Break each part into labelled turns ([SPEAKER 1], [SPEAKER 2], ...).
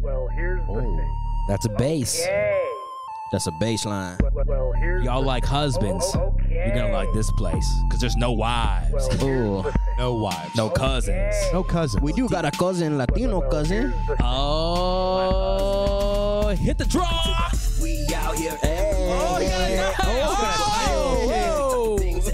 [SPEAKER 1] Well, here's the
[SPEAKER 2] Oh,
[SPEAKER 1] thing.
[SPEAKER 3] That's a bass.
[SPEAKER 1] Okay.
[SPEAKER 3] That's a bass line.
[SPEAKER 1] Well, well, here's
[SPEAKER 4] Y'all
[SPEAKER 1] the-
[SPEAKER 4] like husbands.
[SPEAKER 1] Oh, okay.
[SPEAKER 4] You're gonna like this place because there's no wives,
[SPEAKER 1] Well, here's the
[SPEAKER 2] Oh.
[SPEAKER 3] Ooh.
[SPEAKER 1] thing.
[SPEAKER 4] no wives, no cousins.
[SPEAKER 1] Okay.
[SPEAKER 2] No cousins.
[SPEAKER 3] We do got a cousin, Latino
[SPEAKER 1] Well,
[SPEAKER 3] cousin.
[SPEAKER 1] here's the thing.
[SPEAKER 4] Oh, hit the draw!
[SPEAKER 3] We out here. Oh, yeah.
[SPEAKER 4] Oh,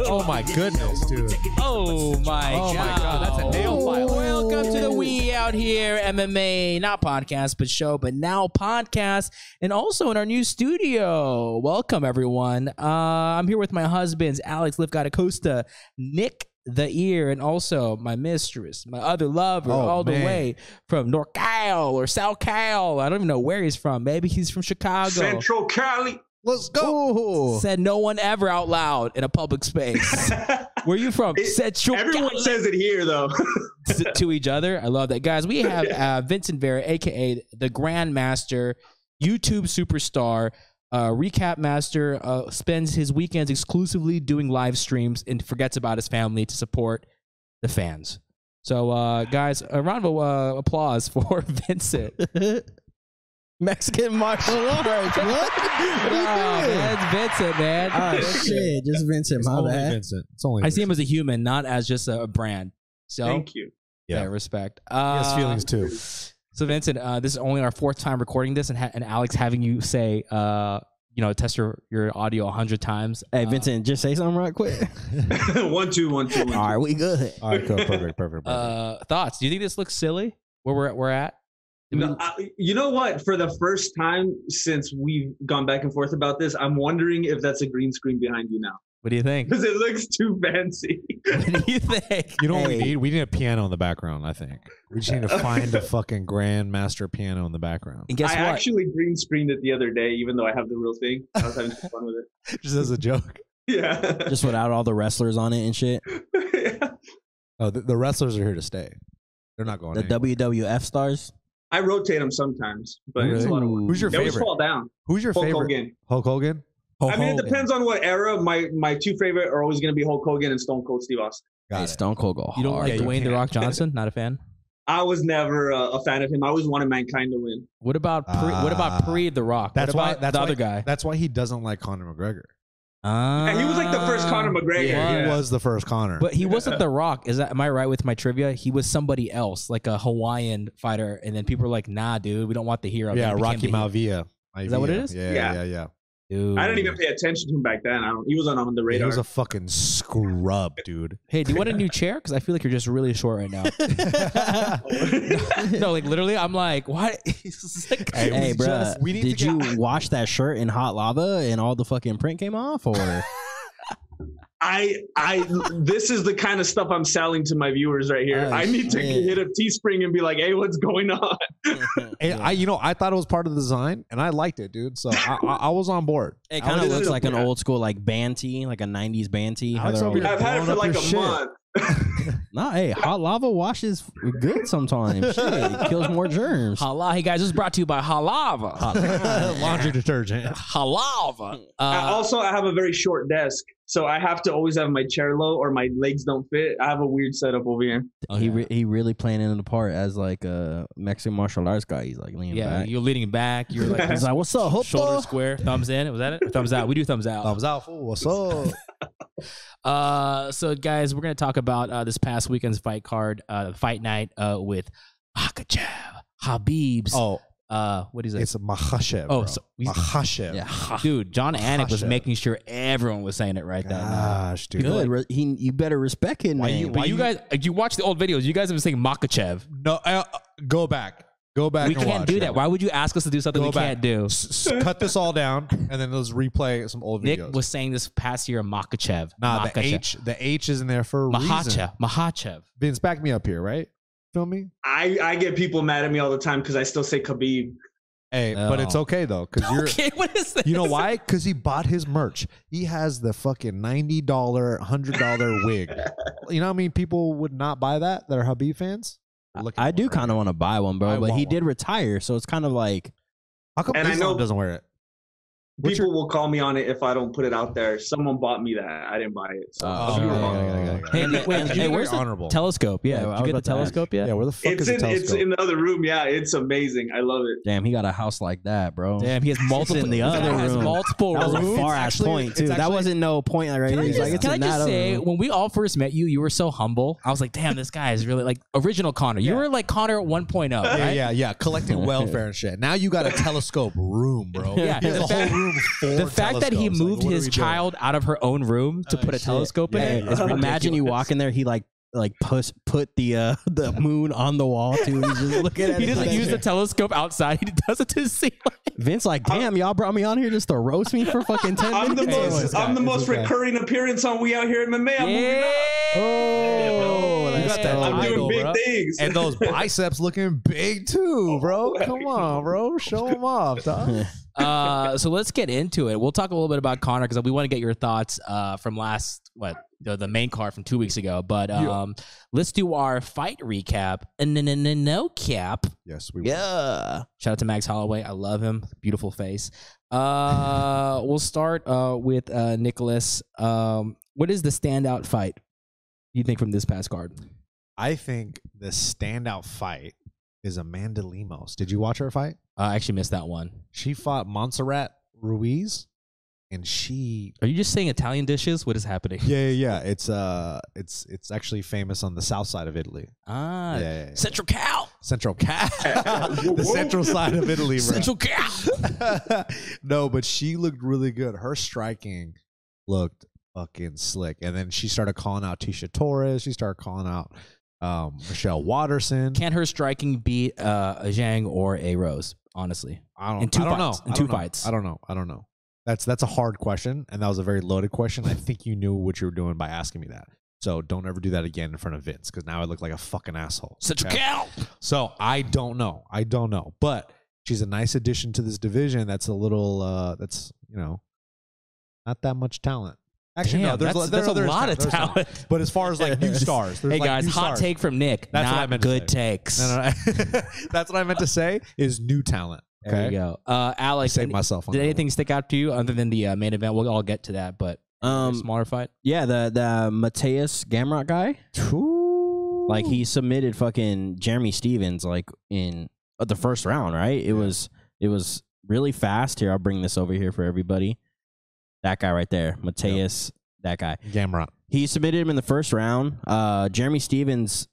[SPEAKER 2] Oh my goodness, dude.
[SPEAKER 4] oh my
[SPEAKER 2] Oh my God, that's a nail file.
[SPEAKER 4] Welcome to the We Out Here MMA, not podcast, but show, but now podcast, and also in our new studio. Welcome, everyone. Uh, I'm here with my husbands, Alex Lifgott Acosta, Nick the Ear, and also my mistress, my other lover,
[SPEAKER 2] Oh,
[SPEAKER 4] all
[SPEAKER 2] man.
[SPEAKER 4] the way from NorCal or South Cal. I don't even know where he's from. Maybe he's from Chicago.
[SPEAKER 5] Central Cali.
[SPEAKER 2] Let's go.
[SPEAKER 4] Said no one ever out loud in a public space. Where you from?
[SPEAKER 5] It-
[SPEAKER 4] Central
[SPEAKER 5] Everyone
[SPEAKER 4] Cali.
[SPEAKER 5] says it here, though.
[SPEAKER 4] to- to each other. I love that, guys. We have uh, Vincent Vera, aka the Grandmaster, YouTube superstar, uh, recap master. Uh, spends his weekends exclusively doing live streams and forgets about his family to support the fans. So, uh, guys, a round of uh, applause for Vincent.
[SPEAKER 3] Mexican martial arts. What? What
[SPEAKER 4] Oh,
[SPEAKER 3] are you doing?
[SPEAKER 4] man, it's Vincent, man.
[SPEAKER 3] Oh, shit. Just Vincent,
[SPEAKER 2] It's
[SPEAKER 3] my
[SPEAKER 2] only
[SPEAKER 3] bad.
[SPEAKER 2] Vincent. It's only
[SPEAKER 4] I see him as a human, not as just a, a brand. So,
[SPEAKER 5] Thank you.
[SPEAKER 2] Yeah.
[SPEAKER 4] yeah, respect.
[SPEAKER 2] He has
[SPEAKER 4] Uh,
[SPEAKER 2] feelings too.
[SPEAKER 4] So Vincent, uh, this is only our fourth time recording this, and, ha- and Alex having you say, uh, you know, test your, your audio a hundred times.
[SPEAKER 3] Hey,
[SPEAKER 4] Uh,
[SPEAKER 3] Vincent, just say something right quick.
[SPEAKER 5] one, two, one, two, one, two.
[SPEAKER 3] All right, we good.
[SPEAKER 2] All right, cool. Perfect, perfect, perfect.
[SPEAKER 4] Uh, thoughts? Do you think this looks silly where we're at? We're at? Do we-
[SPEAKER 5] No, I, uh, you know what? For the first time since we've gone back and forth about this, I'm wondering if that's a green screen behind you now
[SPEAKER 4] what do you think?
[SPEAKER 5] because it looks too fancy.
[SPEAKER 4] what do you think?
[SPEAKER 2] you know what we
[SPEAKER 3] hey.
[SPEAKER 2] need? We need a piano in the background, I think. We just need to find a fucking grandmaster piano in the background.
[SPEAKER 4] And guess
[SPEAKER 5] I
[SPEAKER 4] what?
[SPEAKER 5] actually green screened it the other day, even though I have the real thing. I was having some fun with it.
[SPEAKER 2] Just as a joke.
[SPEAKER 5] Yeah.
[SPEAKER 3] Just without all the wrestlers on it and shit.
[SPEAKER 2] Oh, the, the wrestlers are here to stay. They're not going
[SPEAKER 3] The
[SPEAKER 2] anywhere.
[SPEAKER 3] WWF stars.
[SPEAKER 5] I rotate them sometimes, but it's a lot of work.
[SPEAKER 2] Who's your
[SPEAKER 5] They always
[SPEAKER 2] favorite?
[SPEAKER 5] fall down.
[SPEAKER 2] Who's your
[SPEAKER 5] Hulk
[SPEAKER 2] favorite?
[SPEAKER 5] Hogan.
[SPEAKER 2] Hulk Hogan?
[SPEAKER 5] I mean, it depends on what era. My my two favorite are always going to be Hulk Hogan and Stone Cold Steve Austin.
[SPEAKER 2] Got
[SPEAKER 3] Hey,
[SPEAKER 2] it.
[SPEAKER 3] Stone Cold go
[SPEAKER 4] you don't
[SPEAKER 3] hard.
[SPEAKER 4] like
[SPEAKER 2] you
[SPEAKER 4] Dwayne the
[SPEAKER 2] can't.
[SPEAKER 4] Rock Johnson? Not a fan.
[SPEAKER 5] I was never uh, a fan of him. I always wanted Mankind to win.
[SPEAKER 4] What about pre, what about
[SPEAKER 2] Ah.
[SPEAKER 4] pre the Rock?
[SPEAKER 2] That's
[SPEAKER 4] what
[SPEAKER 2] why-
[SPEAKER 4] about
[SPEAKER 2] that's
[SPEAKER 4] the
[SPEAKER 2] why-
[SPEAKER 4] other guy.
[SPEAKER 2] That's why he doesn't like Conor McGregor.
[SPEAKER 4] Uh,
[SPEAKER 5] he was like the first Conor McGregor,
[SPEAKER 2] He
[SPEAKER 5] Yeah.
[SPEAKER 2] was the first Conor.
[SPEAKER 4] But he wasn't the Rock. Is that am I right with my trivia? He was somebody else, like a Hawaiian fighter, and then people were like, "Nah, dude, we don't want the hero."
[SPEAKER 2] yeah,
[SPEAKER 4] Then he became
[SPEAKER 2] Rocky
[SPEAKER 4] the hero.
[SPEAKER 2] Malvia.
[SPEAKER 4] Is that what it is?
[SPEAKER 2] Yeah,
[SPEAKER 5] Yeah.
[SPEAKER 2] yeah, yeah.
[SPEAKER 4] Dude.
[SPEAKER 5] I didn't even pay attention to him back then. I don't, he wasn't on the
[SPEAKER 2] He
[SPEAKER 5] radar.
[SPEAKER 2] was a fucking scrub, dude.
[SPEAKER 4] Hey, do you want a new chair? Because I feel like you're just really short right now. no, like literally, I'm like, why? It's like-
[SPEAKER 2] Hey, we
[SPEAKER 3] Hey,
[SPEAKER 2] just-
[SPEAKER 3] bro,
[SPEAKER 2] we need to
[SPEAKER 3] did
[SPEAKER 2] get-
[SPEAKER 3] you wash that shirt in hot lava and all the fucking print came off? Or
[SPEAKER 5] I I this is the kind of stuff I'm selling to my viewers right here.
[SPEAKER 3] Oh,
[SPEAKER 2] Ah,
[SPEAKER 5] I need to
[SPEAKER 3] shit.
[SPEAKER 5] hit up Teespring and be like, "Hey, what's going on?"
[SPEAKER 2] Hey, I, you know, I thought it was part of the design, and I liked it, dude. So I, I, I was on board.
[SPEAKER 3] it
[SPEAKER 5] I
[SPEAKER 3] kind of
[SPEAKER 5] was-
[SPEAKER 3] looks like an old school like band tee, like a '90s band tee. how
[SPEAKER 2] Alex
[SPEAKER 3] they're
[SPEAKER 2] over
[SPEAKER 3] always-
[SPEAKER 2] here.
[SPEAKER 5] I've had it
[SPEAKER 2] blowing
[SPEAKER 5] for
[SPEAKER 2] up
[SPEAKER 5] like
[SPEAKER 2] your
[SPEAKER 5] a
[SPEAKER 2] shit.
[SPEAKER 5] month.
[SPEAKER 3] Nah, hey, hot lava washes good sometimes. Shit, it kills more germs.
[SPEAKER 4] Halal. Hey guys, this is brought to you by Halava.
[SPEAKER 2] Laundry detergent.
[SPEAKER 4] Halava.
[SPEAKER 5] I
[SPEAKER 2] Ah.
[SPEAKER 4] Uh,
[SPEAKER 5] also, I have a very short desk, so I have to always have my chair low or my legs don't fit. I have a weird setup over here.
[SPEAKER 4] oh,
[SPEAKER 3] He re- he really playing it apart as like a Mexican martial arts guy. He's like leaning
[SPEAKER 4] yeah,
[SPEAKER 3] back.
[SPEAKER 4] you're leaning back. You're like
[SPEAKER 3] He's like, "What's up,
[SPEAKER 4] shoulder
[SPEAKER 3] Hopo?"
[SPEAKER 4] square, thumbs in. Was that it? Or thumbs out. We do thumbs out.
[SPEAKER 2] Thumbs out, fool. What's up?
[SPEAKER 4] Uh, so guys, we're gonna talk about uh, this past weekend's fight card, uh, fight night uh, with Akachev, Habib's.
[SPEAKER 2] Oh,
[SPEAKER 4] uh, what is it?
[SPEAKER 2] it's Mahashev.
[SPEAKER 4] oh,
[SPEAKER 2] bro.
[SPEAKER 4] so we-
[SPEAKER 2] Makhachev.
[SPEAKER 3] Yeah.
[SPEAKER 4] dude, John Anik was
[SPEAKER 2] Akachev.
[SPEAKER 4] making sure everyone was saying it right. That
[SPEAKER 2] Gosh, dude.
[SPEAKER 3] Good. Re- he you better respect his
[SPEAKER 2] Why
[SPEAKER 3] name.
[SPEAKER 2] you-
[SPEAKER 4] but you guys, you watch the old videos. You guys have been saying Makachev.
[SPEAKER 2] No, uh, go back. Go back.
[SPEAKER 4] We
[SPEAKER 2] and
[SPEAKER 4] can't
[SPEAKER 2] watch
[SPEAKER 4] do
[SPEAKER 2] it.
[SPEAKER 4] that. Why would you ask us to do something
[SPEAKER 2] Go
[SPEAKER 4] we
[SPEAKER 2] back.
[SPEAKER 4] can't do?
[SPEAKER 2] S- s- cut this all down, and then let's replay some old
[SPEAKER 4] Nick
[SPEAKER 2] videos.
[SPEAKER 4] was saying this past year Makachev.
[SPEAKER 2] nah, the
[SPEAKER 4] Makachev.
[SPEAKER 2] H, the H is in there for a reason.
[SPEAKER 4] Mahachev. Mahachev.
[SPEAKER 2] Vince, back me up here, right? Feel me?
[SPEAKER 5] I I get people mad at me all the time because I still say Khabib.
[SPEAKER 2] Hey, but it's
[SPEAKER 4] Oh.
[SPEAKER 2] okay though, because you're.
[SPEAKER 4] Okay, what is this?
[SPEAKER 2] You know why? Because he bought his merch. He has the fucking ninety dollar, hundred dollar wig. You know how many people would not buy that that are Habib fans? Look at
[SPEAKER 3] I
[SPEAKER 2] him
[SPEAKER 3] do
[SPEAKER 2] right
[SPEAKER 3] kind of
[SPEAKER 2] here.
[SPEAKER 3] want to buy one, bro.
[SPEAKER 2] I
[SPEAKER 3] but
[SPEAKER 2] want
[SPEAKER 3] he
[SPEAKER 2] one.
[SPEAKER 3] did retire, so it's kind of like
[SPEAKER 2] How come
[SPEAKER 5] And I
[SPEAKER 2] Islam
[SPEAKER 5] know-
[SPEAKER 2] doesn't wear it? What's
[SPEAKER 5] People will call me on it if I don't put it out there. Someone bought me that. I didn't buy it. So
[SPEAKER 3] Oh,
[SPEAKER 5] you were
[SPEAKER 3] okay,
[SPEAKER 5] wrong.
[SPEAKER 3] okay.
[SPEAKER 4] Hey, wait, did you get
[SPEAKER 2] where's
[SPEAKER 4] your
[SPEAKER 2] honorable?
[SPEAKER 4] Telescope. Yeah.
[SPEAKER 3] Yeah, I was
[SPEAKER 4] did you get the
[SPEAKER 3] about to ask.
[SPEAKER 4] telescope yet?
[SPEAKER 2] yeah, where the fuck
[SPEAKER 5] It's
[SPEAKER 2] is the
[SPEAKER 5] in it's
[SPEAKER 2] telescope?
[SPEAKER 5] in the other room. Yeah, it's amazing. I love it.
[SPEAKER 3] Damn, he got a house like that, bro.
[SPEAKER 4] Damn, he has multiple
[SPEAKER 3] in the other
[SPEAKER 4] He has
[SPEAKER 3] room.
[SPEAKER 4] multiple
[SPEAKER 3] that was
[SPEAKER 4] rooms.
[SPEAKER 3] a far ass
[SPEAKER 2] actually-
[SPEAKER 3] point
[SPEAKER 2] it's
[SPEAKER 3] too. that
[SPEAKER 2] actually-
[SPEAKER 3] wasn't no point right
[SPEAKER 4] Can
[SPEAKER 3] there.
[SPEAKER 4] I
[SPEAKER 3] He's
[SPEAKER 4] just,
[SPEAKER 3] like, it's
[SPEAKER 4] can I
[SPEAKER 3] in
[SPEAKER 4] just
[SPEAKER 3] that other
[SPEAKER 4] say,
[SPEAKER 3] room.
[SPEAKER 4] when we all first met you, you were so humble. I was like, damn, this guy is really like original Connor. You
[SPEAKER 2] Yeah.
[SPEAKER 4] were like Connor 1.0, oh, right?
[SPEAKER 2] Yeah, yeah, yeah. Collecting welfare and shit. Now you got a telescope room, bro.
[SPEAKER 4] Yeah,
[SPEAKER 2] There's
[SPEAKER 4] the
[SPEAKER 2] a
[SPEAKER 4] fact-
[SPEAKER 2] whole room for
[SPEAKER 4] The fact that he
[SPEAKER 2] telescopes. Like,
[SPEAKER 4] moved
[SPEAKER 2] what are
[SPEAKER 4] his
[SPEAKER 2] we doing?
[SPEAKER 4] child out of her own room to
[SPEAKER 2] Oh,
[SPEAKER 4] put a
[SPEAKER 2] shit.
[SPEAKER 4] telescope in
[SPEAKER 3] Yeah,
[SPEAKER 4] it.
[SPEAKER 3] yeah,
[SPEAKER 4] is
[SPEAKER 3] yeah.
[SPEAKER 4] ridiculous.
[SPEAKER 3] imagine you walk in there, he like like push, put the uh, the moon on the wall too. He's just looking at
[SPEAKER 4] He
[SPEAKER 3] it
[SPEAKER 4] doesn't
[SPEAKER 3] like-
[SPEAKER 4] use the telescope outside. He does it to see.
[SPEAKER 3] Vince like, damn, y'all brought me on here just to roast me for fucking ten
[SPEAKER 5] I'm the
[SPEAKER 3] minutes.
[SPEAKER 2] Hey, this
[SPEAKER 5] most
[SPEAKER 2] guy,
[SPEAKER 5] I'm the
[SPEAKER 2] this
[SPEAKER 5] most
[SPEAKER 2] guy.
[SPEAKER 5] recurring appearance on We Out Here in MMA. I'm, moving up.
[SPEAKER 4] Oh,
[SPEAKER 2] You got that
[SPEAKER 5] I'm
[SPEAKER 2] title,
[SPEAKER 5] doing big
[SPEAKER 2] bro.
[SPEAKER 5] things.
[SPEAKER 2] And those biceps looking big too, bro. Come on, bro. Show them off, dog.
[SPEAKER 4] uh, so let's get into it. We'll talk a little bit about Connor because we want to get your thoughts uh, from last what the, the main card from two weeks ago. But um, let's do our fight recap. And no, no, no, no cap.
[SPEAKER 2] Yes, we
[SPEAKER 4] Yeah. Shout out to Max Holloway. I love him. Beautiful face. Uh, we'll start uh, with uh, Nicholas. Um, what is the standout fight you think from this past card?
[SPEAKER 2] I think the standout fight is Amanda Lemos. Did you watch her fight?
[SPEAKER 4] I actually missed that one.
[SPEAKER 2] She fought Montserrat Ruiz, and she.
[SPEAKER 4] Are you just saying Italian dishes? What is happening?
[SPEAKER 2] Yeah, yeah, yeah. It's uh, it's it's actually famous on the south side of Italy.
[SPEAKER 4] Ah,
[SPEAKER 2] Yeah, yeah, yeah.
[SPEAKER 4] Central Cal.
[SPEAKER 2] Central Cal, the central side of Italy, bro.
[SPEAKER 4] Central Cal.
[SPEAKER 2] no, but she looked really good. Her striking looked fucking slick. And then she started calling out Tisha Torres. She started calling out um, Michelle Watterson.
[SPEAKER 4] Can her striking beat uh, a Zhang or a Rose? Honestly,
[SPEAKER 2] I don't,
[SPEAKER 4] in two
[SPEAKER 2] I don't
[SPEAKER 4] fights-
[SPEAKER 2] know.
[SPEAKER 4] in
[SPEAKER 2] I
[SPEAKER 4] two
[SPEAKER 2] don't know.
[SPEAKER 4] fights.
[SPEAKER 2] I don't know. I don't know. That's that's a hard question, and that was a very loaded question. I think you knew what you were doing by asking me that. So don't ever do that again in front of Vince, because now I look like a fucking asshole.
[SPEAKER 4] Central
[SPEAKER 2] okay?
[SPEAKER 4] Cal.
[SPEAKER 2] So I don't know. I don't know. But she's a nice addition to this division. That's a little. Uh, that's you know, not that much talent. Actually, no.
[SPEAKER 4] Damn,
[SPEAKER 2] There's,
[SPEAKER 4] that's,
[SPEAKER 2] there
[SPEAKER 4] that's
[SPEAKER 2] are-
[SPEAKER 4] a
[SPEAKER 2] there's
[SPEAKER 4] lot
[SPEAKER 2] talent.
[SPEAKER 4] of
[SPEAKER 2] There's talent.
[SPEAKER 4] talent.
[SPEAKER 2] But as far as like new stars, there's
[SPEAKER 4] Hey
[SPEAKER 2] like
[SPEAKER 4] guys,
[SPEAKER 2] new
[SPEAKER 4] hot
[SPEAKER 2] stars.
[SPEAKER 4] take from Nick.
[SPEAKER 2] That's what I
[SPEAKER 4] not
[SPEAKER 2] meant to
[SPEAKER 4] good takes.
[SPEAKER 2] No, no, no. that's what I meant to say is new talent. Okay,
[SPEAKER 4] There you go, uh,
[SPEAKER 2] I
[SPEAKER 4] Alex.
[SPEAKER 2] saved
[SPEAKER 4] Any,
[SPEAKER 2] myself. on
[SPEAKER 4] did
[SPEAKER 2] that one.
[SPEAKER 4] anything stick out to you other than the uh, main event? We'll all get to that, but
[SPEAKER 3] Um,
[SPEAKER 4] smaller fight.
[SPEAKER 3] yeah, the the Mateus Gamrot guy, like he submitted fucking Jeremy Stevens like in uh, the first round, right? It was it was really fast. Here, I'll bring this over here for everybody. That guy right there, Mateus. That guy.
[SPEAKER 2] Gamrot.
[SPEAKER 3] He submitted him in the first round. Uh, Jeremy Stevens,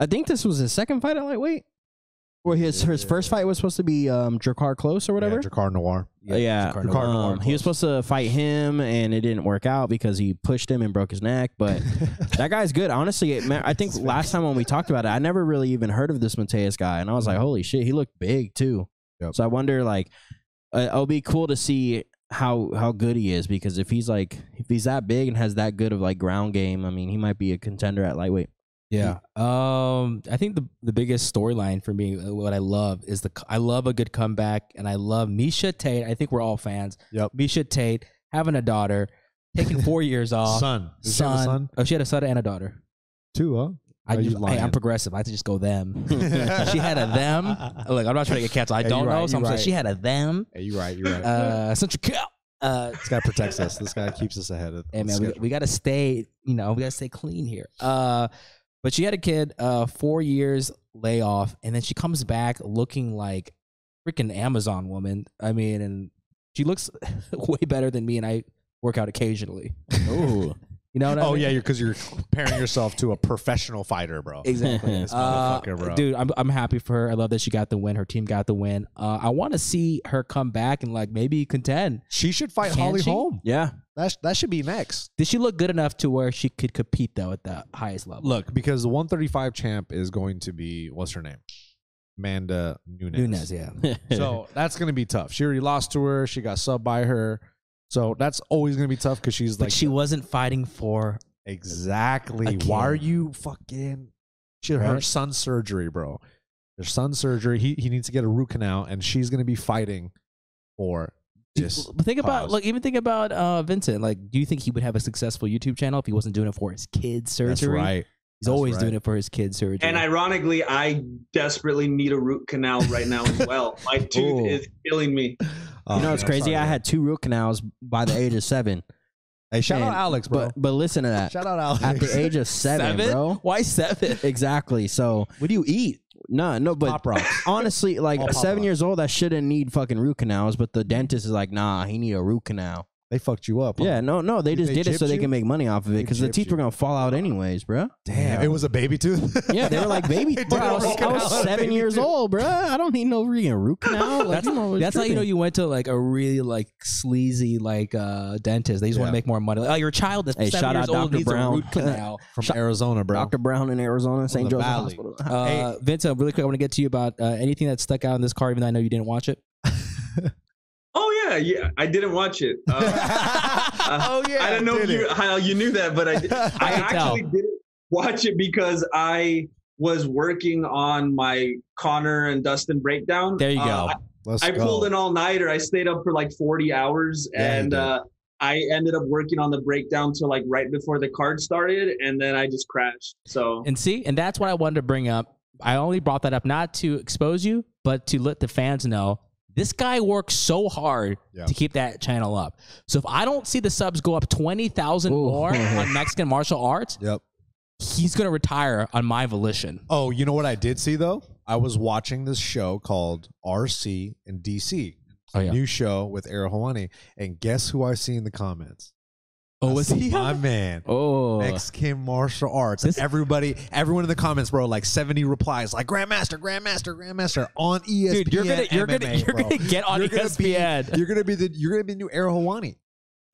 [SPEAKER 3] I think this was his second fight at lightweight. Well, his his first fight was supposed to be um, Drakkar Close or whatever.
[SPEAKER 2] Yeah, Drakkar Noir.
[SPEAKER 4] Uh,
[SPEAKER 3] Yeah, yeah.
[SPEAKER 2] Drakkar Noir.
[SPEAKER 3] Um, he was supposed to fight him, and it didn't work out because he pushed him and broke his neck. But that guy's good, honestly. It, ma- I think last time when we talked about it, I never really even heard of this Mateus guy, and I was like, holy shit, he looked big too.
[SPEAKER 2] Yep.
[SPEAKER 3] So I wonder, like, uh, it'll be cool to see how how good he is because if he's like if he's that big and has that good of like ground game, I mean, he might be a contender at lightweight.
[SPEAKER 4] Yeah. Um, I think the the biggest storyline for me, uh, what I love is the I love a good comeback, and I love Misha Tate. I think we're all fans.
[SPEAKER 2] Yep.
[SPEAKER 4] Misha Tate having a daughter, taking four years off.
[SPEAKER 2] Son. Is that the
[SPEAKER 4] uh, Son.
[SPEAKER 2] son?
[SPEAKER 4] Oh, she had a son and a daughter.
[SPEAKER 2] Too, huh?
[SPEAKER 4] I
[SPEAKER 2] Are you
[SPEAKER 4] just, hey, I'm
[SPEAKER 2] lying?
[SPEAKER 4] progressive. I just go them. she had a them. Look, I'm not trying to get canceled. I
[SPEAKER 2] Yeah,
[SPEAKER 4] don't
[SPEAKER 2] you're
[SPEAKER 4] know.
[SPEAKER 2] right,
[SPEAKER 4] so I'm
[SPEAKER 2] you're
[SPEAKER 4] saying
[SPEAKER 2] right.
[SPEAKER 4] she had a them.
[SPEAKER 2] Yeah, you're right. You're right.
[SPEAKER 4] Uh, Central Cal. Uh,
[SPEAKER 2] this guy protects us. This guy keeps us ahead of
[SPEAKER 4] Hey
[SPEAKER 2] the
[SPEAKER 4] man, we,
[SPEAKER 2] schedule.
[SPEAKER 4] we gotta stay, you know, we gotta stay clean here. Uh but she had a kid, uh four years layoff, and then she comes back looking like freaking Amazon woman. I mean, and she looks way better than me and I work out occasionally.
[SPEAKER 3] Ooh,
[SPEAKER 4] You know what I
[SPEAKER 2] Oh
[SPEAKER 4] mean?
[SPEAKER 2] yeah, because you're, comparing yourself to a professional fighter, bro.
[SPEAKER 4] Exactly.
[SPEAKER 2] This
[SPEAKER 4] Uh,
[SPEAKER 2] motherfucker, bro.
[SPEAKER 4] Dude, I'm I'm happy for her. I love that she got the win. Her team got the win. Uh, I want to see her come back and like maybe contend.
[SPEAKER 2] She should fight
[SPEAKER 4] Can
[SPEAKER 2] Holly
[SPEAKER 4] she?
[SPEAKER 2] Holm.
[SPEAKER 3] yeah,
[SPEAKER 2] That sh- that should be next.
[SPEAKER 4] Did she look good enough to where she could compete though at the highest level?
[SPEAKER 2] Look, because the 135 champ is going to be what's her name, Amanda Nunes.
[SPEAKER 4] Nunes, yeah.
[SPEAKER 2] So that's gonna be tough. She already lost to her. She got subbed by her. So that's always gonna be tough because she's
[SPEAKER 4] But
[SPEAKER 2] like
[SPEAKER 4] she wasn't fighting for
[SPEAKER 2] Exactly.
[SPEAKER 4] Again.
[SPEAKER 2] Why are you fucking? She, Her
[SPEAKER 4] Right.
[SPEAKER 2] son's surgery, bro. Her son's surgery. He he needs to get a root canal, and she's gonna be fighting for this.
[SPEAKER 4] But think about
[SPEAKER 2] cause.
[SPEAKER 4] like even think about uh, Vincent. Like, do you think he would have a successful YouTube channel if he wasn't doing it for his kids'
[SPEAKER 2] That's
[SPEAKER 4] surgery?
[SPEAKER 2] right.
[SPEAKER 4] He's
[SPEAKER 2] That's
[SPEAKER 4] always
[SPEAKER 2] right.
[SPEAKER 4] doing it for his kids' surgery.
[SPEAKER 5] And ironically, I desperately need a root canal right now as well. My tooth
[SPEAKER 2] Ooh.
[SPEAKER 5] is killing me.
[SPEAKER 2] Oh,
[SPEAKER 3] you know, it's
[SPEAKER 2] I'm
[SPEAKER 3] crazy.
[SPEAKER 2] sorry,
[SPEAKER 3] I
[SPEAKER 2] bro.
[SPEAKER 3] had two root canals by the age of seven.
[SPEAKER 2] Hey, shout out
[SPEAKER 3] and-
[SPEAKER 2] Alex, bro.
[SPEAKER 3] But but listen to that.
[SPEAKER 2] shout out Alex.
[SPEAKER 3] At the age of seven, bro.
[SPEAKER 4] Why seven?
[SPEAKER 3] Exactly. So
[SPEAKER 2] what do you eat?
[SPEAKER 3] no, no, but
[SPEAKER 2] Pop rocks.
[SPEAKER 3] honestly, like
[SPEAKER 2] All pop
[SPEAKER 3] seven
[SPEAKER 2] rocks.
[SPEAKER 3] years old, I shouldn't need fucking root canals. But the dentist is like, nah, he need a root canal.
[SPEAKER 2] They fucked you up. huh?
[SPEAKER 3] Yeah, no, no, they
[SPEAKER 2] Did
[SPEAKER 3] just
[SPEAKER 2] they
[SPEAKER 3] did it so
[SPEAKER 2] gypped
[SPEAKER 3] they
[SPEAKER 2] you?
[SPEAKER 3] can make money off of it
[SPEAKER 2] They
[SPEAKER 3] because the
[SPEAKER 2] gypped
[SPEAKER 3] teeth
[SPEAKER 2] you.
[SPEAKER 3] were gonna fall out anyways, bro.
[SPEAKER 2] Damn. It was a baby tooth.
[SPEAKER 3] Yeah, they were like baby.
[SPEAKER 2] They
[SPEAKER 3] bro, I
[SPEAKER 2] did a
[SPEAKER 3] was,
[SPEAKER 2] root
[SPEAKER 3] I was
[SPEAKER 2] canal and a
[SPEAKER 3] seven
[SPEAKER 2] baby
[SPEAKER 3] years
[SPEAKER 2] tooth.
[SPEAKER 3] old, bro. I don't need no freaking root canal. Like,
[SPEAKER 4] That's-
[SPEAKER 3] you know,
[SPEAKER 4] That's how you know
[SPEAKER 3] tripping.
[SPEAKER 4] you went to like a really like sleazy like uh dentist. They just want
[SPEAKER 2] Yeah.
[SPEAKER 4] to make more money. Like, oh, your child that's
[SPEAKER 3] Hey,
[SPEAKER 4] seven
[SPEAKER 3] shout
[SPEAKER 4] years
[SPEAKER 3] out
[SPEAKER 4] old
[SPEAKER 3] Dr.
[SPEAKER 4] needs
[SPEAKER 3] Brown.
[SPEAKER 4] a root canal.
[SPEAKER 2] From Arizona, bro.
[SPEAKER 3] Dr. Brown in Arizona, St.
[SPEAKER 2] the
[SPEAKER 3] Joe's
[SPEAKER 2] Valley.
[SPEAKER 3] Hospital.
[SPEAKER 4] Uh, Vincent, really quick, I want to get to you about uh, anything that stuck out in this car, even though I know you didn't watch it.
[SPEAKER 5] Oh yeah, yeah. I didn't watch it. Uh,
[SPEAKER 2] oh yeah.
[SPEAKER 5] I don't know if
[SPEAKER 2] did
[SPEAKER 5] you,
[SPEAKER 2] it.
[SPEAKER 5] how you knew that, but I did. I
[SPEAKER 4] can tell.
[SPEAKER 5] actually didn't watch it because I was working on my Connor and Dustin breakdown.
[SPEAKER 4] There you
[SPEAKER 5] Uh,
[SPEAKER 4] go.
[SPEAKER 5] I-
[SPEAKER 2] Let's
[SPEAKER 5] I
[SPEAKER 2] go.
[SPEAKER 5] pulled an all nighter. I stayed up for like 40 hours
[SPEAKER 2] Yeah, you
[SPEAKER 5] and
[SPEAKER 2] did.
[SPEAKER 5] uh, I ended up working on the breakdown till like right before the card started. And then I just crashed. So
[SPEAKER 4] And see, and that's what I wanted to bring up. I only brought that up not to expose you, but to let the fans know this guy works so hard
[SPEAKER 2] Yeah.
[SPEAKER 4] to keep that channel up. So if I don't see the subs go up 20,000
[SPEAKER 3] Ooh.
[SPEAKER 4] more on Mexican martial arts,
[SPEAKER 2] Yep.
[SPEAKER 4] he's going to retire on my volition.
[SPEAKER 2] Oh, you know what I did see though? I was watching this show called RC and DC.
[SPEAKER 4] Oh, yeah.
[SPEAKER 2] New show with Errol Hawani. And guess who I see in the comments?
[SPEAKER 4] Oh,
[SPEAKER 2] I
[SPEAKER 4] was
[SPEAKER 2] see
[SPEAKER 4] he?
[SPEAKER 2] my man?
[SPEAKER 3] Oh,
[SPEAKER 2] Mexican martial arts.
[SPEAKER 4] This-
[SPEAKER 2] everybody, everyone in the comments, bro, like seventy replies, like Grandmaster, Grandmaster, Grandmaster on E ESPN.
[SPEAKER 4] Dude, you're gonna you're
[SPEAKER 2] MMA,
[SPEAKER 4] gonna you're
[SPEAKER 2] bro.
[SPEAKER 4] gonna get on E
[SPEAKER 2] You're gonna be-
[SPEAKER 4] ESPN.
[SPEAKER 2] You're gonna be the you're gonna be the new Errol Hawani.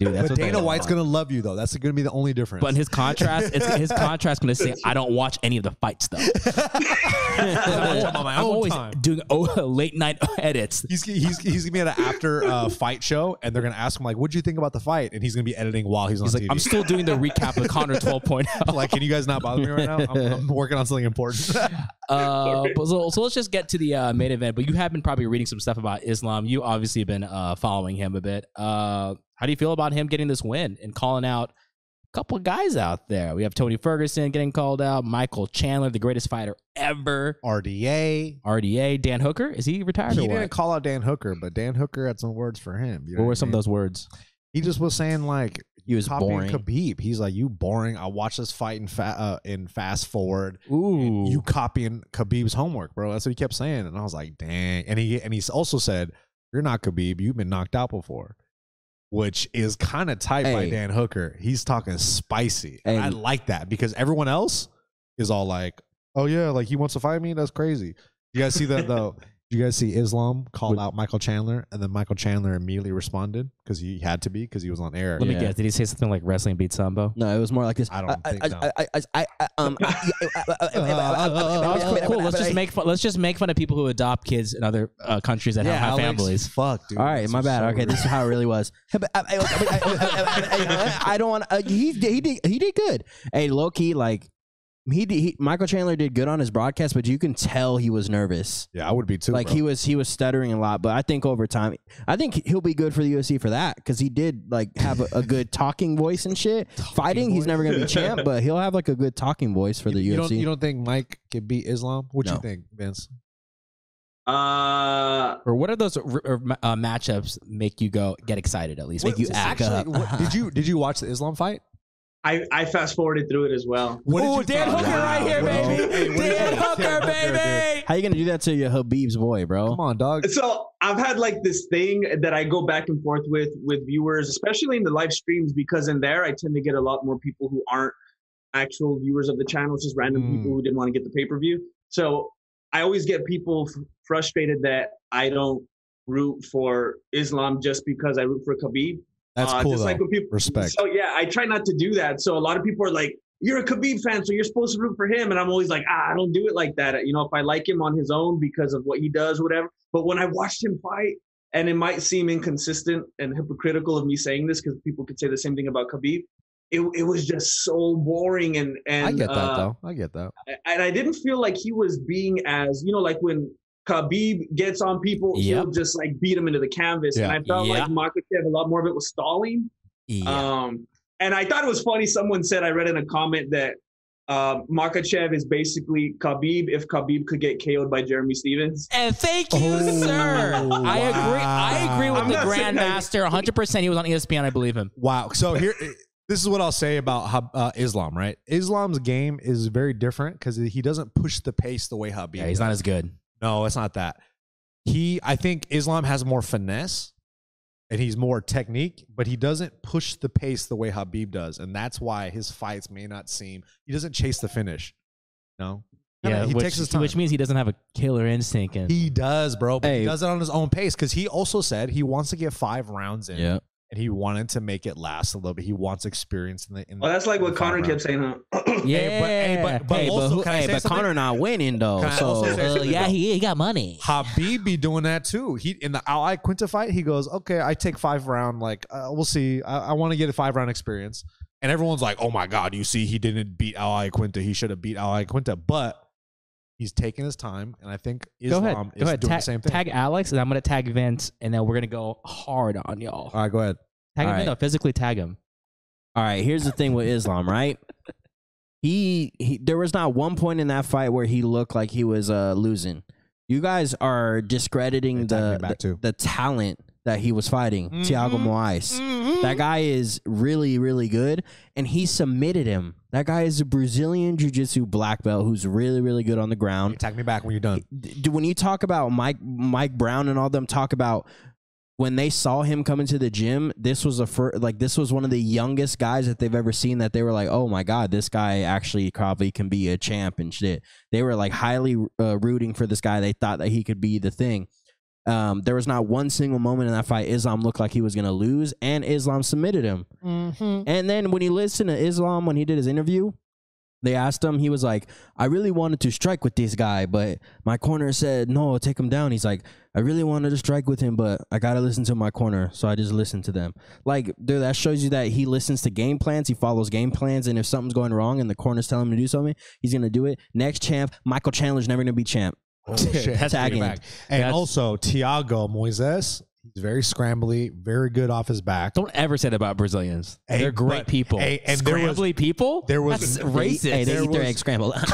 [SPEAKER 3] dude,
[SPEAKER 2] But Dana White's gonna love you though. That's gonna be the only difference.
[SPEAKER 4] but in his contrast, it's, his contrast going to say, "I don't watch any of the fights though."
[SPEAKER 2] I'm on my
[SPEAKER 4] I'm
[SPEAKER 2] own
[SPEAKER 4] always
[SPEAKER 2] time.
[SPEAKER 4] doing oh, late night edits.
[SPEAKER 2] He's, he's, he's gonna be at an after uh, fight show, and they're gonna ask him like, "What'd you think about the fight?" And he's gonna be editing while he's on
[SPEAKER 4] He's like,
[SPEAKER 2] TV.
[SPEAKER 4] "I'm still doing the recap of Connor oh." 12.0."
[SPEAKER 2] like, can you guys not bother me right now? I'm, I'm working on something important.
[SPEAKER 4] Uh, but so, so let's just get to the uh, main event. But you have been probably reading some stuff about Islam. You obviously have been uh, following him a bit. Uh, how do you feel about him getting this win and calling out a couple of guys out there? We have Tony Ferguson getting called out, Michael Chandler, the greatest fighter ever,
[SPEAKER 2] RDA.
[SPEAKER 4] RDA, Dan Hooker. Is he retired
[SPEAKER 2] He
[SPEAKER 4] or
[SPEAKER 2] didn't
[SPEAKER 4] what?
[SPEAKER 2] call out Dan Hooker, but Dan Hooker had some words for him. You know
[SPEAKER 4] What were
[SPEAKER 2] I
[SPEAKER 4] some of
[SPEAKER 2] mean?
[SPEAKER 4] those words?
[SPEAKER 2] He just was saying like,
[SPEAKER 3] He was
[SPEAKER 2] copying
[SPEAKER 3] boring.
[SPEAKER 2] Khabib. He's like, you boring. I watched this fight in fa- uh, in fast forward.
[SPEAKER 3] Ooh,
[SPEAKER 2] You copying Khabib's homework, bro. That's what he kept saying, and I was like, dang. And he and he also said, you're not Khabib. You've been knocked out before. Which is kind of tight by
[SPEAKER 3] Hey.
[SPEAKER 2] Dan Hooker. He's talking spicy. and
[SPEAKER 3] Hey.
[SPEAKER 2] I like that because everyone else is all like, "Oh yeah, like he wants to fight me. That's crazy." You guys see that though? Did you guys see Islam called out Michael Chandler, and then Michael Chandler immediately responded because he had to be because he was on air.
[SPEAKER 4] Let me
[SPEAKER 3] Yeah.
[SPEAKER 4] guess. Did he say something like wrestling beat Sambo?
[SPEAKER 3] No, it was more like this.
[SPEAKER 2] I don't think so.
[SPEAKER 3] I, I, I, I, um,
[SPEAKER 4] Uh, cool. cool. Let's just make fun, let's just make fun of people who adopt kids in other uh, countries that have have
[SPEAKER 2] Alex,
[SPEAKER 4] families.
[SPEAKER 2] Fuck, dude.
[SPEAKER 3] All right,
[SPEAKER 2] This
[SPEAKER 3] my
[SPEAKER 2] is
[SPEAKER 3] bad.
[SPEAKER 2] so
[SPEAKER 3] okay, this is how it really was. I don't want. Uh, he did- he did he did good. Hey, low key, like he, did, he Michael Chandler did good on his broadcast, but you can tell he was nervous.
[SPEAKER 2] Yeah, I would be too.
[SPEAKER 3] like he was he was stuttering a lot, but I think over time, I think he'll be good for the UFC for that because he did like have a, a good talking voice and shit. Fighting, he's
[SPEAKER 2] voice?
[SPEAKER 3] never gonna be champ, but he'll have like a good talking voice for the
[SPEAKER 2] you
[SPEAKER 3] UFC.
[SPEAKER 2] don't you don't think Mike can beat Islam? What
[SPEAKER 3] No.
[SPEAKER 2] you think, Vince?
[SPEAKER 5] uh,
[SPEAKER 4] Or what are those r- or, ma- uh, matchups make you go get excited at least? Make you
[SPEAKER 2] What-
[SPEAKER 4] act
[SPEAKER 2] actually,
[SPEAKER 4] up.
[SPEAKER 2] what- did you did you watch the Islam fight?
[SPEAKER 5] I, I fast forwarded through it as well.
[SPEAKER 2] What
[SPEAKER 4] Ooh,
[SPEAKER 2] did you
[SPEAKER 4] Dan
[SPEAKER 2] think?
[SPEAKER 4] Hooker right here,
[SPEAKER 2] What did you-
[SPEAKER 4] baby.
[SPEAKER 2] Hey, what did
[SPEAKER 4] Dan
[SPEAKER 2] you think?
[SPEAKER 4] Hooker,
[SPEAKER 2] dude.
[SPEAKER 4] baby.
[SPEAKER 3] How you gonna do that to your Habib's boy, bro?
[SPEAKER 2] Come on, dog.
[SPEAKER 5] So I've had like this thing that I go back and forth with with viewers, especially in the live streams, because in there I tend to get a lot more people who aren't actual viewers of the channel, it's just random
[SPEAKER 2] Mm.
[SPEAKER 5] people who didn't want to get the pay per view. So I always get people f- frustrated that I don't root for Islam just because I root for Khabib.
[SPEAKER 2] That's
[SPEAKER 5] Uh,
[SPEAKER 2] cool
[SPEAKER 5] just
[SPEAKER 2] though.
[SPEAKER 5] like when people-
[SPEAKER 2] Respect.
[SPEAKER 5] So yeah, I try not to do that. So a lot of people are like, "You're a Khabib fan, so you're supposed to root for him," and I'm always like, "Ah, I don't do it like that." You know, if I like him on his own because of what he does, whatever. But when I watched him fight, and it might seem inconsistent and hypocritical of me saying this because people could say the same thing about Khabib. It, it was just so boring and and
[SPEAKER 2] I get that
[SPEAKER 5] uh,
[SPEAKER 2] though. I get that.
[SPEAKER 5] and I didn't feel like he was being as you know, like when Khabib gets on people, he'll just like beat him into the canvas. And
[SPEAKER 2] Yeah.
[SPEAKER 5] I felt
[SPEAKER 4] Yeah.
[SPEAKER 5] like Makachev a lot more of it was stalling.
[SPEAKER 4] Yeah.
[SPEAKER 5] Um, and I thought it was funny. Someone said I read in a comment that Uh, Makachev is basically Khabib if Khabib could get KO'd by Jeremy Stevens.
[SPEAKER 4] And thank you,
[SPEAKER 2] Oh,
[SPEAKER 4] sir. I agree. I agree with
[SPEAKER 5] I'm
[SPEAKER 4] the
[SPEAKER 5] not saying that-
[SPEAKER 4] Grandmaster 100. percent He was on E ESPN. I believe him.
[SPEAKER 2] Wow. So here, eh, this is what I'll say about Hab- uh, Islam. Right, Islam's game is very different because he doesn't push the pace the way Habib.
[SPEAKER 4] Yeah, he's
[SPEAKER 2] does.
[SPEAKER 4] not as good.
[SPEAKER 2] No, it's not that. He, I think Islam has more finesse and he's more technique, but he doesn't push the pace the way Habib does, and that's why his fights may not seem. He doesn't chase the finish. No.
[SPEAKER 4] Yeah,
[SPEAKER 2] he
[SPEAKER 4] which,
[SPEAKER 2] takes his time.
[SPEAKER 4] which means he doesn't have a killer instinct. And
[SPEAKER 2] he does, bro, but
[SPEAKER 3] Hey.
[SPEAKER 2] he does it on his own pace because he also said he wants to get five rounds in,
[SPEAKER 3] Yeah.
[SPEAKER 2] and he wanted to make it last a little bit. He wants experience in the. In
[SPEAKER 5] Well, that's like what Connor kept saying, huh?
[SPEAKER 4] yeah,
[SPEAKER 2] Hey, but- hey, but- but also,
[SPEAKER 3] who-
[SPEAKER 2] can I
[SPEAKER 3] hey,
[SPEAKER 2] say
[SPEAKER 3] but
[SPEAKER 2] something?
[SPEAKER 3] Connor not winning though.
[SPEAKER 2] Can I
[SPEAKER 3] so
[SPEAKER 2] also say
[SPEAKER 3] uh,
[SPEAKER 2] something,
[SPEAKER 3] yeah,
[SPEAKER 2] though?
[SPEAKER 3] he, he got money.
[SPEAKER 2] Habib be doing that too. He in the Ali Quinta fight, he goes, "Okay, I take five round. Like uh, we'll see. I, I want to get a five round experience." And everyone's like, "Oh my god, you see, he didn't beat Ali Quinta. He should have beat Ali Quinta." But he's taking his time, and I think Islam is doing
[SPEAKER 4] tag,
[SPEAKER 2] the same thing.
[SPEAKER 4] tag Alex, and I'm gonna tag Vince, and then we're gonna go hard on y'all.
[SPEAKER 2] All right, go ahead.
[SPEAKER 4] Tag him,
[SPEAKER 3] All right.
[SPEAKER 4] no, physically tag him.
[SPEAKER 3] All right, here's the thing with Islam, right? He, he there was not one point in that fight where he looked like he was uh, losing. You guys are discrediting
[SPEAKER 2] They tagged me
[SPEAKER 3] the,
[SPEAKER 2] back
[SPEAKER 3] the
[SPEAKER 2] too.
[SPEAKER 3] the talent that he was fighting, Tiago Moraes. That guy is really really good and he submitted him. That guy is a Brazilian jiu-jitsu black belt who's really really good on the ground.
[SPEAKER 2] You Um, tag me back when you're done.
[SPEAKER 3] D- when you talk about Mike Mike Brown and all them talk about when they saw him come into the gym, this was a fir- like this was one of the youngest guys that they've ever seen that they were like, "Oh my god, this guy actually probably can be a champ and shit." They were like highly uh, rooting for this guy. They thought that he could be the thing. Um, there was not one single moment in that fight Islam looked like he was going to lose, and Islam submitted him. And then when he listened to Islam, when he did his interview, they asked him, he was like, I really wanted to strike with this guy, but my corner said, no, take him down. He's like, I really wanted to strike with him, but I got to listen to my corner. So I just listened to them. Like, dude, that shows you that he listens to game plans. He follows game plans. And if something's going wrong and the corner's telling him to do something, he's going to do it. Next champ, Michael Chandler's never going to be champ.
[SPEAKER 4] That's
[SPEAKER 3] Tag
[SPEAKER 4] pretty
[SPEAKER 3] him.
[SPEAKER 4] back.
[SPEAKER 2] And
[SPEAKER 4] That's-
[SPEAKER 2] also Tiago Moises, he's very scrambly, very good off his back.
[SPEAKER 4] Don't ever say that about Brazilians.
[SPEAKER 2] Hey,
[SPEAKER 4] They're great
[SPEAKER 2] but-
[SPEAKER 4] people.
[SPEAKER 2] hey, and there was-
[SPEAKER 4] Scrambly people.
[SPEAKER 2] there was-
[SPEAKER 4] That's racist.
[SPEAKER 3] Hey, they
[SPEAKER 2] There
[SPEAKER 3] eat their
[SPEAKER 2] was-
[SPEAKER 3] egg scramble.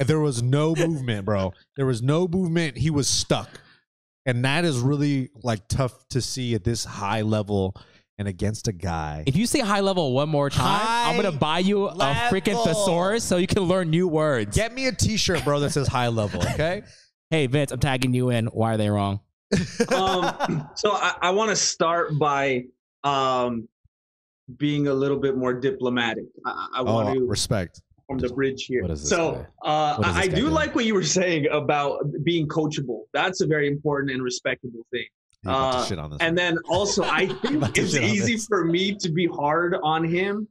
[SPEAKER 2] And there was no movement, bro. There was no movement. He was stuck. And that is really like tough to see at this high level and against a guy.
[SPEAKER 4] if you say high level one more time, I'm
[SPEAKER 2] High
[SPEAKER 4] gonna buy you a freaking
[SPEAKER 2] level.
[SPEAKER 4] thesaurus so you can learn new words.
[SPEAKER 2] Get me a t-shirt, bro, that says high level, okay?
[SPEAKER 4] Hey Vince, I'm tagging you in. Why are they wrong?
[SPEAKER 5] um, so I, I want to start by um, being a little bit more diplomatic. I, I want
[SPEAKER 2] Oh,
[SPEAKER 5] to
[SPEAKER 2] respect.
[SPEAKER 5] from the bridge here.
[SPEAKER 4] what is this
[SPEAKER 5] so uh,
[SPEAKER 4] What is this
[SPEAKER 5] I I
[SPEAKER 4] guy
[SPEAKER 5] do
[SPEAKER 4] doing?
[SPEAKER 5] like what you were saying about being coachable. That's a very important and respectable thing.
[SPEAKER 2] You got to
[SPEAKER 5] Uh,
[SPEAKER 2] shit on this.
[SPEAKER 5] And then also, I
[SPEAKER 2] About
[SPEAKER 5] think
[SPEAKER 2] to
[SPEAKER 5] it's
[SPEAKER 2] shit on
[SPEAKER 5] easy
[SPEAKER 2] this.
[SPEAKER 5] for me to be hard on him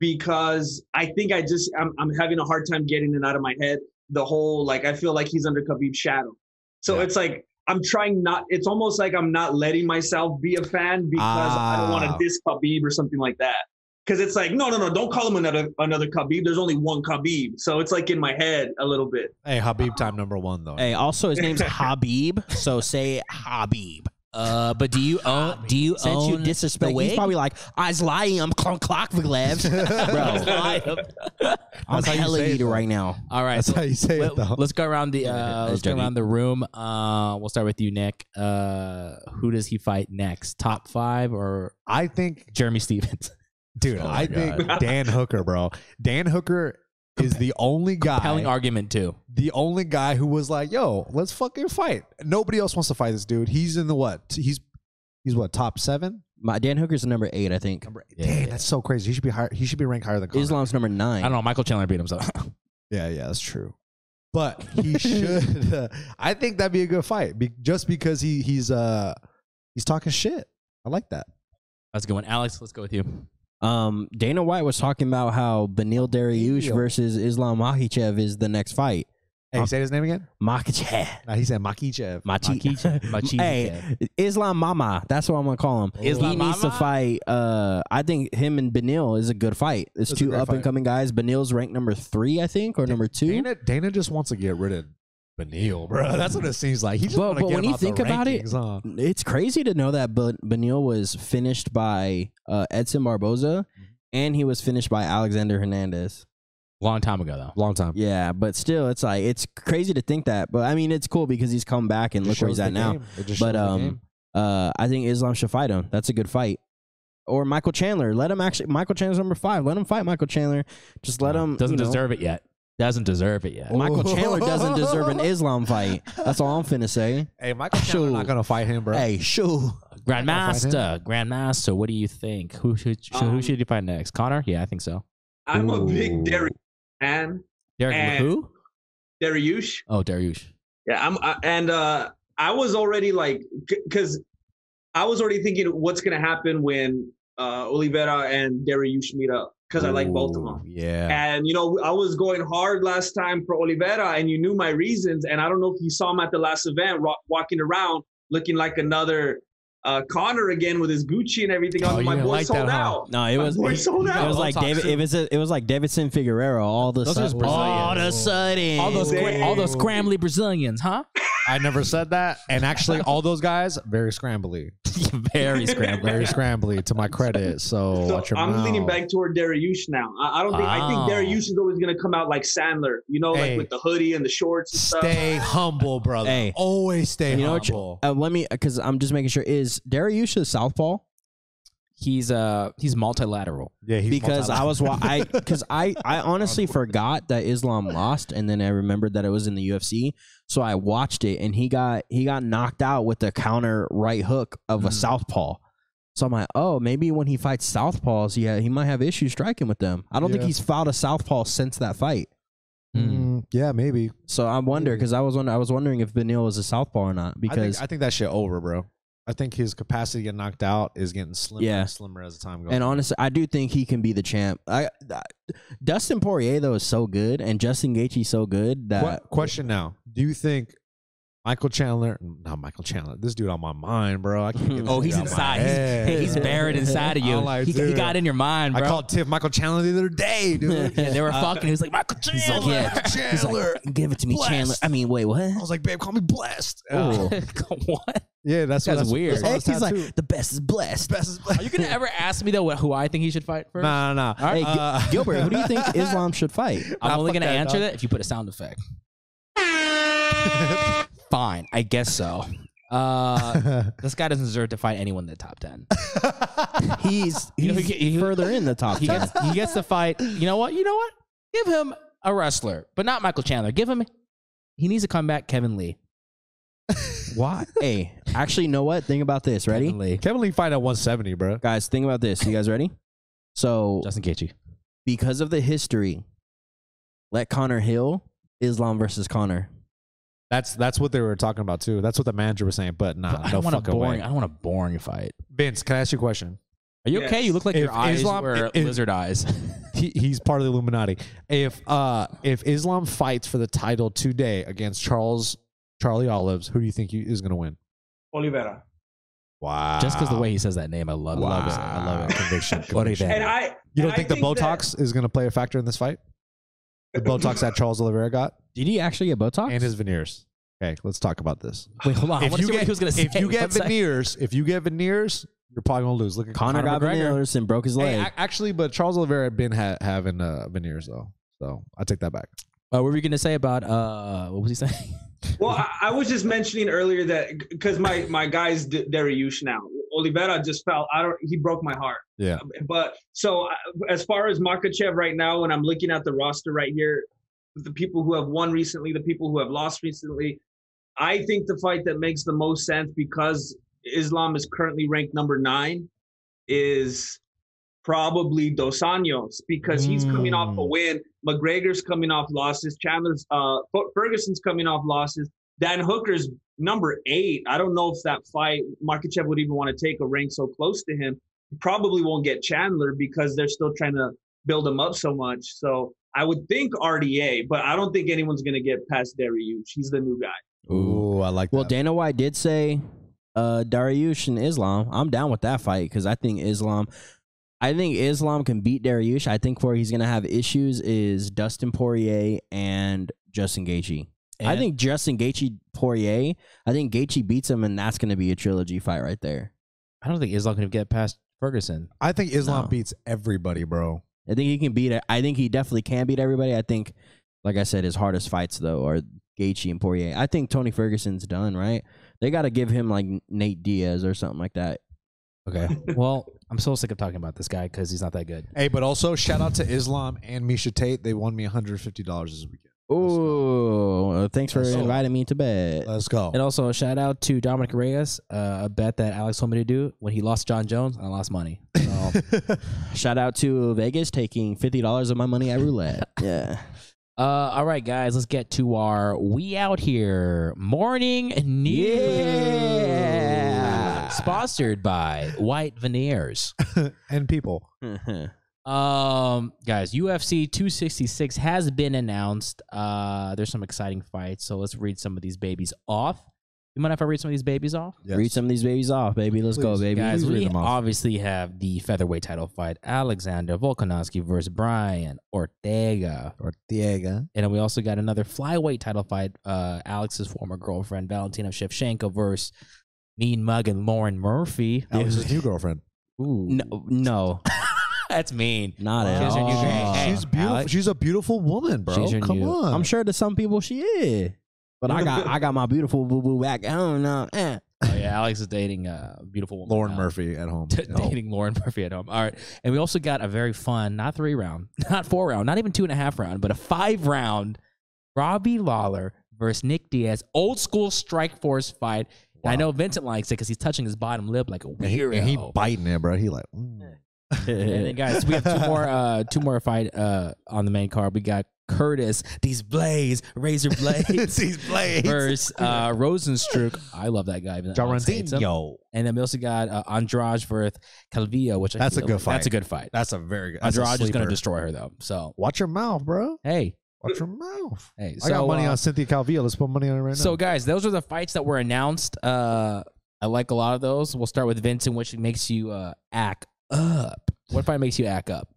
[SPEAKER 5] because I think I just I'm, I'm having a hard time getting it out of my head. The whole like I feel like he's under Khabib's shadow, so
[SPEAKER 2] Yeah.
[SPEAKER 5] it's like I'm trying not. It's almost like I'm not letting myself be a fan because I don't
[SPEAKER 2] Ah.
[SPEAKER 5] want to diss Khabib or something like that. Because it's like no no no, don't call him another another Khabib. There's only one Khabib, so it's like in my head a little bit.
[SPEAKER 2] hey, Habib time number 1 though.
[SPEAKER 3] hey, also, his name's Habib. So say Habib.
[SPEAKER 4] Uh, but do you own? Do you
[SPEAKER 3] Since you disrespect, he's probably like, I was lying, I'm clunk clock with labs. Bro, I'm
[SPEAKER 2] That's how you
[SPEAKER 3] hella
[SPEAKER 2] say it,
[SPEAKER 3] eater
[SPEAKER 2] though.
[SPEAKER 3] right now.
[SPEAKER 4] All right,
[SPEAKER 2] That's
[SPEAKER 4] so
[SPEAKER 2] how you say it
[SPEAKER 4] let,
[SPEAKER 2] though.
[SPEAKER 4] us go around the uh,
[SPEAKER 3] Nice
[SPEAKER 4] let's go
[SPEAKER 3] job,
[SPEAKER 4] around the room. Uh, we'll start with you, Nick. Uh, who does he fight next? Top five or
[SPEAKER 2] I think
[SPEAKER 4] Jeremy Stevens?
[SPEAKER 2] dude,
[SPEAKER 3] Oh my
[SPEAKER 2] I think Dan Hooker, bro. Dan Hooker is the only guy
[SPEAKER 4] Compelling argument too.
[SPEAKER 2] the only guy who was like, "Yo, let's fucking fight." Nobody else wants to fight this dude. He's in the what? He's he's what top seven?
[SPEAKER 3] My Dan Hooker's number eight, I think.
[SPEAKER 2] Number
[SPEAKER 4] Yeah,
[SPEAKER 2] Dang,
[SPEAKER 4] yeah.
[SPEAKER 2] that's so crazy. He should be higher. He should be ranked higher than Connor.
[SPEAKER 3] Islam's number
[SPEAKER 4] I
[SPEAKER 3] nine.
[SPEAKER 4] don't know. Michael Chandler beat him, so
[SPEAKER 2] Yeah, yeah, that's true. But he should. I think that'd be a good fight, be, just because he he's uh he's talking shit. I like that.
[SPEAKER 4] that's a good one. Alex, let's go with you.
[SPEAKER 3] Um, Dana White was talking about how Benil Dariush
[SPEAKER 2] Benil.
[SPEAKER 3] versus Islam Makhachev is the next fight.
[SPEAKER 2] Hey, say his name again.
[SPEAKER 3] Makhachev.
[SPEAKER 2] Nah, he said Makichev.
[SPEAKER 3] Machi-
[SPEAKER 4] Machi-
[SPEAKER 3] Hey, Islam Mama. That's what I'm gonna call him.
[SPEAKER 4] Islam
[SPEAKER 3] he needs to
[SPEAKER 4] Mama?
[SPEAKER 3] fight. Uh, I think him and Benil is a good fight. It's,
[SPEAKER 2] It's a
[SPEAKER 3] two
[SPEAKER 2] great
[SPEAKER 3] up and
[SPEAKER 2] fight.
[SPEAKER 3] coming guys. Benil's ranked number three, I think, or number two.
[SPEAKER 2] Dana, Dana just wants to get rid of Benil, bro. That's what it seems like. He just
[SPEAKER 3] Well,
[SPEAKER 2] wanna
[SPEAKER 3] but
[SPEAKER 2] get
[SPEAKER 3] when
[SPEAKER 2] him
[SPEAKER 3] you
[SPEAKER 2] out the
[SPEAKER 3] think about it,
[SPEAKER 2] rankings, huh?
[SPEAKER 3] it's crazy to know that but Benil was finished by uh, Edson Barboza and he was finished by Alexander Hernandez.
[SPEAKER 4] Long time ago though.
[SPEAKER 2] Long time.
[SPEAKER 3] Yeah, but still, it's like it's crazy to think that. But I mean, it's cool because he's come back and look where he's at now. But um, uh, I think Islam should fight him. That's a good fight. Or Michael Chandler, let him actually. Michael Chandler's number five. Let him fight Michael Chandler. Just let him.
[SPEAKER 4] Uh, Doesn't
[SPEAKER 3] you know,
[SPEAKER 4] deserve it yet. Doesn't deserve it yet.
[SPEAKER 3] Michael Chandler doesn't deserve an Islam fight. That's all I'm finna say.
[SPEAKER 2] Hey, Michael Chandler
[SPEAKER 3] Shoot.
[SPEAKER 2] not gonna fight him, bro.
[SPEAKER 3] Hey, shoo.
[SPEAKER 4] Grandmaster, Grandmaster, what do you think? Who should sh- who
[SPEAKER 5] Um,
[SPEAKER 4] should you fight next? Connor? Yeah, I think so.
[SPEAKER 5] I'm a
[SPEAKER 2] Ooh.
[SPEAKER 5] big Derek fan.
[SPEAKER 4] Derek
[SPEAKER 5] And-
[SPEAKER 4] who?
[SPEAKER 5] Dariush.
[SPEAKER 4] Oh, Dariush.
[SPEAKER 5] Yeah, I'm I, and uh I was already like cuz I was already thinking what's going to happen when uh Oliveira and Dariush meet up cuz I like both of them.
[SPEAKER 3] Yeah.
[SPEAKER 5] And you know, I was going hard last time for Oliveira, and you knew my reasons. And I don't know if you saw him at the last event, ro- walking around looking like another uh, Connor again with his Gucci and everything.
[SPEAKER 4] Oh,
[SPEAKER 5] on.
[SPEAKER 4] you
[SPEAKER 5] my
[SPEAKER 4] didn't
[SPEAKER 5] boy
[SPEAKER 4] like
[SPEAKER 5] sold
[SPEAKER 4] that, huh?
[SPEAKER 5] out.
[SPEAKER 3] No, it
[SPEAKER 5] My
[SPEAKER 3] was.
[SPEAKER 5] boy
[SPEAKER 3] It
[SPEAKER 5] sold out.
[SPEAKER 3] was like
[SPEAKER 4] talk
[SPEAKER 3] David.
[SPEAKER 4] soon.
[SPEAKER 3] It was. A, it was like Davidson Figueroa. All the
[SPEAKER 4] Those are
[SPEAKER 3] sudden.
[SPEAKER 4] just
[SPEAKER 3] all of a
[SPEAKER 4] Brazilians.
[SPEAKER 3] sudden.
[SPEAKER 4] All those
[SPEAKER 5] Dang.
[SPEAKER 4] gra- all those scrambly Brazilians, huh?
[SPEAKER 2] I never said that. And actually, all those guys very scrambly,
[SPEAKER 4] Very scrambly.
[SPEAKER 2] very scrambly. To my credit, so,
[SPEAKER 5] So
[SPEAKER 2] watch your
[SPEAKER 5] I'm
[SPEAKER 2] mouth. Ah.
[SPEAKER 5] leaning back toward Dariush now. I, I don't think. I think
[SPEAKER 4] Wow.
[SPEAKER 5] Dariush is always going to come out like Sandler, you know,
[SPEAKER 2] Hey.
[SPEAKER 5] like with the hoodie and the shorts and stuff.
[SPEAKER 2] Stay humble, brother.
[SPEAKER 3] Hey.
[SPEAKER 2] Always stay
[SPEAKER 3] You know what you-
[SPEAKER 2] humble.
[SPEAKER 3] Uh, let me, because I'm just making sure. Is Dariush a southpaw?
[SPEAKER 4] He's uh he's multilateral.
[SPEAKER 2] yeah, he's
[SPEAKER 3] because I was, wa- I because I, I honestly forgot that Islam lost, and then I remembered that it was in the UFC, so I watched it, and he got he got knocked out with a counter right hook of a
[SPEAKER 2] Mm.
[SPEAKER 4] Mhm.
[SPEAKER 3] southpaw. So I'm like, oh, maybe when he fights southpaws, yeah, he might have issues striking with them. I don't think
[SPEAKER 2] Yeah.
[SPEAKER 3] he's fought a southpaw since that fight.
[SPEAKER 2] Mm, yeah, maybe.
[SPEAKER 3] So I wonder because I was wonder, I was wondering if Benil was a southpaw or not
[SPEAKER 2] I think,
[SPEAKER 3] because
[SPEAKER 2] I think that shit over, bro. I think his capacity to get knocked out is getting slimmer
[SPEAKER 3] Yeah.
[SPEAKER 2] and slimmer as the time goes.
[SPEAKER 3] And honestly, I do think he can be the champ. I, I Dustin Poirier though is so good, and Justin Gaethje's so good
[SPEAKER 2] Que-
[SPEAKER 3] that
[SPEAKER 2] question now: Do you think Michael Chandler? Not Michael Chandler. This dude on my mind, bro. I can't get this
[SPEAKER 4] Oh, he's
[SPEAKER 2] dude out my
[SPEAKER 4] inside.
[SPEAKER 2] head.
[SPEAKER 4] He's, he's buried inside of you.
[SPEAKER 2] I'm like,
[SPEAKER 4] he, he
[SPEAKER 2] dude.
[SPEAKER 4] got in your mind,
[SPEAKER 2] I
[SPEAKER 4] bro.
[SPEAKER 2] called Tiff Michael Chandler the other day, dude. Uh,
[SPEAKER 4] yeah, they were fucking. He was like Michael Chandler.
[SPEAKER 3] He's like, yeah. He's like,
[SPEAKER 2] Chandler.
[SPEAKER 3] give it to me,
[SPEAKER 2] Blessed.
[SPEAKER 3] Chandler. I mean, wait, what?
[SPEAKER 2] I was like, babe, call me blessed. Uh,
[SPEAKER 3] Oh.
[SPEAKER 4] what?
[SPEAKER 2] yeah, that's
[SPEAKER 4] That's
[SPEAKER 2] that's
[SPEAKER 4] weird.
[SPEAKER 2] That's
[SPEAKER 3] Hey,
[SPEAKER 2] what I was
[SPEAKER 3] he's
[SPEAKER 2] tattooed.
[SPEAKER 3] like, the best is blessed.
[SPEAKER 2] best is
[SPEAKER 4] Are you gonna ever ask me though what, who I think he should fight first?
[SPEAKER 2] Nah, nah. nah.
[SPEAKER 3] Hey, Gil-
[SPEAKER 2] Uh,
[SPEAKER 3] Gilbert, who do you think Islam should fight?
[SPEAKER 4] I'm
[SPEAKER 2] Nah,
[SPEAKER 4] only
[SPEAKER 2] fuck
[SPEAKER 4] gonna
[SPEAKER 2] that,
[SPEAKER 4] answer
[SPEAKER 2] dog.
[SPEAKER 4] that if you put a sound effect. Fine, I guess so. Uh, this guy doesn't deserve to fight anyone in the top ten.
[SPEAKER 3] He's he's
[SPEAKER 4] You know, he get- he-
[SPEAKER 3] further in the top
[SPEAKER 4] He
[SPEAKER 3] ten.
[SPEAKER 4] gets, he gets to fight. You know what? You know what? Give him a wrestler, but not Michael Chandler. Give him. He needs to come back, Kevin Lee.
[SPEAKER 2] Why?
[SPEAKER 3] hey, actually, you know what? Think about this. Ready,
[SPEAKER 4] Kevin Lee.
[SPEAKER 2] Kevin Lee fight at 170, bro.
[SPEAKER 3] guys? Think about this. You guys ready? So
[SPEAKER 4] Justin Gaethje.
[SPEAKER 3] because of the history, let Connor Hill Islam versus Connor.
[SPEAKER 2] That's that's what they were talking about too. That's what the manager was saying. But nah,
[SPEAKER 4] But I
[SPEAKER 2] no
[SPEAKER 4] don't want a
[SPEAKER 2] fucking
[SPEAKER 4] boring.
[SPEAKER 2] way.
[SPEAKER 4] I don't want a boring fight.
[SPEAKER 2] Vince, can I ask you a question?
[SPEAKER 4] Are you
[SPEAKER 5] Yes.
[SPEAKER 4] okay? You look like
[SPEAKER 2] If
[SPEAKER 4] your eyes
[SPEAKER 2] Islam-
[SPEAKER 4] were
[SPEAKER 2] if-
[SPEAKER 4] lizard eyes.
[SPEAKER 2] He, he's part of the Illuminati. If uh if Islam fights for the title today against Charles Charlie Olives, who do you think he is going to win?
[SPEAKER 5] Oliveira.
[SPEAKER 2] Wow.
[SPEAKER 4] Just because the way he says that name, I love. it.
[SPEAKER 2] I love it. I love it. Conviction.
[SPEAKER 4] What do you
[SPEAKER 2] conviction.
[SPEAKER 4] think?
[SPEAKER 5] And I.
[SPEAKER 2] You don't
[SPEAKER 5] and I
[SPEAKER 2] think the
[SPEAKER 5] that-
[SPEAKER 2] Botox is going to play a factor in this fight? The Botox that Charles Oliveira got
[SPEAKER 3] Did he actually get Botox?
[SPEAKER 2] and his veneers. Okay, let's talk about this.
[SPEAKER 4] Wait, hold on. I wanna see what he was gonna
[SPEAKER 2] if
[SPEAKER 4] say.
[SPEAKER 2] you get
[SPEAKER 4] One sec.
[SPEAKER 2] veneers, if you get veneers, you're probably going to lose. Look at
[SPEAKER 3] Connor, got
[SPEAKER 4] McGregor.
[SPEAKER 3] veneers and broke his
[SPEAKER 2] Hey,
[SPEAKER 3] leg.
[SPEAKER 2] a- actually, but Charles Oliveira had been ha- having uh, veneers though, so I take that back.
[SPEAKER 4] Uh, what were you gonna say about uh? What was he saying?
[SPEAKER 5] Well, I, I was just mentioning earlier that because my my guy's D- Dariush now. Oliveira just fell. I don't. He broke my heart.
[SPEAKER 2] Yeah.
[SPEAKER 5] But so uh, as far as Makachev right now, when I'm looking at the roster right here, the people who have won recently, the people who have lost recently, I think the fight that makes the most sense because Islam is currently ranked number nine is probably Dos Anjos because he's coming off a
[SPEAKER 2] Mm.
[SPEAKER 5] win. McGregor's coming off losses. Chandler's, uh, Fer- Ferguson's coming off losses. Dan Hooker's number eight. I don't know if that fight Makachev would even want to take a rank so close to him. Probably won't get Chandler because they're still trying to build him up so much. So I would think RDA, but I don't think anyone's gonna get past Dariush. He's the new guy.
[SPEAKER 2] Ooh, I like
[SPEAKER 3] Well, Dana White did say uh, Dariush and Islam. I'm down with that fight because I think Islam, I think Islam can beat Dariush. I think where he's gonna have issues is Dustin Poirier and Justin Gaethje. I
[SPEAKER 4] And-
[SPEAKER 3] think Justin Gaethje Poirier. I think Gaethje beats him, and that's gonna be a trilogy fight right there.
[SPEAKER 4] I don't think Islam can get past Ferguson.
[SPEAKER 2] I think Islam
[SPEAKER 3] No.
[SPEAKER 2] beats everybody, bro.
[SPEAKER 3] I think he can beat. I think he definitely can beat everybody. I think, like I said, his hardest fights though are Gaethje and Poirier. I think Tony Ferguson's done. Right? They got to give him like Nate Diaz or something like that.
[SPEAKER 4] Okay. Well, I'm so sick of talking about this guy because he's not that good.
[SPEAKER 2] Hey, but also shout out to Islam and Misha Tate. They won me $150 this weekend.
[SPEAKER 3] Oh, thanks for
[SPEAKER 2] Let's go.
[SPEAKER 3] inviting me to bed.
[SPEAKER 2] Let's go.
[SPEAKER 4] And also a shout out to Dominic Reyes, uh, a bet that Alex told me to do when he lost John Jones. I lost money. So,
[SPEAKER 3] Shout out to Vegas taking fifty dollars of my money at roulette. yeah.
[SPEAKER 4] uh, all right, guys, let's get to our we out here morning news.
[SPEAKER 3] Yeah.
[SPEAKER 4] Sponsored by White Veneers.
[SPEAKER 2] and people.
[SPEAKER 4] Um, guys, UFC 266 has been announced. Uh, there's some exciting fights, so let's read some of these babies off. You mind if I read some of these babies off?
[SPEAKER 3] Read some of these babies off, baby. Let's go,
[SPEAKER 2] Please.
[SPEAKER 3] baby.
[SPEAKER 4] Guys,
[SPEAKER 3] Please read
[SPEAKER 4] we
[SPEAKER 3] them off.
[SPEAKER 4] obviously have the featherweight title fight: Alexander Volkanovski versus Brian Ortega,
[SPEAKER 3] Ortega.
[SPEAKER 4] and then we also got another flyweight title fight: uh, Alex's former girlfriend Valentina Shevchenko versus Mean Mug and Lauren Murphy.
[SPEAKER 2] Alex's new girlfriend.
[SPEAKER 4] Ooh,
[SPEAKER 3] No, no,
[SPEAKER 4] that's mean.
[SPEAKER 3] not at
[SPEAKER 4] She's your new
[SPEAKER 3] all.
[SPEAKER 4] Hey,
[SPEAKER 2] she's beautiful.
[SPEAKER 4] Alex.
[SPEAKER 2] She's a beautiful woman, bro.
[SPEAKER 4] She's your
[SPEAKER 2] Come
[SPEAKER 4] new-
[SPEAKER 2] on.
[SPEAKER 3] I'm sure to some people she is, but I got I got my beautiful boo boo back. I don't know. Eh.
[SPEAKER 4] Oh, yeah, Alex is dating a beautiful woman.
[SPEAKER 2] Lauren
[SPEAKER 4] now.
[SPEAKER 2] Murphy Oh. at home.
[SPEAKER 4] to
[SPEAKER 2] No.
[SPEAKER 4] dating Lauren Murphy at home. All right. And we also got a very fun, not three round, not four round, not even two and a half round, but a five round Robbie Lawler versus Nick Diaz, old school strike force fight. And I know Vincent likes it because he's touching his bottom lip like a
[SPEAKER 2] And he,
[SPEAKER 4] weirdo.
[SPEAKER 2] and he biting it, bro. He like, mm.
[SPEAKER 4] And then guys, we have two more uh two more fight uh on the main card. We got Curtis, these blades, razor blades.
[SPEAKER 2] these blades.
[SPEAKER 4] Versus uh, Rosenstruck, I love that guy. even though Alex hates him. and then we also got uh, Andrade versus Calvillo, which I
[SPEAKER 2] That's a
[SPEAKER 4] feel-
[SPEAKER 2] good fight.
[SPEAKER 4] That's a good fight.
[SPEAKER 2] That's a very good. that's a
[SPEAKER 4] Andrade is going
[SPEAKER 2] sleeper.
[SPEAKER 4] to destroy her though. So
[SPEAKER 2] Watch your mouth, bro.
[SPEAKER 4] hey,
[SPEAKER 2] Watch your mouth.
[SPEAKER 4] hey, so,
[SPEAKER 2] I got money
[SPEAKER 4] uh,
[SPEAKER 2] on Cynthia Calvillo. Let's put money on it right
[SPEAKER 4] So
[SPEAKER 2] now.
[SPEAKER 4] guys, those are the fights that were announced. Uh, I like a lot of those. We'll start with Vincent, which makes you uh, act up. What fight makes you act up?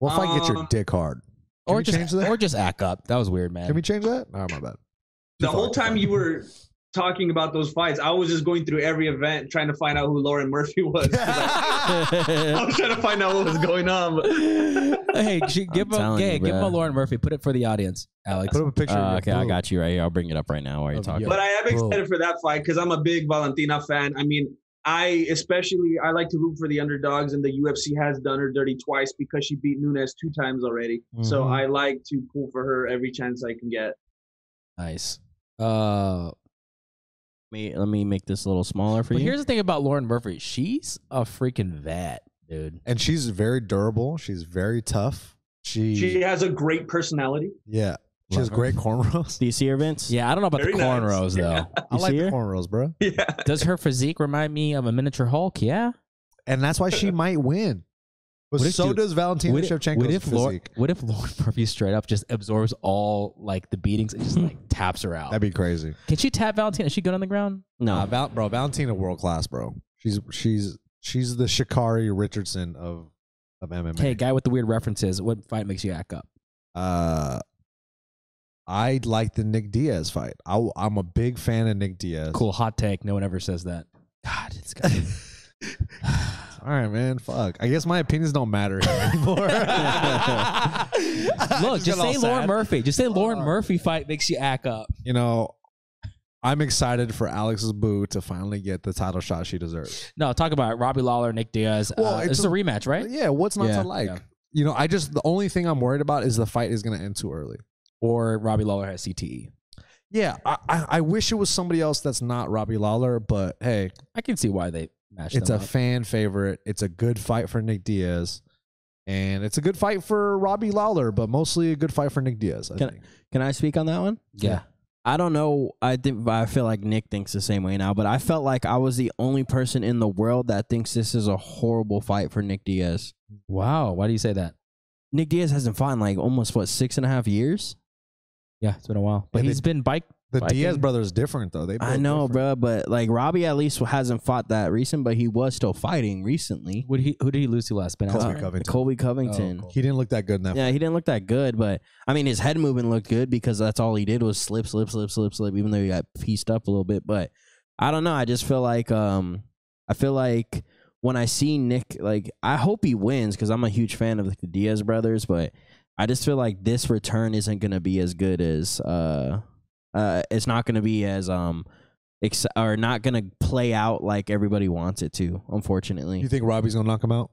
[SPEAKER 2] What if I get your
[SPEAKER 5] Um,
[SPEAKER 2] dick hard? Can
[SPEAKER 4] or
[SPEAKER 2] we
[SPEAKER 4] just
[SPEAKER 2] change that?
[SPEAKER 4] or just act up. That was weird, man.
[SPEAKER 2] Can we change that? Oh, my bad.
[SPEAKER 5] the whole time you were talking about those fights, I was just going through every event trying to find out who Lauren Murphy was. I was trying to find out what was going on. But
[SPEAKER 4] hey, she, give him,
[SPEAKER 3] telling
[SPEAKER 4] hey,
[SPEAKER 3] you,
[SPEAKER 4] give him a
[SPEAKER 3] bruh.
[SPEAKER 4] Lauren Murphy. Put it for the audience, Alex.
[SPEAKER 2] Put up a picture.
[SPEAKER 3] Uh,
[SPEAKER 2] of
[SPEAKER 3] okay, I got you right here. I'll bring it up right now while you're
[SPEAKER 2] Of
[SPEAKER 3] talking.
[SPEAKER 2] yo.
[SPEAKER 5] but I am
[SPEAKER 2] Bro.
[SPEAKER 5] excited for that fight because I'm a big Valentina fan. I mean, I especially I like to root for the underdogs, and the UFC has done her dirty twice because she beat Nunes two times already. So
[SPEAKER 2] Mhm.
[SPEAKER 5] I like to pull for her every chance I can get.
[SPEAKER 4] Nice. Uh,
[SPEAKER 3] Let me let me make this a little smaller for
[SPEAKER 4] but
[SPEAKER 3] you.
[SPEAKER 4] here's the thing about Lauren Murphy. She's a freaking vet, dude.
[SPEAKER 2] And she's very durable. She's very tough. She,
[SPEAKER 5] She has a great personality.
[SPEAKER 2] yeah. She
[SPEAKER 4] Love
[SPEAKER 2] has
[SPEAKER 4] her.
[SPEAKER 2] great cornrows.
[SPEAKER 3] Do you see her, Vince?
[SPEAKER 4] Yeah, I don't know about
[SPEAKER 5] Very
[SPEAKER 4] the
[SPEAKER 5] nice.
[SPEAKER 4] cornrows
[SPEAKER 5] Yeah.
[SPEAKER 4] though.
[SPEAKER 2] I
[SPEAKER 3] You
[SPEAKER 2] like
[SPEAKER 3] see
[SPEAKER 2] the
[SPEAKER 3] her?
[SPEAKER 2] cornrows, bro.
[SPEAKER 5] Yeah.
[SPEAKER 4] Does her physique remind me of a miniature Hulk? Yeah.
[SPEAKER 2] And that's why she might win. But
[SPEAKER 4] What if
[SPEAKER 2] so
[SPEAKER 4] you-
[SPEAKER 2] does Valentina
[SPEAKER 4] What if-
[SPEAKER 2] Shevchenko's
[SPEAKER 4] what if Lor-
[SPEAKER 2] physique.
[SPEAKER 4] what if Lauren Murphy straight up just absorbs all like the beatings and just like taps her out?
[SPEAKER 2] That'd be crazy.
[SPEAKER 4] Can she tap Valentina? Is she good on the ground?
[SPEAKER 3] No.
[SPEAKER 2] Uh, Val- bro, Valentina world class, bro. She's she's she's the Shikari Richardson of of MMA.
[SPEAKER 4] Hey, guy with the weird references, what fight makes you act up?
[SPEAKER 2] Uh, I like the Nick Diaz fight. I, am a big fan of Nick Diaz.
[SPEAKER 4] Cool hot take. No one ever says that. God, it's got
[SPEAKER 2] All right, man. Fuck. I guess my opinions don't matter anymore.
[SPEAKER 4] Look, just, say Lauren Murphy. Just say Lauren
[SPEAKER 2] Oh.
[SPEAKER 4] Murphy fight makes you act up.
[SPEAKER 2] You know, I'm excited for Alex's boo to finally get the title shot she deserves.
[SPEAKER 4] No, talk about it. Robbie Lawler, Nick Diaz.
[SPEAKER 2] Well,
[SPEAKER 4] uh,
[SPEAKER 2] it's
[SPEAKER 4] this is
[SPEAKER 2] a-
[SPEAKER 4] a rematch, right?
[SPEAKER 2] Yeah, what's not
[SPEAKER 3] Yeah,
[SPEAKER 2] to like?
[SPEAKER 4] yeah.
[SPEAKER 2] You know, I just the only thing I'm worried about is the fight is going to end too early.
[SPEAKER 4] Or Robbie Lawler has E. CTE.
[SPEAKER 2] Yeah, I, I, I wish it was somebody else that's not Robbie Lawler, but hey,
[SPEAKER 4] I can see why they matched
[SPEAKER 2] it's a
[SPEAKER 4] them up.
[SPEAKER 2] fan favorite. It's a good fight for Nick Diaz, and it's a good fight for Robbie Lawler, but mostly a good fight for Nick Diaz. I
[SPEAKER 3] Can-
[SPEAKER 2] think.
[SPEAKER 3] Can I speak on that one?
[SPEAKER 4] yeah.
[SPEAKER 3] I don't know. I think I feel like Nick thinks the same way now, but I felt like I was the only person in the world that thinks this is a horrible fight for Nick Diaz.
[SPEAKER 4] Wow. Why do you say that?
[SPEAKER 3] Nick Diaz hasn't fought in like almost what six and a half years.
[SPEAKER 4] Yeah, it's been a while. But
[SPEAKER 2] Yeah, they-
[SPEAKER 4] he's been bike
[SPEAKER 2] The
[SPEAKER 4] Viking?
[SPEAKER 2] Diaz brother is different though. They
[SPEAKER 3] I
[SPEAKER 2] both
[SPEAKER 3] know,
[SPEAKER 2] different.
[SPEAKER 3] bruh, but like Robbie at least hasn't fought that recent, but he was still fighting recently.
[SPEAKER 4] What did he, who did he lose to last? Ben
[SPEAKER 2] Colby
[SPEAKER 4] Askren?
[SPEAKER 2] Covington.
[SPEAKER 3] Colby Covington.
[SPEAKER 4] Oh, cool.
[SPEAKER 2] He didn't look that good in that.
[SPEAKER 3] Yeah, he didn't look that good, but I mean, his head movement looked good because that's all he did was slip, slip, slip, slip, slip. Even though he got pieced up a little bit, but I don't know. I just feel like um, I feel like when I see Nick, like I hope he wins because I'm a huge fan of like, the Diaz brothers, but I just feel like this return isn't gonna be as good as uh, uh, it's not gonna be as um, ex- or not gonna play out like everybody wants it to. Unfortunately,
[SPEAKER 2] You think Robbie's gonna knock him out?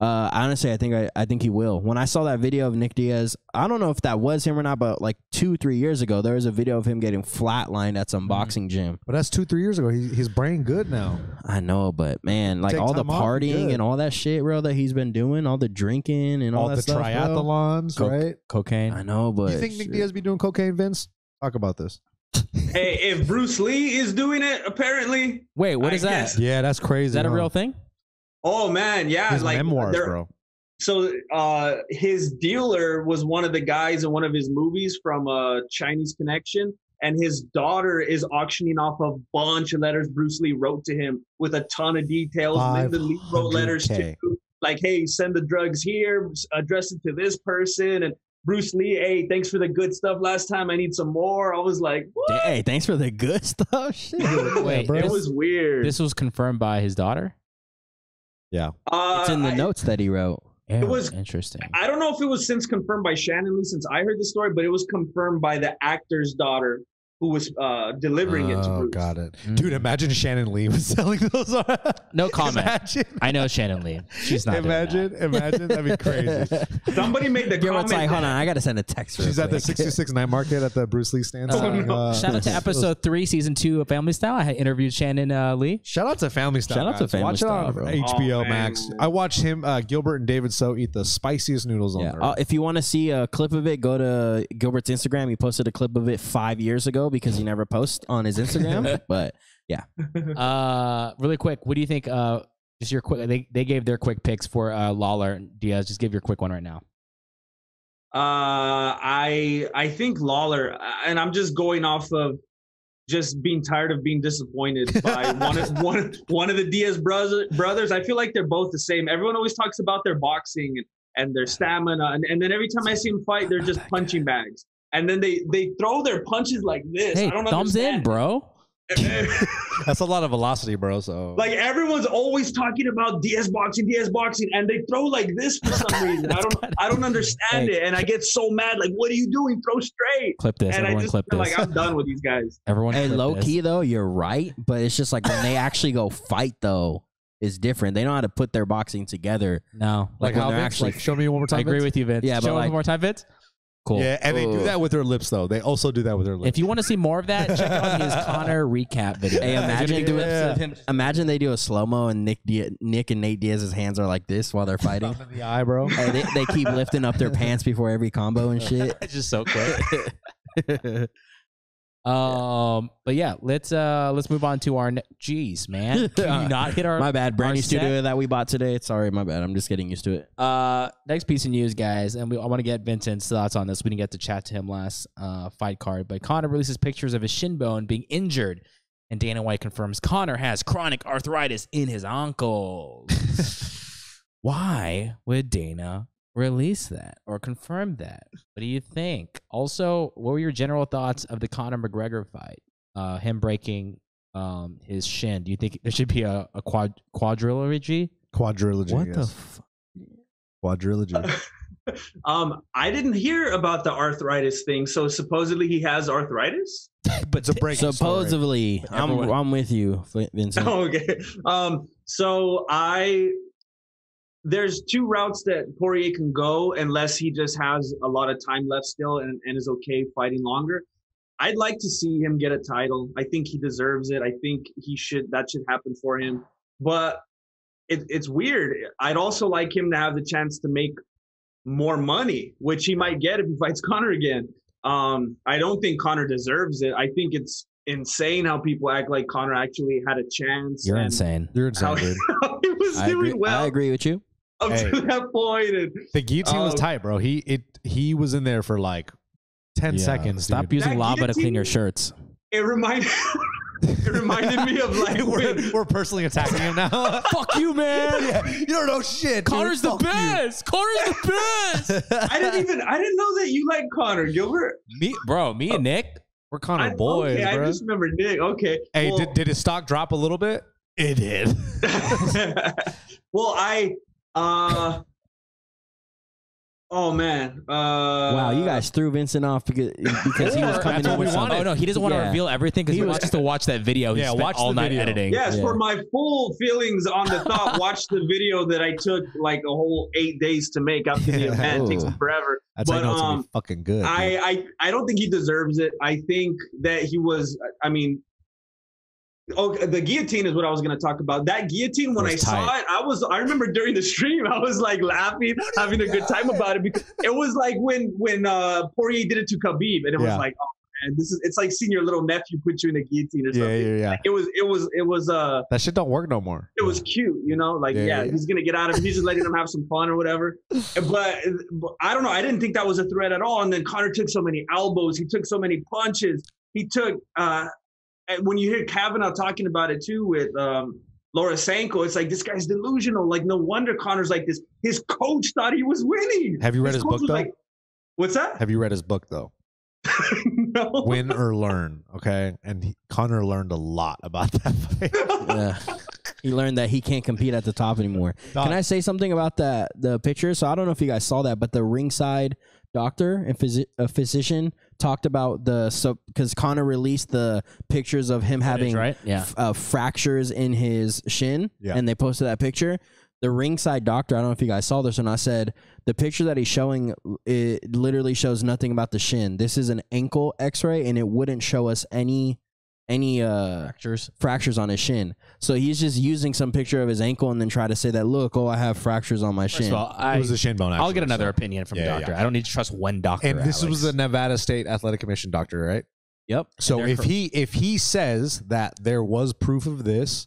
[SPEAKER 3] uh, honestly, I think I, I think he will. When I saw that video of Nick Diaz, I don't know if that was him or not, but like two three years ago, there was a video of him getting flatlined at
[SPEAKER 2] Mm-hmm.
[SPEAKER 3] some boxing gym.
[SPEAKER 2] But that's two, three years ago. He, his brain good now.
[SPEAKER 3] I know, but man, like
[SPEAKER 2] Take
[SPEAKER 3] all the
[SPEAKER 2] time off, you
[SPEAKER 3] partying
[SPEAKER 2] good.
[SPEAKER 3] and all that shit, bro, that he's been doing, all the drinking and all,
[SPEAKER 2] All
[SPEAKER 3] that
[SPEAKER 2] the
[SPEAKER 3] stuff, bro.
[SPEAKER 2] triathlons,
[SPEAKER 4] Coke.
[SPEAKER 2] right?
[SPEAKER 3] I
[SPEAKER 4] cocaine.
[SPEAKER 3] know, but
[SPEAKER 2] you think Nick
[SPEAKER 3] shit.
[SPEAKER 2] Diaz be doing cocaine, Vince? Talk about this.
[SPEAKER 5] Hey, if Bruce Lee is doing it, apparently.
[SPEAKER 4] Wait, what
[SPEAKER 5] I
[SPEAKER 4] is that?
[SPEAKER 5] guess-
[SPEAKER 4] Is
[SPEAKER 2] Yeah, that's crazy.
[SPEAKER 4] that a
[SPEAKER 2] huh?
[SPEAKER 4] real thing?
[SPEAKER 5] Oh man, yeah,
[SPEAKER 2] His
[SPEAKER 5] like
[SPEAKER 2] memoirs,
[SPEAKER 5] they're-
[SPEAKER 2] bro.
[SPEAKER 5] So uh, his dealer was one of the guys in one of his movies from uh, Chinese Connection, and his daughter is auctioning off a bunch of letters Bruce Lee wrote to him with a ton of details. And then the Lee wrote letters
[SPEAKER 2] 500K.
[SPEAKER 5] to like, "Hey, send the drugs here, address it to this person." And Bruce Lee, hey, thanks for the good stuff last time. I need some more. I was like, what?
[SPEAKER 3] Hey, thanks for the good stuff. Shit.
[SPEAKER 4] Wait,
[SPEAKER 2] bro.
[SPEAKER 5] it
[SPEAKER 4] this,
[SPEAKER 5] was weird.
[SPEAKER 4] this was confirmed by his daughter.
[SPEAKER 5] uh,
[SPEAKER 3] It's in the
[SPEAKER 5] I-
[SPEAKER 3] notes that he wrote.
[SPEAKER 4] Yeah,
[SPEAKER 5] was-
[SPEAKER 4] interesting.
[SPEAKER 5] I don't know if it was since confirmed by Shannon Lee since I heard the story, but it was confirmed by the actor's daughter who was uh, delivering it to
[SPEAKER 2] Oh,
[SPEAKER 5] Bruce.
[SPEAKER 2] got it,
[SPEAKER 4] Mm.
[SPEAKER 2] dude. Imagine Shannon Lee was selling those.
[SPEAKER 4] No comment.
[SPEAKER 2] Imagine.
[SPEAKER 4] I know Shannon Lee. She's not. doing that.
[SPEAKER 2] Imagine, imagine that'd be crazy.
[SPEAKER 5] Somebody made the
[SPEAKER 3] Give her a
[SPEAKER 5] comment.
[SPEAKER 3] like, hold on,
[SPEAKER 5] that-
[SPEAKER 3] I gotta send a text. real
[SPEAKER 2] She's at the
[SPEAKER 3] quick.
[SPEAKER 2] 66 night market at the Bruce Lee stand.
[SPEAKER 4] Uh,
[SPEAKER 2] selling,
[SPEAKER 5] no.
[SPEAKER 2] uh,
[SPEAKER 4] Shout out to episode three, season two of Family Style. I had interviewed Shannon uh, Lee.
[SPEAKER 2] Shout out to Family Style.
[SPEAKER 3] Shout out to
[SPEAKER 2] guys.
[SPEAKER 3] Family
[SPEAKER 2] Watch
[SPEAKER 3] Style,
[SPEAKER 2] it
[SPEAKER 3] bro.
[SPEAKER 2] on HBO
[SPEAKER 5] Oh,
[SPEAKER 2] Max.
[SPEAKER 5] man.
[SPEAKER 2] I watched him, uh, Gilbert and David So eat the spiciest noodles on
[SPEAKER 3] Yeah.
[SPEAKER 2] earth.
[SPEAKER 3] Uh, if you want to see a clip of it, go to Gilbert's Instagram. He posted a clip of it five years ago because he never posts on his Instagram. but
[SPEAKER 4] Uh, really quick, what do you think? Uh, just your quick. They, they gave their quick picks for uh, Lawler and Diaz. Just give your quick one right now.
[SPEAKER 5] Uh, I I think Lawler, uh, and I'm just going off of just being tired of being disappointed by one of one of- one of the Diaz brothers. Brothers, I feel like they're both the same. Everyone always talks about their boxing and, and their stamina, and, and then every time I see them fight, they're
[SPEAKER 4] Oh,
[SPEAKER 5] just punching bags. And then they they throw their punches like this.
[SPEAKER 4] Hey,
[SPEAKER 5] I don't
[SPEAKER 4] thumbs in, bro.
[SPEAKER 5] understand.
[SPEAKER 2] That's a lot of velocity, bro. So
[SPEAKER 5] Like everyone's always talking about DS boxing, DS boxing, and they throw like this for some reason. I don't, I don't understand
[SPEAKER 4] Hey.
[SPEAKER 5] it, and I get so mad. Like, what are you doing? Throw straight.
[SPEAKER 4] Clip this.
[SPEAKER 5] and I
[SPEAKER 4] Everyone
[SPEAKER 5] just
[SPEAKER 4] clip
[SPEAKER 5] feel
[SPEAKER 4] this.
[SPEAKER 5] like I'm done with these guys.
[SPEAKER 4] Everyone.
[SPEAKER 3] hey,
[SPEAKER 4] clip
[SPEAKER 3] low
[SPEAKER 4] this.
[SPEAKER 3] key though, you're right. But it's just like when they actually go fight though, it's different. They know how to put their boxing together.
[SPEAKER 4] No,
[SPEAKER 3] Like, when
[SPEAKER 2] how
[SPEAKER 3] they're
[SPEAKER 2] Vince?
[SPEAKER 3] actually-
[SPEAKER 2] Like, show me one more time.
[SPEAKER 4] I agree
[SPEAKER 2] Vince?
[SPEAKER 4] with you, Vince.
[SPEAKER 3] Yeah, but
[SPEAKER 4] Show
[SPEAKER 3] like-
[SPEAKER 4] one more time, Vince. Cool.
[SPEAKER 2] Yeah, and they do
[SPEAKER 3] Ugh.
[SPEAKER 2] that with their lips though. They also do that with their lips.
[SPEAKER 4] If you want to see more of that, check out his Connor recap video.
[SPEAKER 3] Hey,
[SPEAKER 4] He's gonna
[SPEAKER 3] imagine-
[SPEAKER 4] do clips of him.
[SPEAKER 3] Imagine they do a slow mo and Nick Dia- Nick and Nate Diaz's hands are like this while they're fighting.
[SPEAKER 2] Thumb in the eye, bro.
[SPEAKER 3] Hey, they, they keep lifting up their pants before every combo and shit.
[SPEAKER 4] It's just so quick. um, but yeah, let's uh let's move on to our. Ne- Jeez, man, can you not hit our
[SPEAKER 3] My bad, brand new
[SPEAKER 4] Our set-
[SPEAKER 3] studio that we bought today. Sorry, my bad. I'm just getting used to it.
[SPEAKER 4] Uh, next piece of news, guys, and we, I want to get Vincent's thoughts on this. We didn't get to chat to him last uh, fight card, but Connor releases pictures of his shin bone being injured, and Dana White confirms Connor has chronic arthritis in his ankles. Why would Dana release that or confirm that? What do you think? Also, what were your general thoughts of the Connor McGregor fight? Uh, him breaking um his shin. Do you think there should be a, a quad quadrilogy?
[SPEAKER 2] Quadrilogy.
[SPEAKER 3] What the
[SPEAKER 2] yes.
[SPEAKER 3] f-
[SPEAKER 2] Quadrilogy.
[SPEAKER 5] Um, I didn't hear about the arthritis thing. So supposedly he has arthritis.
[SPEAKER 2] But it's a break.
[SPEAKER 3] Supposedly, I'm
[SPEAKER 4] Everyone-
[SPEAKER 3] I'm with you, Vin- Vincent.
[SPEAKER 5] Oh, okay. Um, so I there's two routes that Poirier can go unless he just has a lot of time left still and, and is okay fighting longer. I'd like to see him get a title. I think he deserves it. I think he should that should happen for him. But it, it's weird. I'd also like him to have the chance to make more money, which he might get if he fights Connor again. Um, I don't think Connor deserves it. I think it's insane how people act like Connor actually had a chance.
[SPEAKER 4] You're
[SPEAKER 5] and
[SPEAKER 4] insane.
[SPEAKER 2] You're
[SPEAKER 5] How
[SPEAKER 2] insane,
[SPEAKER 5] he
[SPEAKER 2] dude.
[SPEAKER 5] was
[SPEAKER 3] I
[SPEAKER 5] doing
[SPEAKER 3] agree, I
[SPEAKER 5] well
[SPEAKER 3] agree with you.
[SPEAKER 5] up
[SPEAKER 2] Hey.
[SPEAKER 5] to that point, and
[SPEAKER 2] The guillotine was
[SPEAKER 5] Oh.
[SPEAKER 2] tight, bro. He it he was in there for like ten
[SPEAKER 4] Yeah,
[SPEAKER 2] seconds.
[SPEAKER 4] Stop
[SPEAKER 2] dude.
[SPEAKER 4] using
[SPEAKER 5] That
[SPEAKER 4] lava to clean
[SPEAKER 5] guillotine-
[SPEAKER 4] your shirts.
[SPEAKER 5] it reminded it reminded me of like
[SPEAKER 2] we're,
[SPEAKER 5] when,
[SPEAKER 2] we're personally attacking him now.
[SPEAKER 4] Fuck you, man.
[SPEAKER 2] yeah, you don't know shit. dude.
[SPEAKER 4] Connor's the
[SPEAKER 2] Fuck you.
[SPEAKER 4] best. Connor's the best.
[SPEAKER 5] I didn't even I didn't know that you like Connor Gilbert.
[SPEAKER 4] me, bro. Me and Nick.
[SPEAKER 2] We're
[SPEAKER 5] I,
[SPEAKER 2] Connor boys,
[SPEAKER 5] okay, I
[SPEAKER 2] bro.
[SPEAKER 5] just remember Nick. Okay,
[SPEAKER 2] hey,
[SPEAKER 5] well,
[SPEAKER 2] did, did his stock drop a little bit? It did.
[SPEAKER 5] well, I. uh Oh man! Uh,
[SPEAKER 3] wow, you guys threw Vincent off because because he was
[SPEAKER 4] Or-
[SPEAKER 3] coming
[SPEAKER 4] that's
[SPEAKER 3] in
[SPEAKER 4] what we
[SPEAKER 3] with something.
[SPEAKER 4] wanted. Oh no, he doesn't want
[SPEAKER 3] Yeah.
[SPEAKER 4] to reveal everything because
[SPEAKER 3] He
[SPEAKER 4] he,
[SPEAKER 3] was-
[SPEAKER 4] wants us to watch that video. He
[SPEAKER 2] Yeah,
[SPEAKER 4] spent
[SPEAKER 2] watch
[SPEAKER 4] all
[SPEAKER 2] the
[SPEAKER 4] night
[SPEAKER 2] video.
[SPEAKER 4] editing.
[SPEAKER 5] Yes,
[SPEAKER 3] Yeah.
[SPEAKER 5] for my full feelings on the thought, watch the video that I took like a whole eight days to make after the
[SPEAKER 2] Yeah.
[SPEAKER 5] event. It takes
[SPEAKER 3] Ooh.
[SPEAKER 5] forever.
[SPEAKER 2] That's how you
[SPEAKER 5] But,
[SPEAKER 2] know it's gonna
[SPEAKER 5] um,
[SPEAKER 2] be fucking good. dude.
[SPEAKER 5] I, I I don't think he deserves it. I think that he was. I mean, oh, the guillotine is what I was going to talk about. That guillotine, when
[SPEAKER 3] It
[SPEAKER 5] I
[SPEAKER 3] was
[SPEAKER 5] saw it, I was. I remember during the stream, I was like laughing, having a good time about it because it was like when when uh, Poirier did it to Khabib, and it was
[SPEAKER 2] Yeah.
[SPEAKER 5] like, oh man, this is. It's like seeing your little nephew put you in a guillotine or
[SPEAKER 2] yeah,
[SPEAKER 5] something.
[SPEAKER 2] yeah, yeah.
[SPEAKER 5] It was. It was. It was. Uh
[SPEAKER 2] That shit don't work no more.
[SPEAKER 5] it was cute, you know, like
[SPEAKER 2] Yeah,
[SPEAKER 5] yeah,
[SPEAKER 2] yeah.
[SPEAKER 5] he's gonna get out of it. He's just letting him have some fun or whatever. But, but I don't know. I didn't think that was a threat at all. And then Connor took so many elbows. He took so many punches. He took. uh and When you hear Kavanaugh talking about it too with um Laura Sanko, it's like this guy's delusional. Like no wonder Connor's like this. His coach thought he was winning.
[SPEAKER 2] Have you read his
[SPEAKER 5] coach
[SPEAKER 2] book,
[SPEAKER 5] was
[SPEAKER 2] though?
[SPEAKER 5] What's that?
[SPEAKER 2] Have you read his book though?
[SPEAKER 5] no.
[SPEAKER 2] Win or learn. Okay, and he, Connor learned a lot about that fight.
[SPEAKER 3] Yeah. he learned that he can't compete at the top anymore.
[SPEAKER 4] Uh,
[SPEAKER 3] Can I say something about that the picture? So I don't know if you guys saw that, but the ringside doctor and physi- a physician talked about the so because Connor released the pictures of him having
[SPEAKER 4] right? Yeah.
[SPEAKER 3] f- uh, fractures in his shin,
[SPEAKER 2] Yeah.
[SPEAKER 3] and they posted that picture. The ringside doctor, I don't know if you guys saw this or not, said the picture that he's showing it literally shows nothing about the shin. This is an ankle X-ray, and it wouldn't show us any any uh
[SPEAKER 4] Fractures.
[SPEAKER 3] fractures on his shin. So he's just using some picture of his ankle and then try to say that look, oh, I have fractures on my
[SPEAKER 4] First
[SPEAKER 3] shin.
[SPEAKER 4] of all, I,
[SPEAKER 2] it was a shin bone.
[SPEAKER 4] I'll get
[SPEAKER 2] actually,
[SPEAKER 4] another
[SPEAKER 2] so-
[SPEAKER 4] opinion from a
[SPEAKER 2] Yeah,
[SPEAKER 4] doctor.
[SPEAKER 2] yeah.
[SPEAKER 4] I don't need to trust one doctor.
[SPEAKER 2] And this was the
[SPEAKER 4] Alex.
[SPEAKER 2] Nevada State Athletic Commission doctor, right?
[SPEAKER 3] yep.
[SPEAKER 2] So
[SPEAKER 4] they're
[SPEAKER 2] if
[SPEAKER 4] cor-
[SPEAKER 2] he if he says that there was proof of this,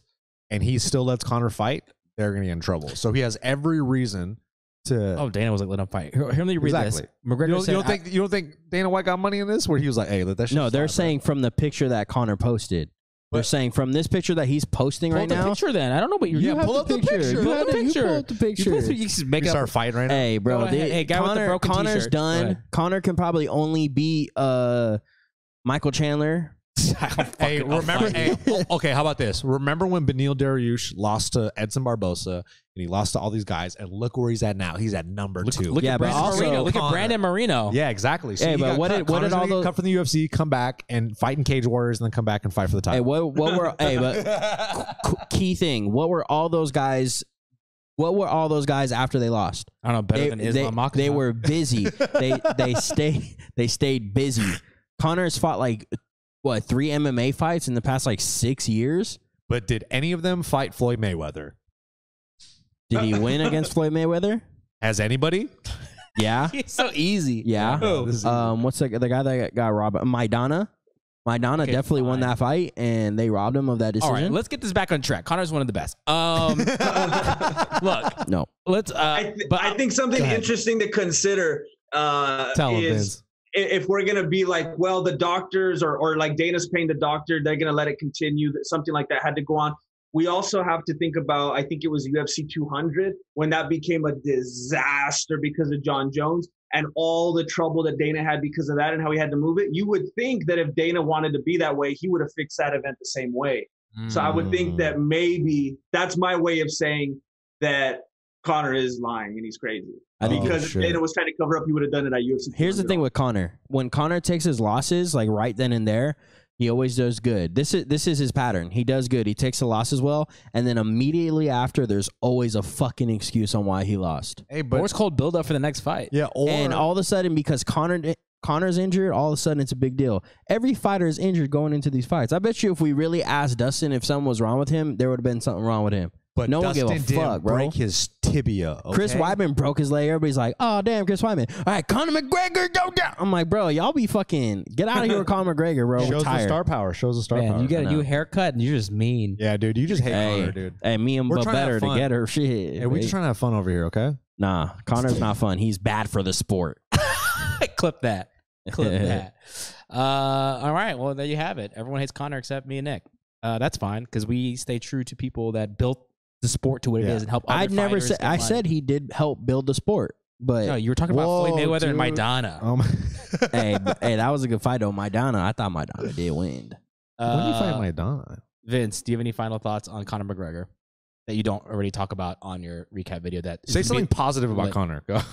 [SPEAKER 2] and he still lets Connor fight, they're gonna get in trouble. So he has every reason to.
[SPEAKER 4] Oh, Dana was like, "Let him fight." Here, here, let me read
[SPEAKER 2] Exactly.
[SPEAKER 4] this. McGregor
[SPEAKER 2] you don't,
[SPEAKER 4] said,
[SPEAKER 2] you don't
[SPEAKER 4] I-
[SPEAKER 2] think you don't think Dana White got money in this? Where he was like, "Hey, let that shit."
[SPEAKER 3] No, they're
[SPEAKER 2] slide, bro."
[SPEAKER 3] saying from the picture that Connor posted. they're
[SPEAKER 2] But-
[SPEAKER 3] saying from this picture that he's posting
[SPEAKER 4] Pull
[SPEAKER 3] right
[SPEAKER 4] up the
[SPEAKER 3] now.
[SPEAKER 4] picture then. I don't know what you're.
[SPEAKER 2] Yeah,
[SPEAKER 4] you have
[SPEAKER 2] pull up the picture.
[SPEAKER 4] You
[SPEAKER 2] Pull
[SPEAKER 4] have the
[SPEAKER 3] You pull up the
[SPEAKER 4] picture. You pull up the-
[SPEAKER 3] picture.
[SPEAKER 4] You can make
[SPEAKER 2] You
[SPEAKER 4] up.
[SPEAKER 2] start fighting right now.
[SPEAKER 3] Hey,
[SPEAKER 4] Go
[SPEAKER 3] bro.
[SPEAKER 4] ahead.
[SPEAKER 3] the-
[SPEAKER 4] Hey, guy with the
[SPEAKER 3] Connor,
[SPEAKER 4] broken
[SPEAKER 3] Connor's
[SPEAKER 4] t-shirt. Go ahead.
[SPEAKER 3] done. Connor can probably only beat uh, Michael Chandler.
[SPEAKER 2] hey,
[SPEAKER 4] I'll
[SPEAKER 2] remember?
[SPEAKER 4] fight
[SPEAKER 2] hey, oh, okay, how about this? Remember when Benil Dariush lost to Edson Barbosa, and he lost to all these guys, and look where he's at now. He's at number two.
[SPEAKER 4] Look
[SPEAKER 3] Yeah,
[SPEAKER 4] at
[SPEAKER 3] but
[SPEAKER 4] Brandon
[SPEAKER 3] also-
[SPEAKER 4] Marino. Look at
[SPEAKER 2] Connor.
[SPEAKER 4] Brandon Marino.
[SPEAKER 2] Yeah, exactly. So
[SPEAKER 3] Hey,
[SPEAKER 2] he
[SPEAKER 3] but
[SPEAKER 2] got
[SPEAKER 3] what
[SPEAKER 2] cut.
[SPEAKER 3] did- what did
[SPEAKER 2] Connor's
[SPEAKER 3] all
[SPEAKER 2] gonna get
[SPEAKER 3] those-
[SPEAKER 2] cut from the UFC? Come back and fight in Cage Warriors, and then come back and fight for the
[SPEAKER 3] Hey,
[SPEAKER 2] title.
[SPEAKER 3] what what were hey, but c- key thing, what were all those guys what were all those guys after they lost?
[SPEAKER 4] I don't know better than Islam Makhachev.
[SPEAKER 3] they were busy. they they stay they stayed busy. Connor's fought like what three MMA fights in the past like six years.
[SPEAKER 2] but did any of them fight Floyd Mayweather?
[SPEAKER 3] Did he win against Floyd Mayweather?
[SPEAKER 2] Has anybody?
[SPEAKER 3] Yeah,
[SPEAKER 4] It's so easy.
[SPEAKER 3] yeah.
[SPEAKER 2] No, this is-
[SPEAKER 3] Um, what's the the guy that got robbed? Maidana. Maidana
[SPEAKER 4] Okay,
[SPEAKER 3] definitely won
[SPEAKER 4] fine.
[SPEAKER 3] that fight, and they robbed him of that
[SPEAKER 4] All
[SPEAKER 3] decision.
[SPEAKER 4] right, let's get this back on track. Connor's one of the best. Um, look,
[SPEAKER 3] no,
[SPEAKER 4] let's. Uh,
[SPEAKER 5] I, th-
[SPEAKER 4] but
[SPEAKER 5] I think something
[SPEAKER 4] ahead.
[SPEAKER 5] interesting to consider uh,
[SPEAKER 2] Tell him,
[SPEAKER 5] is
[SPEAKER 2] Vince.
[SPEAKER 5] i- if we're gonna be like, well, the doctors or or like Dana's paying the doctor, they're gonna let it continue. That something like that had to go on. We also have to think about. I think it was UFC 200 when that became a disaster because of John Jones and all the trouble that Dana had because of that and how he had to move it. You would think that if Dana wanted to be that way, he would have fixed that event the same way. So I would think that
[SPEAKER 3] Mm.
[SPEAKER 5] maybe that's my way of saying that Connor is lying and he's crazy.
[SPEAKER 3] I think
[SPEAKER 5] Because
[SPEAKER 3] he-
[SPEAKER 5] if Dana was trying to cover up, he would have done it at UFC.
[SPEAKER 3] Here's the
[SPEAKER 5] 200.
[SPEAKER 3] thing with Connor. When Connor takes his losses, like right then and there, he always does good. This is this is his pattern. He does good. He takes the losses well, and then immediately after, there's always a fucking excuse on why he lost.
[SPEAKER 2] Hey,
[SPEAKER 4] but
[SPEAKER 2] but
[SPEAKER 4] it's called build up for the next fight.
[SPEAKER 2] yeah, or
[SPEAKER 3] and all of a sudden, because Connor Connor's injured, all of a sudden it's a big deal. Every fighter is injured going into these fights. I bet you, if we really asked Dustin if something was wrong with him, there would have been something wrong with him.
[SPEAKER 2] but
[SPEAKER 3] no one
[SPEAKER 2] Dustin
[SPEAKER 3] give a
[SPEAKER 2] didn't
[SPEAKER 3] fuck, bro.
[SPEAKER 2] break his tibia.
[SPEAKER 3] Chris
[SPEAKER 2] okay?
[SPEAKER 3] Weidman broke his leg. Everybody's like, "Oh damn, Chris Weidman." All right, Conor McGregor, go down. I'm like, bro, y'all be fucking get out of here with Conor McGregor, bro. We're
[SPEAKER 2] shows the
[SPEAKER 3] tired.
[SPEAKER 2] star power. Shows the star
[SPEAKER 4] Man,
[SPEAKER 2] power.
[SPEAKER 4] you get a
[SPEAKER 3] I
[SPEAKER 4] new
[SPEAKER 3] know.
[SPEAKER 4] haircut and you're just mean.
[SPEAKER 2] yeah, dude, you just hate
[SPEAKER 3] Hey.
[SPEAKER 2] Connor, dude.
[SPEAKER 3] Hey, me and
[SPEAKER 2] We're
[SPEAKER 3] but
[SPEAKER 2] trying to have
[SPEAKER 3] better
[SPEAKER 2] fun.
[SPEAKER 3] together. Shit.
[SPEAKER 2] Hey, we just
[SPEAKER 3] babe.
[SPEAKER 2] trying to have fun over here, okay?
[SPEAKER 3] nah, Connor's not fun. He's bad for the sport.
[SPEAKER 4] Clip that. Clip that. Uh, all right. Well, there you have it. Everyone hates Connor except me and Nick. Uh, that's fine because we stay true to people that built the sport to what it
[SPEAKER 2] Yeah.
[SPEAKER 4] is and help. Other
[SPEAKER 3] I'd never
[SPEAKER 4] fighters
[SPEAKER 3] said.
[SPEAKER 4] get
[SPEAKER 3] I
[SPEAKER 4] money.
[SPEAKER 3] said he did help build the sport, but
[SPEAKER 4] No, you were talking about
[SPEAKER 2] Whoa,
[SPEAKER 4] Floyd Mayweather and
[SPEAKER 2] dude.
[SPEAKER 4] Maidana.
[SPEAKER 2] Um,
[SPEAKER 3] hey, but- hey, that was a good fight though. Maidana, I thought Maidana did win.
[SPEAKER 2] Oh, when do you fight
[SPEAKER 4] Uh,
[SPEAKER 2] Maidana?
[SPEAKER 4] Vince, do you have any final thoughts on Conor McGregor that you don't already talk about on your recap video? That
[SPEAKER 2] Say something positive about
[SPEAKER 4] Like-
[SPEAKER 2] Connor. Go.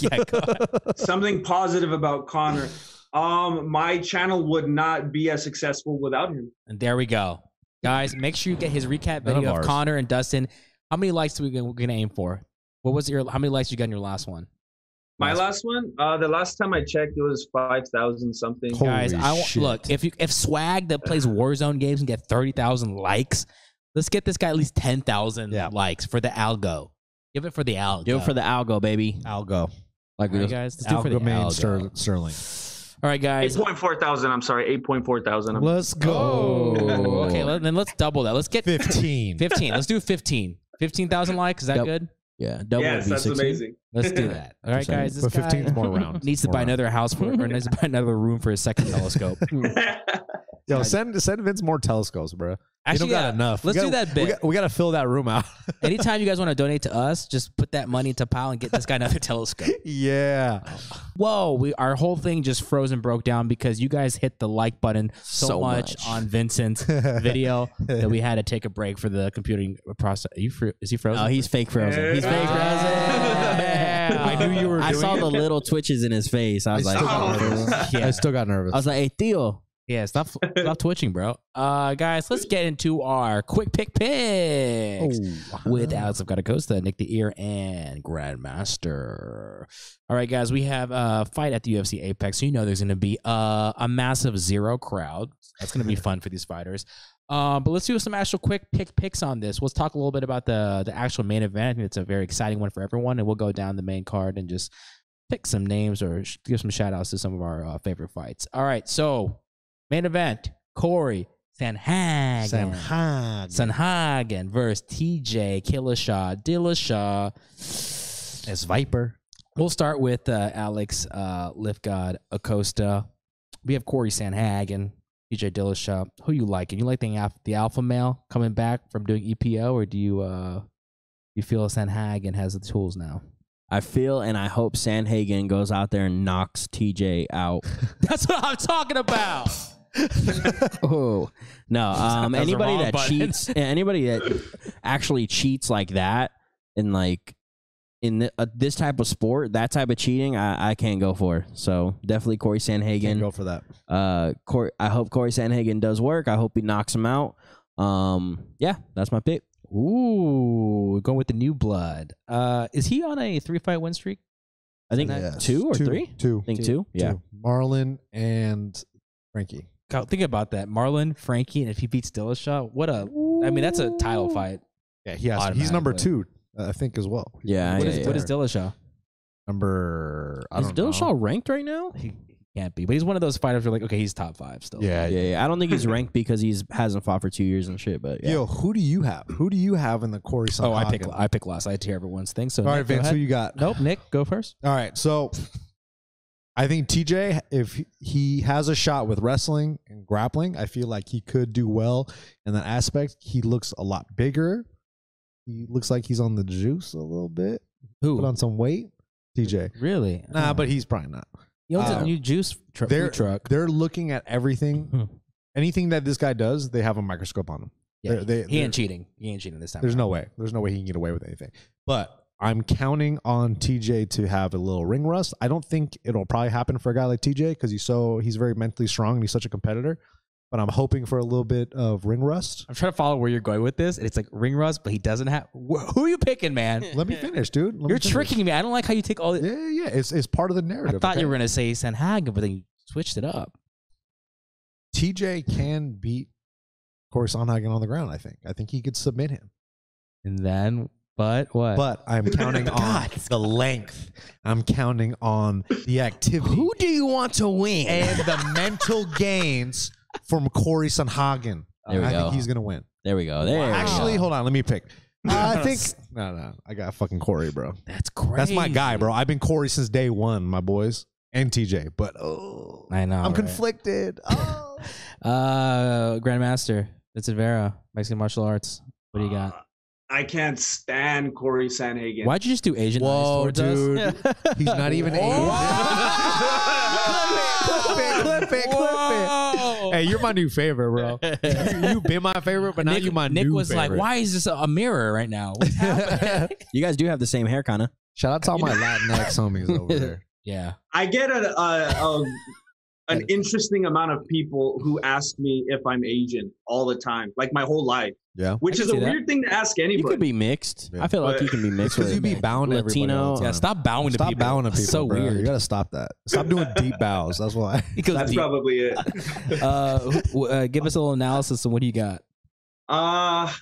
[SPEAKER 4] Yeah, go
[SPEAKER 5] Something positive about Connor. Um, my channel would not be as successful without him.
[SPEAKER 4] And there we go, guys. Make sure you get his recap
[SPEAKER 2] None of
[SPEAKER 4] video of,
[SPEAKER 2] ours.
[SPEAKER 4] Connor and Dustin. How many likes do we we're gonna aim for? What was your? How many likes you got in your last one?
[SPEAKER 5] My
[SPEAKER 4] Last-
[SPEAKER 5] last one, uh, the last time I checked, it was five thousand something.
[SPEAKER 2] Holy
[SPEAKER 4] guys. I want,
[SPEAKER 2] shit.
[SPEAKER 4] look if you if swag that plays Warzone games and get thirty thousand likes, let's get this guy at least ten thousand
[SPEAKER 2] Yeah.
[SPEAKER 4] likes for the algo. Give it for the algo.
[SPEAKER 3] Do it for the algo, baby.
[SPEAKER 2] I'll go.
[SPEAKER 3] Like
[SPEAKER 4] All
[SPEAKER 3] we
[SPEAKER 4] right,
[SPEAKER 3] just
[SPEAKER 4] guys. Let's do it for the
[SPEAKER 2] Algamain
[SPEAKER 4] algo.
[SPEAKER 2] Ster- Sterling.
[SPEAKER 4] All right,
[SPEAKER 5] Eight
[SPEAKER 4] guys.
[SPEAKER 5] point four thousand. I'm sorry, eight point four thousand.
[SPEAKER 2] Let's
[SPEAKER 4] Oh, okay. let- Then let's double that. Let's get
[SPEAKER 2] 15.
[SPEAKER 4] 15. Let's do 15. 15,000 likes. Is that
[SPEAKER 3] Yep.
[SPEAKER 4] good?
[SPEAKER 3] yeah, double would
[SPEAKER 5] Yes,
[SPEAKER 3] be
[SPEAKER 5] that's
[SPEAKER 3] 16.
[SPEAKER 5] amazing.
[SPEAKER 4] Let's do that. All right,
[SPEAKER 3] Percent.
[SPEAKER 4] guys. This
[SPEAKER 2] But
[SPEAKER 4] guy
[SPEAKER 2] 15 is more round.
[SPEAKER 4] Needs to
[SPEAKER 2] More
[SPEAKER 4] buy
[SPEAKER 2] round.
[SPEAKER 4] another house for, or needs to buy another room for his second telescope.
[SPEAKER 2] Yo, send send Vince more telescopes, bro.
[SPEAKER 4] Actually,
[SPEAKER 2] you don't
[SPEAKER 4] yeah,
[SPEAKER 2] got enough.
[SPEAKER 4] Let's
[SPEAKER 2] we
[SPEAKER 4] do
[SPEAKER 2] gotta,
[SPEAKER 4] that bit.
[SPEAKER 2] We, got, we gotta fill that room out.
[SPEAKER 4] Anytime you guys want to donate to us, just put that money into pile and get this guy another telescope.
[SPEAKER 2] yeah.
[SPEAKER 4] Whoa, we our whole thing just froze and broke down because you guys hit the like button so,
[SPEAKER 3] So
[SPEAKER 4] much,
[SPEAKER 3] much.
[SPEAKER 4] on Vincent's video that we had to take a break for the computing process. Are you fro- is he frozen?
[SPEAKER 3] Oh, he's fake frozen. He's fake
[SPEAKER 4] Yeah.
[SPEAKER 3] frozen.
[SPEAKER 4] I knew you were
[SPEAKER 3] I
[SPEAKER 4] doing
[SPEAKER 3] saw the little twitches in his face. I was like,
[SPEAKER 2] still got
[SPEAKER 3] "Oh."
[SPEAKER 2] nervous. I still got nervous.
[SPEAKER 3] I was like, hey Theo,
[SPEAKER 4] Yeah, stop, stop twitching, bro. Uh, guys, let's get into our quick pick
[SPEAKER 3] "Oh,
[SPEAKER 4] picks with
[SPEAKER 3] uh,
[SPEAKER 4] Alex of Costa, Nick the Ear, and Grandmaster. All right, guys, we have a fight at the UFC Apex. So you know there's going to be uh, a massive zero crowd. That's going to be fun for these fighters. Um, but let's do some actual quick pick picks on this. Let's talk a little bit about the the actual main event. I think it's a very exciting one for everyone, and we'll go down the main card and just pick some names or sh- give some shout outs to some of our uh, favorite fights. All right, so main event Corey Sanhagen.
[SPEAKER 2] Sam Hyde.
[SPEAKER 4] Sanhagen versus TJ Killishaw Dillashaw.
[SPEAKER 2] It's Viper.
[SPEAKER 4] We'll start with uh, Alex uh, Lifgod Acosta. We have Corey Sanhagen, TJ Dillashaw. Who you liking? You like the alpha, the alpha male coming back from doing EPO, or do you uh, you feel Sanhagen has the tools now?
[SPEAKER 3] I feel and I hope Sanhagen goes out there and knocks TJ out.
[SPEAKER 4] That's what I'm talking about.
[SPEAKER 3] oh no! Um,
[SPEAKER 4] Those are
[SPEAKER 3] anybody
[SPEAKER 4] wrong
[SPEAKER 3] that
[SPEAKER 4] buttons.
[SPEAKER 3] cheats, anybody that actually cheats like that, and like in the, uh, this type of sport, that type of cheating, I, I can't go for. So definitely Corey
[SPEAKER 2] Can't
[SPEAKER 3] Sanhagen.
[SPEAKER 2] go for that.
[SPEAKER 3] Uh, Cor- I hope Corey Sanhagen does work. I hope he knocks him out. Um, yeah, that's my pick.
[SPEAKER 4] Ooh, going with the new blood. Uh, is he on a three fight win streak?
[SPEAKER 3] I think
[SPEAKER 2] Yes.
[SPEAKER 3] two or three.
[SPEAKER 2] Two.
[SPEAKER 3] I think two. Yeah,
[SPEAKER 2] Marlon and Frankie.
[SPEAKER 4] God, think about that. Marlon, Frankie, and if he beats Dillashaw, what a! I mean, that's a title fight.
[SPEAKER 2] Yeah, he has. He's number two,
[SPEAKER 4] Automatically.
[SPEAKER 2] uh, I think, as well.
[SPEAKER 3] yeah.
[SPEAKER 4] What
[SPEAKER 3] yeah,
[SPEAKER 4] is,
[SPEAKER 3] yeah.
[SPEAKER 4] what is Dillashaw?
[SPEAKER 2] Number. I
[SPEAKER 3] Is
[SPEAKER 2] don't know.
[SPEAKER 3] Dillashaw ranked right now?
[SPEAKER 4] He he can't be, but he's one of those fighters where like, okay, he's top five still.
[SPEAKER 2] Yeah,
[SPEAKER 3] Yeah, yeah. I don't think he's ranked because he's hasn't fought for two years and shit. But yeah.
[SPEAKER 2] Yo, who do you have? Who do you have in the Corey?
[SPEAKER 4] Oh, I pick
[SPEAKER 2] Sanhagen?
[SPEAKER 4] I pick loss. I tear everyone's thing. So
[SPEAKER 2] All right,
[SPEAKER 4] Nick, go
[SPEAKER 2] Vince. Who
[SPEAKER 4] ahead.
[SPEAKER 2] you got?
[SPEAKER 4] nope, Nick, go first.
[SPEAKER 2] All right, so I think TJ, if he has a shot with wrestling and grappling, I feel like he could do well in that aspect. He looks a lot bigger. He looks like he's on the juice a little bit, put
[SPEAKER 4] Who?
[SPEAKER 2] on some weight. TJ,
[SPEAKER 4] Really?
[SPEAKER 2] nah,
[SPEAKER 4] Oh.
[SPEAKER 2] but he's probably not.
[SPEAKER 4] he owns
[SPEAKER 2] uh,
[SPEAKER 4] a new juice tr- food
[SPEAKER 2] They're
[SPEAKER 4] truck.
[SPEAKER 2] they're looking at
[SPEAKER 4] Hmm.
[SPEAKER 2] everything, anything that this guy does, they have a microscope on him.
[SPEAKER 4] Yeah,
[SPEAKER 2] they're- they-
[SPEAKER 4] he
[SPEAKER 2] they're-
[SPEAKER 4] ain't cheating. He ain't cheating this time.
[SPEAKER 2] There's
[SPEAKER 4] around.
[SPEAKER 2] no way. There's no way he can get away with anything. But I'm counting on TJ to have a little ring rust. I don't think it'll probably happen for a guy like TJ because he's so he's very mentally strong and he's such a competitor. But I'm hoping for a little bit of ring rust.
[SPEAKER 4] I'm trying to follow where you're going with this, and it's like ring rust, but he doesn't have. Wh- who are you picking, man?
[SPEAKER 2] Let me finish, dude. Let me
[SPEAKER 4] You're
[SPEAKER 2] finish.
[SPEAKER 4] tricking me. I don't like how you take all. The-
[SPEAKER 2] Yeah, yeah, yeah. It's it's part of the
[SPEAKER 4] I
[SPEAKER 2] narrative.
[SPEAKER 4] thought
[SPEAKER 2] okay?
[SPEAKER 4] you were gonna say Sanhagen, but then you switched it up.
[SPEAKER 2] TJ can beat Corey Sonhagen on the ground. I think. I think he could submit him.
[SPEAKER 4] And then, but what?
[SPEAKER 2] But I'm counting on
[SPEAKER 4] God.
[SPEAKER 2] the length. I'm counting on the activity.
[SPEAKER 3] Who do you want to win?
[SPEAKER 2] and the mental gains from Corey Sanhagen.
[SPEAKER 3] There we
[SPEAKER 2] I
[SPEAKER 3] go.
[SPEAKER 2] think he's gonna win.
[SPEAKER 3] there we go. There. we
[SPEAKER 2] Actually,
[SPEAKER 3] go.
[SPEAKER 2] hold on, let me pick. I think no, no, I got fucking Corey, bro.
[SPEAKER 4] that's crazy.
[SPEAKER 2] That's my guy, bro. I've been Corey since day one, my boys, and TJ. But oh,
[SPEAKER 4] I know.
[SPEAKER 2] I'm
[SPEAKER 4] right?
[SPEAKER 2] conflicted. Oh.
[SPEAKER 4] Uh, Grandmaster Vincent Vera, Mexican martial arts. What do you got?
[SPEAKER 5] Uh, I can't stand Corey Sanhagen.
[SPEAKER 4] Why'd you just do Asian? eyes
[SPEAKER 2] Whoa,
[SPEAKER 4] towards us?
[SPEAKER 2] dude. He's not even Asian.
[SPEAKER 4] Whoa.
[SPEAKER 2] Clip it, clip it, clip it.
[SPEAKER 4] Whoa.
[SPEAKER 2] Hey, you're my new favorite, bro. You- You've been my favorite, but now
[SPEAKER 4] Nick,
[SPEAKER 2] you my
[SPEAKER 4] Nick
[SPEAKER 2] new
[SPEAKER 4] was like,
[SPEAKER 2] favorite.
[SPEAKER 4] "Why is this a- a mirror right now?" What's happening?"
[SPEAKER 3] You guys do have the same hair, kind of.
[SPEAKER 2] Shout out to all my Latinx homies over there.
[SPEAKER 4] yeah,
[SPEAKER 5] I get a, a, a an interesting amount of people who ask me if I'm Asian all the time, like my whole life,
[SPEAKER 2] Yeah.
[SPEAKER 5] which
[SPEAKER 4] I
[SPEAKER 5] is
[SPEAKER 4] can
[SPEAKER 5] a
[SPEAKER 4] see that.
[SPEAKER 5] weird thing to ask
[SPEAKER 3] You
[SPEAKER 5] anybody.
[SPEAKER 3] could be mixed.
[SPEAKER 2] Yeah.
[SPEAKER 3] I feel like
[SPEAKER 5] But-
[SPEAKER 3] you can be mixed.
[SPEAKER 2] Because
[SPEAKER 3] with
[SPEAKER 2] you be bound to everybody all
[SPEAKER 3] Latino.
[SPEAKER 2] the
[SPEAKER 4] yeah.
[SPEAKER 2] time.
[SPEAKER 4] Stop bowing to
[SPEAKER 2] Stop
[SPEAKER 4] people.
[SPEAKER 2] bowing to people.
[SPEAKER 4] That's so
[SPEAKER 2] bro. You
[SPEAKER 4] weird.
[SPEAKER 2] gotta stop that. Stop doing deep bows. That's why.
[SPEAKER 4] It goes
[SPEAKER 5] That's
[SPEAKER 4] deep.
[SPEAKER 5] probably it.
[SPEAKER 4] uh, who- who- uh, give us a little analysis on what he got.
[SPEAKER 5] Uh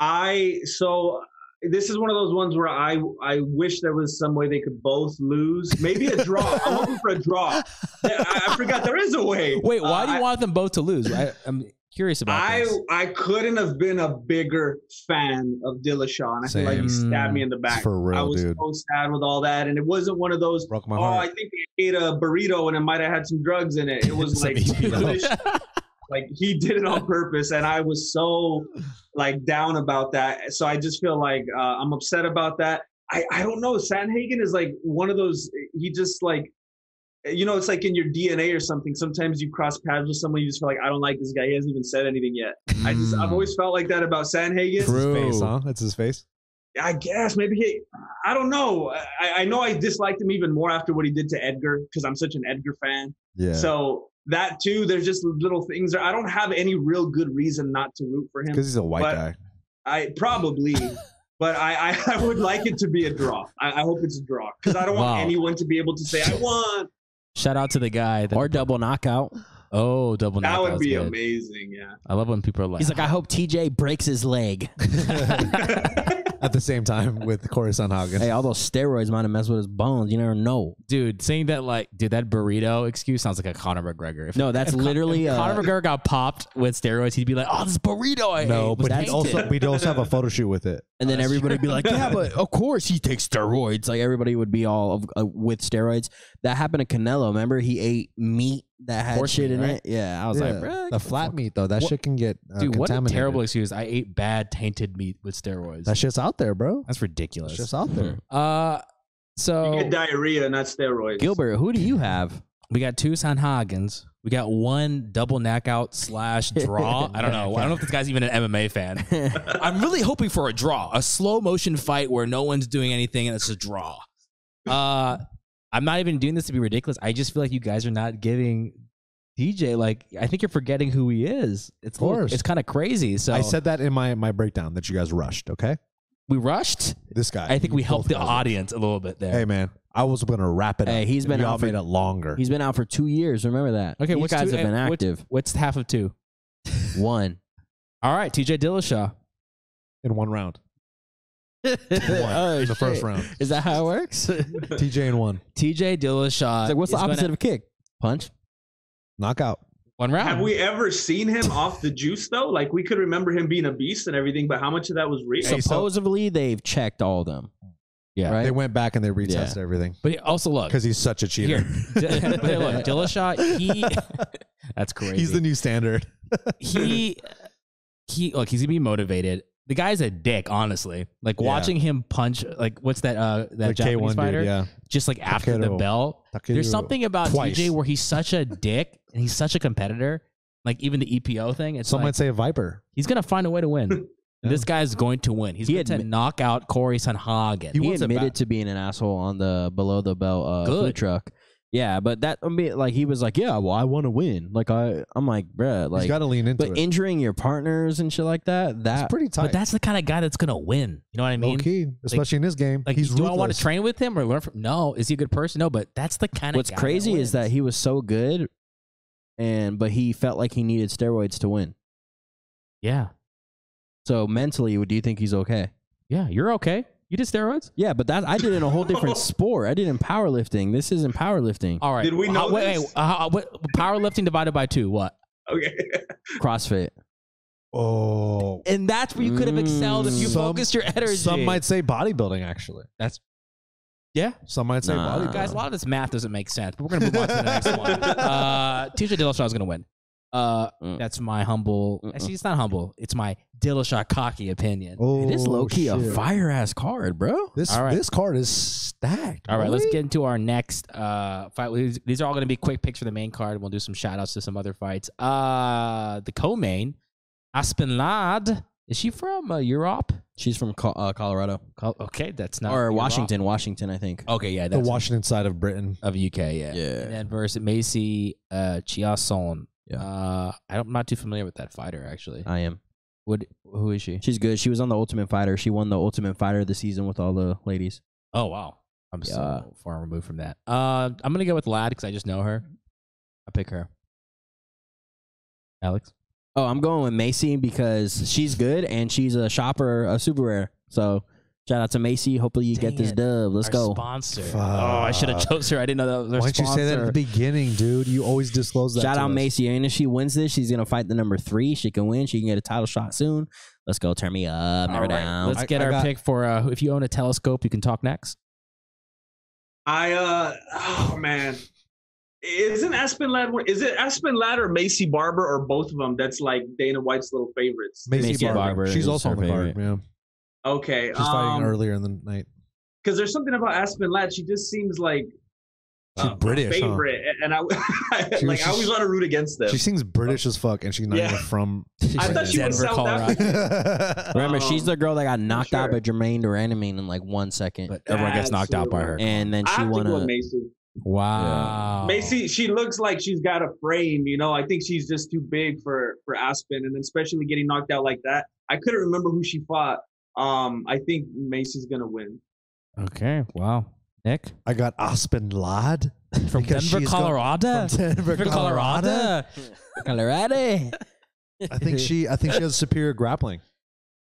[SPEAKER 5] I so this is one of those ones where I I wish there was some way they could both lose. Maybe a draw. I'm hoping for a draw. Yeah, I, I forgot there is a way.
[SPEAKER 4] Wait, why
[SPEAKER 5] Uh,
[SPEAKER 4] do you
[SPEAKER 5] I-
[SPEAKER 4] want them both to lose? I, I'm curious about
[SPEAKER 5] I
[SPEAKER 4] this.
[SPEAKER 5] I couldn't have been a bigger fan of Dillashaw, and I feel like he
[SPEAKER 4] Same.
[SPEAKER 5] stabbed me in the back.
[SPEAKER 2] for real,
[SPEAKER 5] I was
[SPEAKER 2] dude.
[SPEAKER 5] so sad with all that, and it wasn't one of those.
[SPEAKER 2] Broke my
[SPEAKER 5] Oh,
[SPEAKER 2] heart.
[SPEAKER 5] I think he ate a burrito and it might have had some drugs in it. It was
[SPEAKER 2] Some
[SPEAKER 5] like
[SPEAKER 2] EPO.
[SPEAKER 5] foolish. like he did it on purpose, and I was so like down about that. So I just feel like uh, I'm upset about that. I I don't know. Sanhagen is like one of those. He just like you know, it's like in your DNA or something. Sometimes you cross paths with someone, you just feel like, I don't like this guy. He hasn't even said anything yet. I just,
[SPEAKER 2] Mm.
[SPEAKER 5] I've always felt like that about Sanhagen.
[SPEAKER 2] That's his face,
[SPEAKER 4] True.
[SPEAKER 2] huh? That's his face.
[SPEAKER 5] I guess maybe he, I don't know. I, I know I disliked him even more after what he did to Edgar because I'm such an Edgar fan.
[SPEAKER 2] Yeah.
[SPEAKER 5] So that too, there's just little things. There. I don't have any real good reason not to root for him.
[SPEAKER 2] Because he's a white
[SPEAKER 5] But-
[SPEAKER 2] guy.
[SPEAKER 5] I probably, but I, I, I would like it to be a draw. I, I hope it's a draw because I don't
[SPEAKER 4] Wow.
[SPEAKER 5] want anyone to be able to say I won.
[SPEAKER 4] Shout out to the guy. That,
[SPEAKER 3] Or double knockout.
[SPEAKER 4] oh, double.
[SPEAKER 5] That
[SPEAKER 4] knockout
[SPEAKER 5] would
[SPEAKER 4] was
[SPEAKER 5] be
[SPEAKER 4] good.
[SPEAKER 5] amazing. Yeah.
[SPEAKER 4] I love when people are like,
[SPEAKER 3] He's like, I hope TJ breaks his leg.
[SPEAKER 2] At the same time with Corey Sanhagen.
[SPEAKER 3] hey, all those steroids might have messed with his bones. You never know.
[SPEAKER 4] dude, saying that like, dude, that burrito excuse sounds like a Conor McGregor. If,
[SPEAKER 3] No, that's
[SPEAKER 4] if Con-
[SPEAKER 3] literally.
[SPEAKER 4] if
[SPEAKER 3] uh,
[SPEAKER 4] Conor McGregor got popped with steroids, he'd be like, "Oh, this burrito I
[SPEAKER 2] no,
[SPEAKER 4] ate was
[SPEAKER 2] but he'd
[SPEAKER 4] tainted."
[SPEAKER 2] also we'd also have a photo shoot with it.
[SPEAKER 3] and then everybody be like, "Yeah, but of course he takes steroids." Like everybody would be all of, uh, with steroids. That happened to Canelo. Remember, he ate meat that had
[SPEAKER 4] Horse
[SPEAKER 3] shit
[SPEAKER 4] meat,
[SPEAKER 3] in
[SPEAKER 4] right?
[SPEAKER 3] it. Yeah, I was like,
[SPEAKER 2] Yeah.
[SPEAKER 3] "Bruh,
[SPEAKER 2] the
[SPEAKER 3] get
[SPEAKER 2] flat
[SPEAKER 3] fuck-
[SPEAKER 2] meat though, that
[SPEAKER 4] What-
[SPEAKER 2] shit can get uh,
[SPEAKER 4] dude, what a
[SPEAKER 2] contaminated.
[SPEAKER 4] terrible excuse! I ate bad tainted meat with steroids.
[SPEAKER 2] That shit's out there, bro.
[SPEAKER 4] That's
[SPEAKER 2] That's
[SPEAKER 4] ridiculous.
[SPEAKER 2] just out there.
[SPEAKER 4] uh,
[SPEAKER 5] You
[SPEAKER 4] so
[SPEAKER 5] get diarrhea, not steroids.
[SPEAKER 3] Gilbert, who do you have?
[SPEAKER 4] we got two Sanhagens. We got one double knockout slash draw. I don't know. I don't know if this guy's even an MMA fan. I'm really hoping for a draw, a slow motion fight where no one's doing anything and it's a draw. Uh, I'm not even doing this to be ridiculous. I just feel like you guys are not giving DJ like I think you're forgetting who he is. It's
[SPEAKER 2] Of course.
[SPEAKER 4] it's kind of crazy. So
[SPEAKER 2] I said that in my my breakdown that you guys rushed. Okay,
[SPEAKER 4] we rushed.
[SPEAKER 2] this guy.
[SPEAKER 4] I think we
[SPEAKER 2] Both
[SPEAKER 4] helped the
[SPEAKER 2] guys.
[SPEAKER 4] audience a little bit there.
[SPEAKER 2] Hey man, I was gonna wrap it.
[SPEAKER 3] Hey,
[SPEAKER 2] up.
[SPEAKER 3] he's been
[SPEAKER 2] Y'all
[SPEAKER 3] out for-
[SPEAKER 2] made it longer.
[SPEAKER 3] He's been out for two years. Remember that.
[SPEAKER 4] Okay,
[SPEAKER 3] you
[SPEAKER 4] what's
[SPEAKER 3] guys
[SPEAKER 4] two-
[SPEAKER 3] have been
[SPEAKER 4] eh, what's-
[SPEAKER 3] active.
[SPEAKER 4] What's half of two?
[SPEAKER 3] One.
[SPEAKER 4] All right, TJ Dillashaw.
[SPEAKER 2] in one round.
[SPEAKER 3] Oh,
[SPEAKER 2] in the first
[SPEAKER 3] shit.
[SPEAKER 2] round.
[SPEAKER 3] Is that how it works? It's
[SPEAKER 2] TJ in one
[SPEAKER 4] TJ Dillashaw.
[SPEAKER 3] like, what's the
[SPEAKER 4] is Uh, gonna-
[SPEAKER 3] opposite of kick? Punch.
[SPEAKER 2] knockout.
[SPEAKER 4] one round?
[SPEAKER 5] Have we ever seen him off the juice though? Like we could remember him being a beast and everything, but how much of that was real?
[SPEAKER 2] Hey, so-
[SPEAKER 3] Supposedly, they've checked all of them.
[SPEAKER 4] Yeah.
[SPEAKER 3] Right?
[SPEAKER 2] They went back and they retested everything
[SPEAKER 4] but also look
[SPEAKER 2] because he's such a cheater.
[SPEAKER 4] here. but hey, look, Dillashaw. He. That's crazy.
[SPEAKER 2] He's the new standard.
[SPEAKER 4] he he look he's gonna be motivated the guy's a dick honestly like
[SPEAKER 2] Yeah.
[SPEAKER 4] watching him punch like what's that uh that
[SPEAKER 2] The
[SPEAKER 4] japanese
[SPEAKER 2] K1
[SPEAKER 4] fighter
[SPEAKER 2] dude. Yeah.
[SPEAKER 4] just like after the
[SPEAKER 2] Takeru.
[SPEAKER 4] bell there's
[SPEAKER 2] Takeru.
[SPEAKER 4] something about
[SPEAKER 2] Twice.
[SPEAKER 4] tj where he's such a dick and he's such a competitor like even the epo thing it's
[SPEAKER 2] Some
[SPEAKER 4] like,
[SPEAKER 2] might say a viper.
[SPEAKER 4] he's gonna find a way to win
[SPEAKER 2] Yeah.
[SPEAKER 4] this guy's going to win he's
[SPEAKER 3] He
[SPEAKER 4] going to
[SPEAKER 3] admi-
[SPEAKER 4] knock out corey sanhagen
[SPEAKER 2] He
[SPEAKER 3] he
[SPEAKER 2] wants it
[SPEAKER 3] admitted
[SPEAKER 2] back.
[SPEAKER 3] to being an asshole on the below the belt uh,
[SPEAKER 4] Good.
[SPEAKER 3] food truck. Yeah, but that I mean, like he was like, yeah, well, I want to win. Like I, I'm like, bruh,
[SPEAKER 2] you
[SPEAKER 3] like,
[SPEAKER 2] got to lean into
[SPEAKER 3] but
[SPEAKER 2] it.
[SPEAKER 3] injuring your partners and shit like that,
[SPEAKER 2] it's
[SPEAKER 3] that
[SPEAKER 2] pretty tight.
[SPEAKER 4] but that's the kind of guy that's gonna win you know what i mean
[SPEAKER 2] low key, especially in this game.
[SPEAKER 4] like
[SPEAKER 2] he's
[SPEAKER 4] do i want
[SPEAKER 2] ruthless.
[SPEAKER 4] to train with him or learn from no is he a good person no but that's the kind of
[SPEAKER 3] what's crazy is that he was so good, and but he felt like he needed steroids to win.
[SPEAKER 4] yeah
[SPEAKER 3] So mentally, do you think he's okay?
[SPEAKER 4] Yeah, you're okay. You did steroids?
[SPEAKER 3] Yeah, but that I did it in a whole different sport. I did it in powerlifting. This isn't powerlifting.
[SPEAKER 4] All right.
[SPEAKER 5] Did we know
[SPEAKER 4] How- wait,
[SPEAKER 5] this?
[SPEAKER 4] wait, uh, how- what, powerlifting divided by two, what?
[SPEAKER 5] Okay.
[SPEAKER 3] CrossFit.
[SPEAKER 2] Oh,
[SPEAKER 4] And that's where you could have excelled if you
[SPEAKER 2] Mm. Some-
[SPEAKER 4] focused your energy.
[SPEAKER 2] some might say bodybuilding. Actually,
[SPEAKER 4] That's- Yeah.
[SPEAKER 2] Some might say
[SPEAKER 3] Nah.
[SPEAKER 2] bodybuilding.
[SPEAKER 4] Guys, a lot of this math doesn't make sense, but we're going to move on to the next one. Uh, TJ Dillashaw is going to win. Uh,
[SPEAKER 3] Mm.
[SPEAKER 4] that's my humble.
[SPEAKER 3] Mm-mm.
[SPEAKER 4] Actually, it's not humble. It's my Dillashaw cocky opinion.
[SPEAKER 2] Oh,
[SPEAKER 3] It is low key a
[SPEAKER 2] shit.
[SPEAKER 3] fire ass card, bro.
[SPEAKER 2] This
[SPEAKER 4] All right.
[SPEAKER 2] this card is stacked.
[SPEAKER 4] All right, let's
[SPEAKER 2] boy.
[SPEAKER 4] get into our next uh, fight. These- These are all going to be quick picks for the main card. We'll do some shout outs to some other fights. Uh, the co main, Aspinlad. Is she from uh, Europe?
[SPEAKER 3] She's from Col- uh, Colorado
[SPEAKER 4] Col- Okay, that's not.
[SPEAKER 3] or
[SPEAKER 4] Europe.
[SPEAKER 3] Washington, Washington, I think.
[SPEAKER 4] Okay, yeah,
[SPEAKER 2] the
[SPEAKER 4] that's
[SPEAKER 2] Washington side of Britain.
[SPEAKER 4] of UK, Oh, yeah. And
[SPEAKER 3] Yeah.
[SPEAKER 4] then versus Macy uh, Chiasson.
[SPEAKER 3] Yeah.
[SPEAKER 4] Uh, I don't, I'm not too familiar with that fighter, actually.
[SPEAKER 3] I am.
[SPEAKER 4] What? Who is she?
[SPEAKER 3] She's good. She was on the Ultimate Fighter. She won the Ultimate Fighter this season with all the ladies.
[SPEAKER 4] Oh, wow. I'm
[SPEAKER 3] Yeah.
[SPEAKER 4] so far removed from that. Uh, I'm going to go with Lad because I just know her. I pick her. Alex?
[SPEAKER 3] Oh, I'm going with Macy because she's good and she's a shopper, a super rare. So shout out to Macy. Hopefully you get
[SPEAKER 4] Dang
[SPEAKER 3] this
[SPEAKER 4] it.
[SPEAKER 3] dub. Let's
[SPEAKER 4] Our
[SPEAKER 3] go.
[SPEAKER 4] Sponsor.
[SPEAKER 2] Fuck.
[SPEAKER 4] Oh, I should have chose her. I didn't know that was our
[SPEAKER 2] Why don't you say that at
[SPEAKER 4] sponsor.
[SPEAKER 2] the beginning, dude? You always disclose that.
[SPEAKER 3] Shout
[SPEAKER 2] to
[SPEAKER 3] out
[SPEAKER 2] us.
[SPEAKER 3] Macy. And if she wins this, she's gonna fight the number three. She can win. She can get a title shot soon. Let's go. Turn me up. Never
[SPEAKER 4] All right,
[SPEAKER 3] down.
[SPEAKER 4] Let's
[SPEAKER 2] I-
[SPEAKER 4] get
[SPEAKER 2] I
[SPEAKER 4] our
[SPEAKER 2] got-
[SPEAKER 4] pick for uh, if you own a telescope, you can talk next.
[SPEAKER 5] I uh oh man. Isn't Aspen Ladd one- is it Aspen Ladd or Macy Barber or both of them that's like Dana White's little favorites?
[SPEAKER 2] Macy,
[SPEAKER 3] Macy
[SPEAKER 2] Barber.
[SPEAKER 3] Barber
[SPEAKER 2] She's
[SPEAKER 3] is
[SPEAKER 2] also on
[SPEAKER 3] her
[SPEAKER 2] the card. Yeah,
[SPEAKER 5] Okay.
[SPEAKER 2] she's
[SPEAKER 5] um,
[SPEAKER 2] fighting earlier in the night.
[SPEAKER 5] because there's something about Aspen Ladd, she just seems like
[SPEAKER 2] She's
[SPEAKER 5] a
[SPEAKER 2] British. huh?
[SPEAKER 5] uh, favorite. And I
[SPEAKER 2] She was
[SPEAKER 5] like I always
[SPEAKER 2] just-
[SPEAKER 5] want to root against them.
[SPEAKER 2] She seems British as fuck, and she's not
[SPEAKER 5] Yeah.
[SPEAKER 2] even from.
[SPEAKER 5] I thought she was
[SPEAKER 4] Denver,
[SPEAKER 5] South
[SPEAKER 4] Colorado.
[SPEAKER 5] African.
[SPEAKER 3] Remember, she's
[SPEAKER 5] Um,
[SPEAKER 3] the girl that got knocked out by
[SPEAKER 5] sure.
[SPEAKER 3] Jermaine Duranamine in like one second,
[SPEAKER 4] But everyone gets knocked out by her.
[SPEAKER 3] and then
[SPEAKER 5] I
[SPEAKER 3] she
[SPEAKER 5] have to
[SPEAKER 3] won
[SPEAKER 5] go
[SPEAKER 3] a.
[SPEAKER 5] with Macy.
[SPEAKER 4] Wow.
[SPEAKER 2] uh,
[SPEAKER 5] Macy, she looks like she's got a frame, you know. I think she's just too big for for Aspen, and especially getting knocked out like that. I couldn't remember who she fought. Um, I think Macy's gonna win.
[SPEAKER 4] Okay. Wow. Nick?
[SPEAKER 2] I got Aspen Ladd
[SPEAKER 4] From
[SPEAKER 2] Because
[SPEAKER 4] Denver,
[SPEAKER 2] she's go-
[SPEAKER 4] Colorado.
[SPEAKER 2] from Denver,
[SPEAKER 4] Denver,
[SPEAKER 2] Colorado.
[SPEAKER 4] Colorado.
[SPEAKER 3] Colorado.
[SPEAKER 2] I think she. I think she has superior grappling.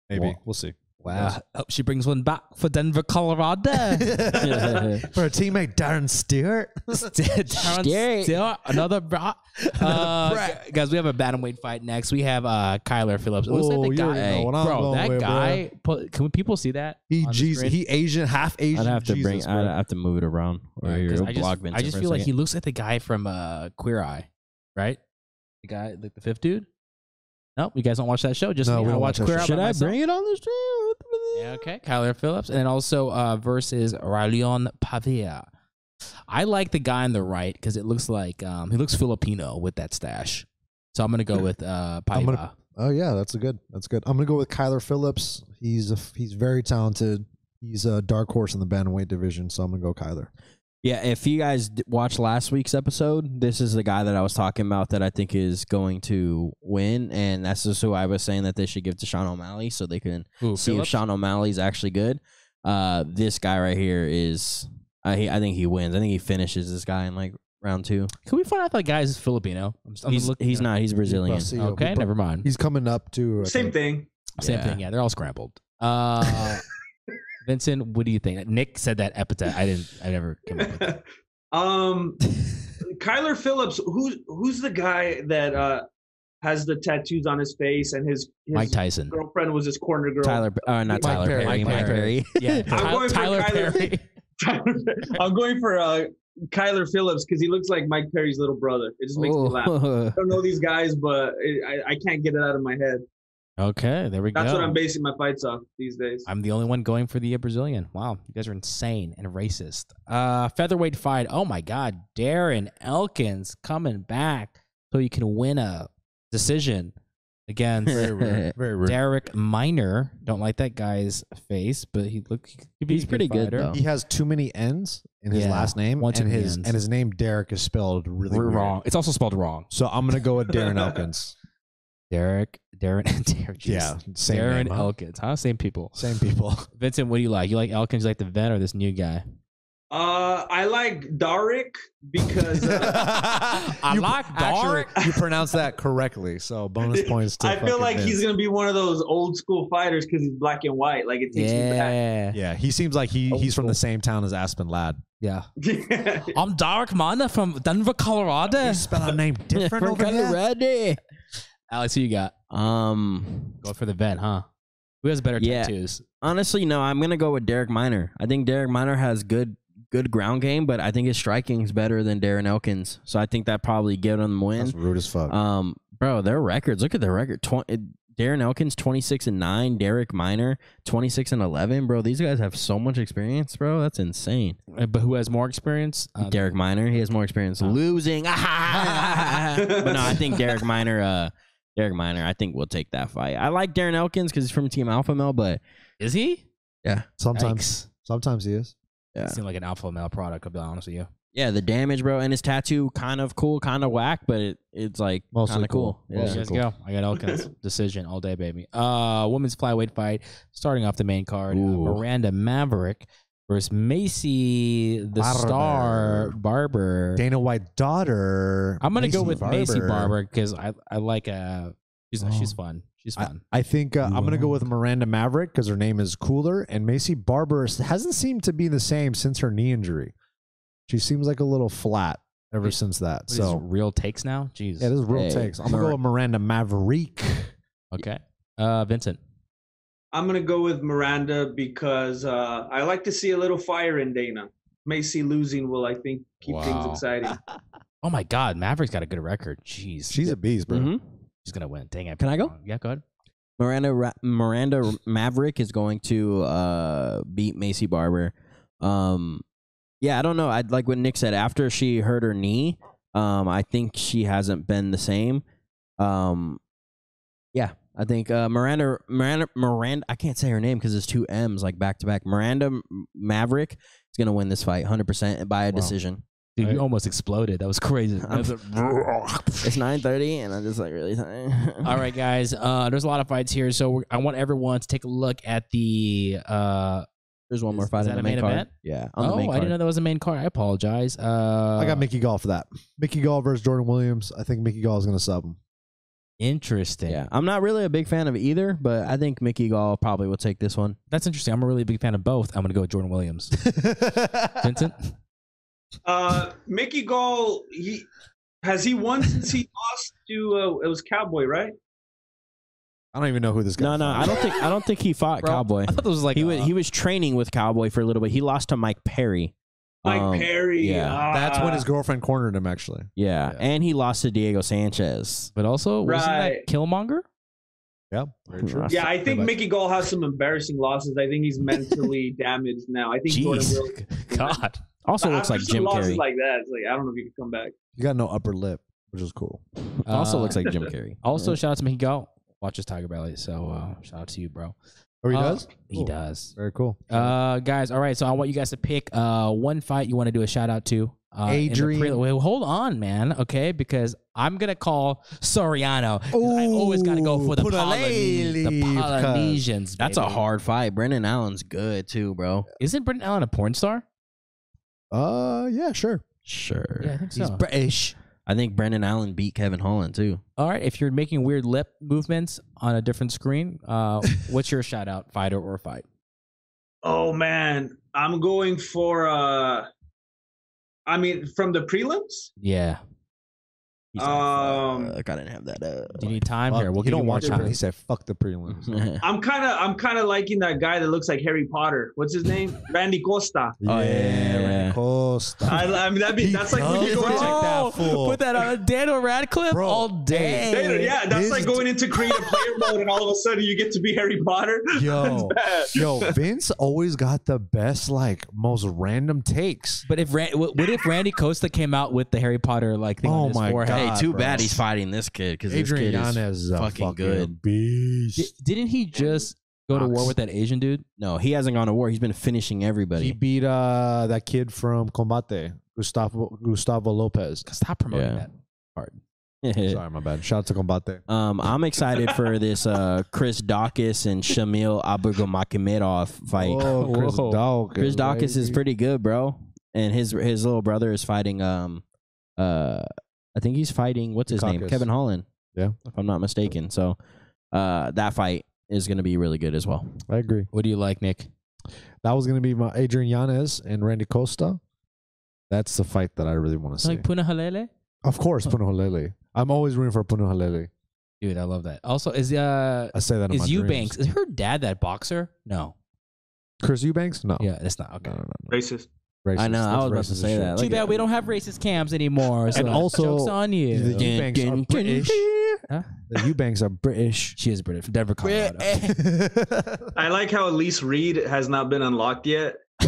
[SPEAKER 2] Maybe
[SPEAKER 3] Wow.
[SPEAKER 2] we'll see.
[SPEAKER 4] Wow. Hope Uh, oh, she brings one back for Denver, Colorado.
[SPEAKER 2] For her teammate Darren Stewart.
[SPEAKER 4] Terrence
[SPEAKER 3] Scary.
[SPEAKER 4] Steele, another bra. Uh, gu- guys, we have a bantamweight fight next. We have uh, Kyler Phillips. It looks like
[SPEAKER 2] Oh,
[SPEAKER 4] the
[SPEAKER 2] you
[SPEAKER 4] guy,
[SPEAKER 2] already know what I'm
[SPEAKER 4] bro.
[SPEAKER 2] going
[SPEAKER 4] That
[SPEAKER 2] with,
[SPEAKER 4] guy. pu- can we, people see that?
[SPEAKER 2] He
[SPEAKER 4] on the
[SPEAKER 2] Jesus.
[SPEAKER 4] screen?
[SPEAKER 2] He Asian, half Asian.
[SPEAKER 3] I'd have to bring.
[SPEAKER 2] Jesus,
[SPEAKER 3] I'd uh,
[SPEAKER 2] bro.
[SPEAKER 3] have to move it around or
[SPEAKER 4] Yeah, 'cause
[SPEAKER 3] your
[SPEAKER 4] I just,
[SPEAKER 3] block Vincent
[SPEAKER 4] I just
[SPEAKER 3] for a
[SPEAKER 4] feel like he
[SPEAKER 3] second.
[SPEAKER 4] looks like the guy from uh, Queer Eye, right? The guy, like the fifth dude. Nope, you guys don't watch that show. Just
[SPEAKER 2] No,
[SPEAKER 4] me.
[SPEAKER 2] we
[SPEAKER 4] I
[SPEAKER 2] don't
[SPEAKER 4] watch
[SPEAKER 2] watch that
[SPEAKER 4] Queer
[SPEAKER 2] show.
[SPEAKER 4] Eye.
[SPEAKER 3] Should
[SPEAKER 4] by
[SPEAKER 3] I
[SPEAKER 4] myself.
[SPEAKER 3] bring it on the stream?
[SPEAKER 4] Yeah, okay. Kyler Phillips. And then also uh, versus Rayon Pavia. I like the guy on the right because it looks like um, he looks Filipino with that stash. So I'm going to go with uh, Pavia.
[SPEAKER 2] I'm gonna- Oh yeah, that's a good. That's good. I'm gonna go with Kyler Phillips. He's a, he's very talented. He's a dark horse in the bantamweight division, so I'm gonna go Kyler.
[SPEAKER 3] Yeah, if you guys d- watched last week's episode, this is the guy that I was talking about that I think is going to win, and that's just who I was saying that they should give to Sean O'Malley so they can
[SPEAKER 4] Who,
[SPEAKER 3] see
[SPEAKER 4] Phillips?
[SPEAKER 3] if Sean O'Malley's actually good. Uh, this guy right here is, I he, I think he wins. I think he finishes this guy in like round two.
[SPEAKER 4] Can we find out if that guy is Filipino? I'm, I'm
[SPEAKER 3] He's,
[SPEAKER 4] looking
[SPEAKER 3] he's
[SPEAKER 4] at-
[SPEAKER 3] not. He's Brazilian.
[SPEAKER 2] Brazil.
[SPEAKER 4] Okay,
[SPEAKER 2] He's-
[SPEAKER 4] never mind.
[SPEAKER 2] He's coming up too. I
[SPEAKER 5] Same
[SPEAKER 2] think.
[SPEAKER 5] thing.
[SPEAKER 4] Same
[SPEAKER 3] Yeah.
[SPEAKER 4] thing. Yeah, they're all scrambled. Uh, Vincent, what do you think? Nick said that epithet. I didn't. I never came up with that.
[SPEAKER 5] um, Kyler Phillips, who's who's the guy that uh has the tattoos on his face and his his
[SPEAKER 4] Mike Tyson.
[SPEAKER 5] girlfriend was his corner girl.
[SPEAKER 3] Tyler, uh, not
[SPEAKER 2] Mike
[SPEAKER 3] Tyler
[SPEAKER 2] Perry,
[SPEAKER 3] Perry.
[SPEAKER 2] Mike
[SPEAKER 3] Mike Perry.
[SPEAKER 2] Perry.
[SPEAKER 4] Yeah, Tyler,
[SPEAKER 5] going for
[SPEAKER 4] Tyler
[SPEAKER 5] Kyler.
[SPEAKER 4] Perry.
[SPEAKER 5] I'm going for uh Kyler Phillips because he looks like Mike Perry's little brother. It just
[SPEAKER 2] Oh.
[SPEAKER 5] makes me laugh. I don't know these guys, but it, I, I can't get it out of my head.
[SPEAKER 4] Okay, there we go.
[SPEAKER 5] That's what I'm basing my fights off these days.
[SPEAKER 4] I'm the only one going for the uh, Brazilian. Wow, you guys are insane and racist. Uh, featherweight fight. Oh my God, Darren Elkins coming back so you can win a decision against
[SPEAKER 2] Very rude.
[SPEAKER 4] Derek Miner. Don't like that guy's face, but he look he could be
[SPEAKER 3] He's
[SPEAKER 4] a
[SPEAKER 3] pretty good,
[SPEAKER 4] fighter.
[SPEAKER 3] though.
[SPEAKER 2] He has too many N's in his
[SPEAKER 4] Yeah,
[SPEAKER 2] last name,
[SPEAKER 4] one
[SPEAKER 2] and
[SPEAKER 4] too many
[SPEAKER 2] his
[SPEAKER 4] Ns.
[SPEAKER 2] and his name Derek is spelled really
[SPEAKER 4] We're
[SPEAKER 2] weird.
[SPEAKER 4] wrong. It's also spelled wrong.
[SPEAKER 2] So I'm gonna go with Darren Elkins.
[SPEAKER 4] Derek, Darren, Derek. jeez.
[SPEAKER 2] yeah, same
[SPEAKER 4] Darren
[SPEAKER 2] name, huh?
[SPEAKER 4] Elkins, huh? Same people.
[SPEAKER 2] Same people.
[SPEAKER 4] Vincent, what do you like? You like Elkins? You like the vet or this new guy?
[SPEAKER 5] Uh, I like Darick because uh,
[SPEAKER 4] I like
[SPEAKER 2] actually,
[SPEAKER 4] dark.
[SPEAKER 2] You pronounced that correctly, so bonus points to.
[SPEAKER 5] I feel
[SPEAKER 2] fucking
[SPEAKER 5] like
[SPEAKER 2] Vince.
[SPEAKER 5] he's gonna be one of those old school fighters because he's black and white. Like it takes
[SPEAKER 4] Yeah. yeah,
[SPEAKER 2] Yeah, he seems like he
[SPEAKER 5] Oh,
[SPEAKER 2] he's from
[SPEAKER 5] cool.
[SPEAKER 2] the same town as Aspen Lad.
[SPEAKER 5] me back.
[SPEAKER 4] I'm Derek Miner from Denver, Colorado.
[SPEAKER 2] Spell our name different over here.
[SPEAKER 3] ready.
[SPEAKER 4] Alex, who you got?
[SPEAKER 3] Um,
[SPEAKER 4] Go for the vet, huh? Who has better
[SPEAKER 3] Yeah.
[SPEAKER 4] tattoos?
[SPEAKER 3] honestly, no. I'm gonna go with Derek Miner. I think Derek Miner has good good ground game, but I think his striking's better than Darren Elkins. So I think that probably give him the win.
[SPEAKER 4] Uh,
[SPEAKER 2] That's rude as fuck.
[SPEAKER 3] Um, Bro, their records. Look at their record. 20, Darren Elkins, 26 and 9. Derek Miner, 26 and 11. Bro, these guys have so much experience, bro. That's insane.
[SPEAKER 4] Uh, But who has more experience? Uh,
[SPEAKER 3] Derek Miner, he has more experience losing. but no, I think Derek Miner, uh, Derek Miner, I think will take that fight. I like Darren Elkins because he's from Team Alpha Male, but
[SPEAKER 4] Is he?
[SPEAKER 2] Sometimes,
[SPEAKER 4] Yikes.
[SPEAKER 2] sometimes he is.
[SPEAKER 3] Yeah.
[SPEAKER 4] Seemed like an alpha male product. I'll be honest with you.
[SPEAKER 3] yeah, the damage, bro, and his tattoo kind of cool, kind of whack, but it, it's like
[SPEAKER 2] Mostly
[SPEAKER 3] kind of cool.
[SPEAKER 2] cool.
[SPEAKER 3] Yeah.
[SPEAKER 2] Mostly
[SPEAKER 4] Let's
[SPEAKER 2] cool.
[SPEAKER 4] go. I got Elkins decision all day, baby. Uh, women's flyweight fight starting off the main card. uh,
[SPEAKER 3] Ooh.
[SPEAKER 4] Miranda Maverick versus Macy the
[SPEAKER 2] Barber.
[SPEAKER 4] Star Barber.
[SPEAKER 2] Dana White daughter.
[SPEAKER 4] I'm gonna go
[SPEAKER 2] Macy
[SPEAKER 4] with Macy Barber because I I like uh she's
[SPEAKER 2] Oh.
[SPEAKER 4] she's fun. She's
[SPEAKER 2] I-
[SPEAKER 4] fun.
[SPEAKER 2] I think uh, I'm gonna go with Miranda Maverick because her name is cooler, and Macy Barber s- hasn't seemed to be the same since her knee injury. She seems like a little flat ever
[SPEAKER 4] Wait,
[SPEAKER 2] since that.
[SPEAKER 4] What is this,
[SPEAKER 2] So
[SPEAKER 4] real takes now. Jeez.
[SPEAKER 2] yeah, this is real
[SPEAKER 3] Hey,
[SPEAKER 2] takes. I'm gonna go
[SPEAKER 3] Mar-
[SPEAKER 2] with Miranda Maverick.
[SPEAKER 4] okay. Uh, Vincent.
[SPEAKER 5] I'm gonna go with Miranda because uh, I like to see a little fire in Dana. Macy losing will, I think, keep things
[SPEAKER 4] Wow.
[SPEAKER 5] exciting.
[SPEAKER 4] Oh my God, Maverick's got a good record. Jeez,
[SPEAKER 2] She's a beast, bro.
[SPEAKER 3] Mhm.
[SPEAKER 4] she's gonna win. Dang it.
[SPEAKER 3] Can I go?
[SPEAKER 4] Yeah, go ahead.
[SPEAKER 3] Miranda Ra- Miranda Maverick is going to uh, beat Macy Barber. Um, yeah, I don't know. I like what Nick said after she hurt her knee. Um, I think she hasn't been the same. Um, yeah, I think uh, Miranda Miranda Miranda. I can't say her name because it's two M's like back to back. Miranda M- Maverick is going to win this fight 100 percent by a
[SPEAKER 2] Wow.
[SPEAKER 3] decision.
[SPEAKER 4] Dude, you almost exploded. That was crazy.
[SPEAKER 3] I'm- It's 9:30 and I'm just like really tired.
[SPEAKER 4] All right, guys. Uh, there's a lot of fights here, so we're, I want everyone to take a look at the. Uh,
[SPEAKER 3] there's one more
[SPEAKER 4] Is-
[SPEAKER 3] fight
[SPEAKER 4] is
[SPEAKER 3] on
[SPEAKER 4] that
[SPEAKER 3] the
[SPEAKER 4] a
[SPEAKER 3] main
[SPEAKER 4] main
[SPEAKER 3] card.
[SPEAKER 4] event?
[SPEAKER 3] Yeah, on the
[SPEAKER 4] oh,
[SPEAKER 3] main
[SPEAKER 4] I
[SPEAKER 3] card.
[SPEAKER 4] didn't know that was the main card. I apologize. Uh,
[SPEAKER 2] I got Mickey Gall for that. Mickey Gall versus Jordan Williams. I think Mickey Gall is gonna sub him.
[SPEAKER 4] interesting.
[SPEAKER 3] Yeah, I'm not really a big fan of either, but I think Mickey Gall probably will take this one.
[SPEAKER 4] that's interesting. I'm a really big fan of both. I'm gonna go with Jordan Williams. Vincent,
[SPEAKER 5] Uh, Mickey Gall, he has he won since he lost to uh, it was Cowboy, right?
[SPEAKER 2] I don't even know who this
[SPEAKER 3] No,
[SPEAKER 2] guy.
[SPEAKER 3] no, I don't think I don't think he fought
[SPEAKER 4] Bro,
[SPEAKER 3] Cowboy.
[SPEAKER 4] I thought this was like uh,
[SPEAKER 3] He
[SPEAKER 4] a-
[SPEAKER 3] was, he was training with Cowboy for a little bit. He lost to Mike Perry.
[SPEAKER 5] Mike
[SPEAKER 3] Um,
[SPEAKER 5] Perry.
[SPEAKER 3] yeah.
[SPEAKER 5] ah.
[SPEAKER 2] That's when his girlfriend cornered him. Actually,
[SPEAKER 3] Yeah,
[SPEAKER 4] Yeah.
[SPEAKER 3] and he lost to Diego Sanchez.
[SPEAKER 4] but also wasn't
[SPEAKER 5] Right.
[SPEAKER 4] that Killmonger?
[SPEAKER 2] yeah,
[SPEAKER 3] very true.
[SPEAKER 5] Yeah, I
[SPEAKER 2] Pretty
[SPEAKER 5] think
[SPEAKER 2] much.
[SPEAKER 5] Mickey Gall has some embarrassing losses. I think he's mentally damaged now. I think Jordan
[SPEAKER 4] Jeez,
[SPEAKER 5] Williams
[SPEAKER 4] God.
[SPEAKER 3] Also looks
[SPEAKER 5] After
[SPEAKER 3] like
[SPEAKER 5] some
[SPEAKER 3] Jim
[SPEAKER 5] losses
[SPEAKER 3] Carrey.
[SPEAKER 5] Like that, it's like I don't know if you can come back.
[SPEAKER 2] You got no upper lip, which is cool.
[SPEAKER 3] also
[SPEAKER 4] Uh,
[SPEAKER 3] looks like Jim Carrey.
[SPEAKER 4] Also, shout out to Mickey Gall. Watches Tiger Belly, so uh, shout out to you, bro.
[SPEAKER 2] Oh, he
[SPEAKER 4] Uh,
[SPEAKER 2] does.
[SPEAKER 4] He
[SPEAKER 2] Cool.
[SPEAKER 4] does.
[SPEAKER 2] Very cool.
[SPEAKER 4] Uh, guys, all right. So I want you guys to pick uh one fight you want to do a shout out to. Uh, in the
[SPEAKER 2] Adrian.
[SPEAKER 4] prel- Wait, hold on, man. Okay, because I'm gonna call Soriano. 'cause I always gotta go for the,
[SPEAKER 2] Ooh,
[SPEAKER 4] Polynesians. the
[SPEAKER 2] Pulalele, cuz.
[SPEAKER 4] Polynesians.
[SPEAKER 3] that's a
[SPEAKER 4] baby.
[SPEAKER 3] hard fight. Brendan Allen's good too, bro.
[SPEAKER 4] Isn't Brendan Allen a porn star?
[SPEAKER 2] Uh, yeah, sure.
[SPEAKER 3] Sure.
[SPEAKER 4] Yeah, I think so.
[SPEAKER 2] British.
[SPEAKER 3] I think Brendan Allen beat Kevin Holland too.
[SPEAKER 4] all right, if you're making weird lip movements on a different screen, uh, what's your shout out, fighter or fight?
[SPEAKER 5] Oh man, I'm going for. uh I mean, from the prelims,
[SPEAKER 4] Yeah.
[SPEAKER 3] He's like,
[SPEAKER 5] Um,
[SPEAKER 3] "Fuck, I didn't have that uh, up.
[SPEAKER 4] Do you need time here? We'll
[SPEAKER 2] you
[SPEAKER 4] give
[SPEAKER 2] don't
[SPEAKER 4] more
[SPEAKER 2] watch it.
[SPEAKER 4] time.
[SPEAKER 2] He said, "Fuck the prelims." oh
[SPEAKER 5] I'm kind of I'm kind of liking that guy that looks like Harry Potter. What's his name? Randy Costa.
[SPEAKER 3] yeah, yeah, yeah.
[SPEAKER 2] Costa.
[SPEAKER 5] I, I mean, that'd be,
[SPEAKER 2] He
[SPEAKER 5] that's like when
[SPEAKER 2] does
[SPEAKER 5] you go
[SPEAKER 2] look
[SPEAKER 5] to
[SPEAKER 2] like that fool.
[SPEAKER 4] Put that on Daniel Radcliffe
[SPEAKER 2] Bro.
[SPEAKER 4] all day.
[SPEAKER 5] Data, yeah, that's
[SPEAKER 2] His-
[SPEAKER 5] like going into creative player mode, and all of a sudden you get to be Harry Potter.
[SPEAKER 2] Yo, yo, Vince always got the best, like most random takes.
[SPEAKER 4] But if Ran- what what if Randy Costa came out with the Harry Potter like thing
[SPEAKER 2] Oh
[SPEAKER 4] on his
[SPEAKER 2] my
[SPEAKER 4] forehead?
[SPEAKER 3] Hey,
[SPEAKER 2] God,
[SPEAKER 3] too
[SPEAKER 2] bro.
[SPEAKER 3] bad he's fighting this kid because this
[SPEAKER 2] Adrian
[SPEAKER 3] kid is
[SPEAKER 2] Yanez is a
[SPEAKER 3] fucking
[SPEAKER 2] fucking,
[SPEAKER 3] good.
[SPEAKER 4] Di-
[SPEAKER 2] beast.
[SPEAKER 4] didn't he just go to war
[SPEAKER 2] Ox.
[SPEAKER 4] with that Asian dude?
[SPEAKER 3] No, he hasn't gone to war. He's been finishing
[SPEAKER 2] He
[SPEAKER 3] everybody.
[SPEAKER 2] beat uh that kid from Combate, Gustavo Gustavo Lopez.
[SPEAKER 4] Stop promoting
[SPEAKER 3] Yeah.
[SPEAKER 4] that.
[SPEAKER 2] Sorry, my bad. Shout out to Combate.
[SPEAKER 3] um, I'm excited for this uh, Chris Dawkins and Shamil Abugamakimedov fight.
[SPEAKER 2] Oh, Chris
[SPEAKER 4] Whoa.
[SPEAKER 2] Dawkins.
[SPEAKER 3] Chris Dawkins is
[SPEAKER 2] baby.
[SPEAKER 3] pretty good, bro, and his his little brother is fighting. Um, uh, I think he's fighting what's his name,
[SPEAKER 2] Dukakis.
[SPEAKER 3] Kevin Holland.
[SPEAKER 2] Yeah.
[SPEAKER 3] if I'm not mistaken. So, uh, that fight is going to be really good as well.
[SPEAKER 2] I agree.
[SPEAKER 4] What do you like, Nick?
[SPEAKER 2] That was gonna be my Adrian Yanez and Randy Costa. That's the fight that I really want to see.
[SPEAKER 4] Like Puna Halele?
[SPEAKER 2] of course, Punuhalele. I'm always rooting for Punuhalele.
[SPEAKER 4] Dude, I love that. Also, is uh
[SPEAKER 2] I say that. in my
[SPEAKER 4] is
[SPEAKER 2] dreams.
[SPEAKER 4] Eubanks is her dad that boxer? No.
[SPEAKER 2] Chris Eubanks? No.
[SPEAKER 4] Yeah, that's not okay.
[SPEAKER 2] No, no, no. no.
[SPEAKER 5] Racist.
[SPEAKER 2] Racist.
[SPEAKER 3] I know. I was
[SPEAKER 2] That's
[SPEAKER 3] about
[SPEAKER 2] racist
[SPEAKER 3] to
[SPEAKER 2] as
[SPEAKER 3] say
[SPEAKER 2] shit.
[SPEAKER 3] that.
[SPEAKER 4] Too
[SPEAKER 3] Like,
[SPEAKER 4] bad we don't have racist cams anymore. So
[SPEAKER 2] And also,
[SPEAKER 4] jokes on you.
[SPEAKER 2] The Eubanks are British.
[SPEAKER 4] Huh?
[SPEAKER 2] The Eubanks are British.
[SPEAKER 4] She is British from Denver, Colorado.
[SPEAKER 5] I like how Elise Reed has not been unlocked yet.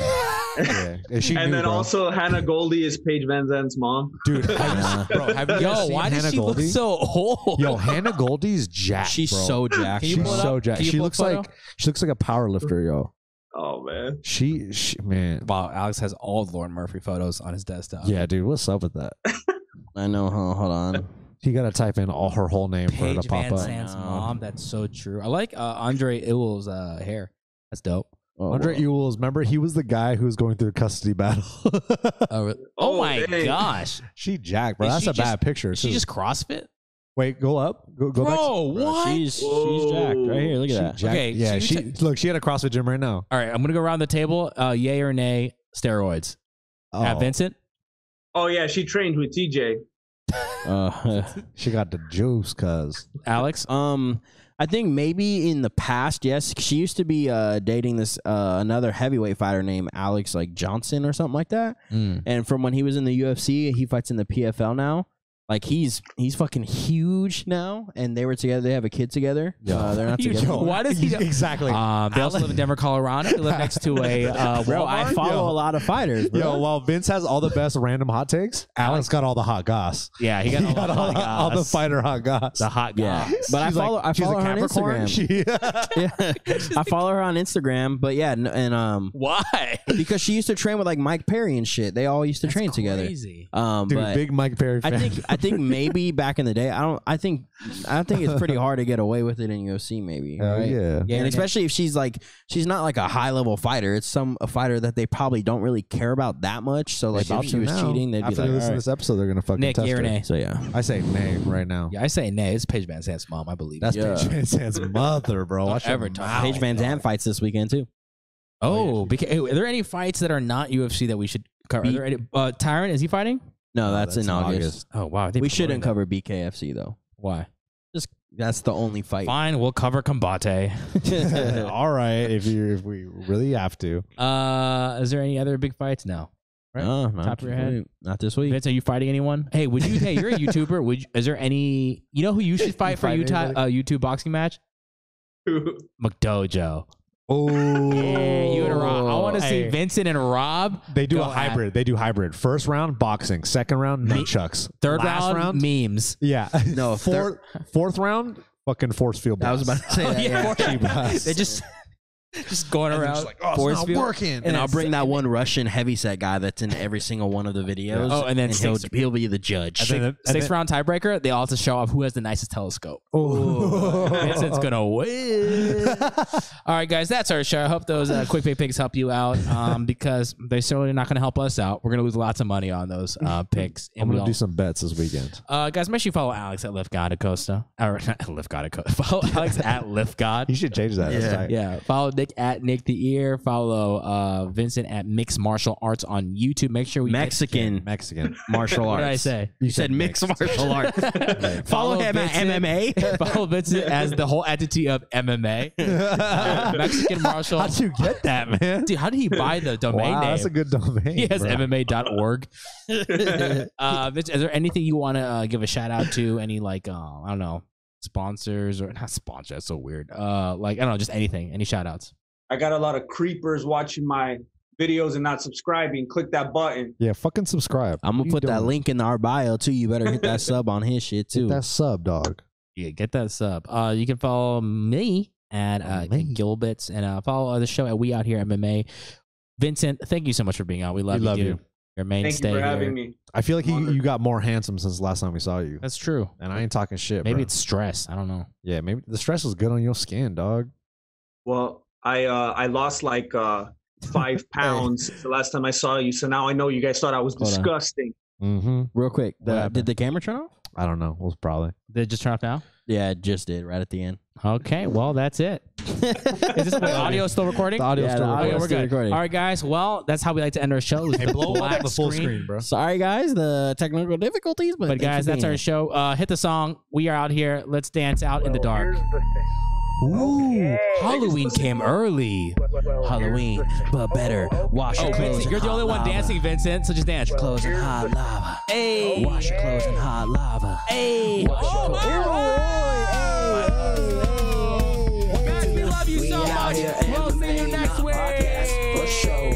[SPEAKER 2] Yeah. And, she
[SPEAKER 5] and
[SPEAKER 2] knew,
[SPEAKER 5] then
[SPEAKER 2] bro.
[SPEAKER 5] also Hannah Goldie is Paige Van Zandt's mom.
[SPEAKER 2] dude, have you
[SPEAKER 3] Nah.
[SPEAKER 2] seen- bro, have you ever
[SPEAKER 4] Yo,
[SPEAKER 2] seen
[SPEAKER 4] why does
[SPEAKER 2] Hannah
[SPEAKER 4] she
[SPEAKER 2] Goldie?
[SPEAKER 4] look so old?
[SPEAKER 2] Yo, Hannah Goldie's jacked.
[SPEAKER 3] She's
[SPEAKER 2] bro.
[SPEAKER 3] so jacked.
[SPEAKER 4] Can you
[SPEAKER 2] She's
[SPEAKER 4] pull it
[SPEAKER 2] so
[SPEAKER 4] up?
[SPEAKER 2] jacked.
[SPEAKER 4] Can you
[SPEAKER 2] She
[SPEAKER 4] pull a
[SPEAKER 2] looks
[SPEAKER 4] photo?
[SPEAKER 2] like she looks like a power lifter, yo.
[SPEAKER 5] Oh man.
[SPEAKER 2] She, she man.
[SPEAKER 4] Wow, Alex has all Lauren Murphy photos on his desktop.
[SPEAKER 2] Yeah, dude, what's up with that?
[SPEAKER 3] I know. Huh? Hold on.
[SPEAKER 2] You gotta type in all her whole name for it
[SPEAKER 4] Paige
[SPEAKER 2] to pop
[SPEAKER 4] Van
[SPEAKER 2] up.
[SPEAKER 4] Sant's
[SPEAKER 3] No.
[SPEAKER 4] mom. That's so true. I like uh, Andre Ewell's uh, hair. That's dope.
[SPEAKER 3] Oh,
[SPEAKER 2] Andre
[SPEAKER 3] well.
[SPEAKER 2] Ewells, remember he was the guy who was going through the custody battle.
[SPEAKER 4] Uh, re- oh,
[SPEAKER 5] Oh,
[SPEAKER 4] my
[SPEAKER 5] dang.
[SPEAKER 4] gosh,
[SPEAKER 2] she jacked, bro.
[SPEAKER 4] Is
[SPEAKER 2] That's
[SPEAKER 4] she
[SPEAKER 2] a bad picture.
[SPEAKER 4] she
[SPEAKER 2] too.
[SPEAKER 4] just CrossFit,
[SPEAKER 2] wait, go up, go, go back.
[SPEAKER 4] bro.
[SPEAKER 3] Bro,
[SPEAKER 4] What?
[SPEAKER 3] She's she's
[SPEAKER 5] Whoa.
[SPEAKER 3] jacked right here. Look at
[SPEAKER 2] She
[SPEAKER 3] that.
[SPEAKER 2] jacked-
[SPEAKER 4] Okay,
[SPEAKER 2] yeah.
[SPEAKER 4] so
[SPEAKER 2] She
[SPEAKER 4] you
[SPEAKER 2] look. She had a CrossFit gym right now.
[SPEAKER 4] All right, I'm gonna go around the table. Uh, yay or nay? Steroids?
[SPEAKER 2] Oh,
[SPEAKER 4] At Vincent?
[SPEAKER 5] Oh yeah, she trained with TJ.
[SPEAKER 3] Uh,
[SPEAKER 2] she got the juice, cause
[SPEAKER 4] Alex?
[SPEAKER 3] Um, I think maybe in the past, yes, she used to be uh, dating this uh, another heavyweight fighter named Alex like Johnson or something like that. And from when he was in the UFC, he fights in the PFL now. Like he's he's fucking huge now, and they were together. They have a kid together.
[SPEAKER 2] Yeah.
[SPEAKER 3] Uh, they're not
[SPEAKER 4] Huge.
[SPEAKER 3] together.
[SPEAKER 4] Yo,
[SPEAKER 3] anymore.
[SPEAKER 4] why does he?
[SPEAKER 2] exactly?
[SPEAKER 4] Um, they also live in Denver, Colorado. They live next to a uh,
[SPEAKER 3] Bro, I
[SPEAKER 4] Walmart.
[SPEAKER 3] follow
[SPEAKER 2] Yo.
[SPEAKER 3] a lot of fighters. Bro.
[SPEAKER 2] Yo, while Vince has all the best random hot takes, Alex got all the hot goss.
[SPEAKER 4] yeah, he got, all, the uh, hot
[SPEAKER 2] all the
[SPEAKER 4] guys.
[SPEAKER 2] fighter hot goss.
[SPEAKER 4] The hot
[SPEAKER 3] Yeah.
[SPEAKER 4] guy.
[SPEAKER 3] But I
[SPEAKER 2] She's like-
[SPEAKER 3] follow- I follow her on Instagram.
[SPEAKER 2] She's a Capricorn. She-
[SPEAKER 3] Yeah, I follow her on Instagram, but yeah, n- and um,
[SPEAKER 4] Why?
[SPEAKER 3] because she used to train with like Mike Perry and shit. They all used to train together.
[SPEAKER 4] Crazy.
[SPEAKER 3] Um,
[SPEAKER 2] Dude,
[SPEAKER 3] but
[SPEAKER 2] big Mike Perry fan.
[SPEAKER 3] I think I think maybe back in the day, I don't. I think I think it's pretty hard to get away with it in UFC. Maybe.
[SPEAKER 2] Hell
[SPEAKER 3] right?
[SPEAKER 2] yeah.
[SPEAKER 4] Yeah,
[SPEAKER 3] And especially if she's like she's not like a high level fighter. It's some a fighter that they probably don't really care about that much. So like if she was cheating, they'd
[SPEAKER 2] After
[SPEAKER 3] be
[SPEAKER 2] they
[SPEAKER 3] like,
[SPEAKER 2] listen
[SPEAKER 3] All
[SPEAKER 2] to
[SPEAKER 3] right.
[SPEAKER 2] this episode, they're gonna fucking
[SPEAKER 4] Nick,
[SPEAKER 2] test
[SPEAKER 4] yay or
[SPEAKER 2] her.
[SPEAKER 4] nay?
[SPEAKER 3] so yeah.
[SPEAKER 2] I say nay right now.
[SPEAKER 4] Yeah, I say nay. It's Paige Van Sant's mom. I believe.
[SPEAKER 2] That's
[SPEAKER 3] Yeah.
[SPEAKER 2] Paige Van Sant's mother, bro.
[SPEAKER 4] Don't
[SPEAKER 2] Watch your
[SPEAKER 4] ever talk-
[SPEAKER 2] mouth.
[SPEAKER 3] Paige Van Zandt fights this weekend too.
[SPEAKER 4] Oh, beca- hey, are there any fights that are not UFC that we should cover? Are there any, uh, Tyron, is he fighting?
[SPEAKER 3] No, that's, in August.
[SPEAKER 4] Oh wow,
[SPEAKER 3] We shouldn't cover BKFC though.
[SPEAKER 4] Why?
[SPEAKER 3] That's the only fight.
[SPEAKER 4] Fine, we'll cover Combate.
[SPEAKER 2] All right, if you if we really have to.
[SPEAKER 4] Uh, is there any other big fights? No. Right?
[SPEAKER 3] No, not
[SPEAKER 4] Top of your
[SPEAKER 3] this
[SPEAKER 4] head.
[SPEAKER 3] week. Not this week.
[SPEAKER 4] Vince, are you fighting anyone? Hey, would you? hey, you're a YouTuber. Would you, is there any? You know who you should fight for
[SPEAKER 2] fight
[SPEAKER 4] Utah
[SPEAKER 2] anybody?
[SPEAKER 4] uh, YouTube boxing match? McDojo.
[SPEAKER 2] Oh,
[SPEAKER 4] Yeah, you and Rob. I want to see Vincent and Rob.
[SPEAKER 2] They do
[SPEAKER 4] go
[SPEAKER 2] a hybrid. They do hybrid. First round boxing, second round nunchucks,
[SPEAKER 4] At, third
[SPEAKER 2] Last
[SPEAKER 4] round, memes.
[SPEAKER 2] yeah,
[SPEAKER 3] No,
[SPEAKER 2] fourth fourth round fucking force field.
[SPEAKER 3] I was about to
[SPEAKER 2] blast.
[SPEAKER 3] say that. yeah.
[SPEAKER 2] She blast.
[SPEAKER 4] they just just going
[SPEAKER 2] And they're
[SPEAKER 4] around.
[SPEAKER 2] just like, oh, it's
[SPEAKER 4] force
[SPEAKER 2] not
[SPEAKER 4] field.
[SPEAKER 2] working.
[SPEAKER 3] And, I'll
[SPEAKER 4] it's-
[SPEAKER 3] bring that one Russian heavyset guy that's in every single one of the videos.
[SPEAKER 4] Oh, and then
[SPEAKER 3] he'll,
[SPEAKER 4] six-
[SPEAKER 3] he'll be the judge.
[SPEAKER 2] And then- and then-
[SPEAKER 4] Six round tiebreaker. They all have to show off who has the nicest telescope.
[SPEAKER 2] Oh.
[SPEAKER 4] Vincent's gonna win. All right, guys, that's our show. I hope those uh, quick pick picks help you out um, because they're certainly not going to help us out. We're going to lose lots of money on those uh, picks.
[SPEAKER 2] I'm
[SPEAKER 4] And we
[SPEAKER 2] gonna
[SPEAKER 4] all,
[SPEAKER 2] do some bets this weekend.
[SPEAKER 4] uh, guys, make sure you follow Alex at Lift God Acosta. Or not Lift God Acosta. Follow Alex at Lift God.
[SPEAKER 2] You should change that. That's
[SPEAKER 3] Yeah.
[SPEAKER 2] tight.
[SPEAKER 4] Yeah. Follow Nick at Nick the Ear. Follow uh, Vincent at Mixed Martial Arts on YouTube. Make sure we
[SPEAKER 3] Mexican
[SPEAKER 2] Mexican.
[SPEAKER 3] martial
[SPEAKER 4] What
[SPEAKER 3] arts.
[SPEAKER 4] did I say?
[SPEAKER 3] You said mixed martial arts. Follow him at
[SPEAKER 4] Vincent-
[SPEAKER 3] MMA.
[SPEAKER 4] Follow Vincent as the whole entity of MMA. Uh, Mexican martial.
[SPEAKER 2] How'd you get that, man?
[SPEAKER 4] Dude, how did he buy the domain
[SPEAKER 2] wow,
[SPEAKER 4] name?
[SPEAKER 2] that's a good domain.
[SPEAKER 4] He has
[SPEAKER 2] bro.
[SPEAKER 4] MMA.org. uh, Mitch, is there anything you want to uh, give a shout out to? Any like uh, I don't know sponsors or not sponsor? That's so weird. Uh, like I don't know, just anything. Any shout outs?
[SPEAKER 5] I got a lot of creepers watching my videos and not subscribing. Click that button.
[SPEAKER 2] Yeah, fucking subscribe.
[SPEAKER 3] I'm gonna
[SPEAKER 2] You
[SPEAKER 3] put that
[SPEAKER 2] doing?
[SPEAKER 3] link in our bio too. You better hit that sub on his shit
[SPEAKER 2] Hit
[SPEAKER 3] too.
[SPEAKER 2] that sub, dog.
[SPEAKER 4] Yeah, get that sub. Uh, you can follow me at uh,
[SPEAKER 2] Me.
[SPEAKER 4] Gilbits and uh, follow the show at We Out Here MMA. Vincent, thank you so much for being on. We love
[SPEAKER 2] We
[SPEAKER 4] you.
[SPEAKER 2] love
[SPEAKER 4] dude.
[SPEAKER 2] you.
[SPEAKER 4] You're a
[SPEAKER 5] Thank
[SPEAKER 4] mainstay.
[SPEAKER 5] you for having
[SPEAKER 4] here.
[SPEAKER 5] me.
[SPEAKER 2] I feel like he,
[SPEAKER 5] Wonder-
[SPEAKER 2] you got more handsome since the last time we saw you,
[SPEAKER 4] That's true.
[SPEAKER 2] and I ain't talking shit.
[SPEAKER 4] Maybe
[SPEAKER 2] bro.
[SPEAKER 4] it's stress. I don't know.
[SPEAKER 2] yeah. Maybe the stress is good on your skin, dog.
[SPEAKER 5] Well, I uh, I lost like uh, five pounds since the last time I saw you, so now I know you guys thought I was
[SPEAKER 3] Hold on.
[SPEAKER 5] disgusting.
[SPEAKER 2] Mm-hmm.
[SPEAKER 3] Real quick,
[SPEAKER 2] What
[SPEAKER 3] the,
[SPEAKER 2] happened?
[SPEAKER 3] did the camera turn off?
[SPEAKER 2] I don't know. We'll probably.
[SPEAKER 4] Did it just turn off now?
[SPEAKER 3] Yeah, it just did right at the end.
[SPEAKER 4] Okay, well that's it. Is this the audio still recording?
[SPEAKER 2] The audio's
[SPEAKER 3] Yeah,
[SPEAKER 2] still
[SPEAKER 3] the
[SPEAKER 4] Oh,
[SPEAKER 2] recording.
[SPEAKER 4] yeah,
[SPEAKER 3] audio's
[SPEAKER 4] we're
[SPEAKER 3] still
[SPEAKER 4] good.
[SPEAKER 3] recording.
[SPEAKER 4] All right, guys. Well, that's how we like to end our show. is the black
[SPEAKER 2] bro.
[SPEAKER 3] Sorry guys, the technical difficulties, but,
[SPEAKER 4] But
[SPEAKER 3] thanks
[SPEAKER 4] guys,
[SPEAKER 3] for
[SPEAKER 4] that's
[SPEAKER 3] being
[SPEAKER 4] our
[SPEAKER 3] here.
[SPEAKER 4] show. Uh, hit the song. We are out here. Let's dance out in the
[SPEAKER 1] Well,
[SPEAKER 4] dark.
[SPEAKER 1] here's the thing.
[SPEAKER 4] Ooh,
[SPEAKER 1] Okay.
[SPEAKER 4] Halloween came early.
[SPEAKER 1] Well, well, here's the
[SPEAKER 3] Halloween,
[SPEAKER 1] thing.
[SPEAKER 3] but better.
[SPEAKER 1] Oh,
[SPEAKER 3] Wash
[SPEAKER 4] Oh,
[SPEAKER 1] okay.
[SPEAKER 3] your clothes.
[SPEAKER 4] Vincent, you're the only one
[SPEAKER 3] Lava.
[SPEAKER 4] dancing, Vincent. So just dance.
[SPEAKER 1] Well,
[SPEAKER 3] Clothes in
[SPEAKER 1] here's
[SPEAKER 3] hot
[SPEAKER 1] the-
[SPEAKER 3] lava.
[SPEAKER 4] Hey.
[SPEAKER 3] Wash your clothes in hot lava.
[SPEAKER 4] Hey.
[SPEAKER 3] Wash your clothes.
[SPEAKER 1] Oh,
[SPEAKER 4] show.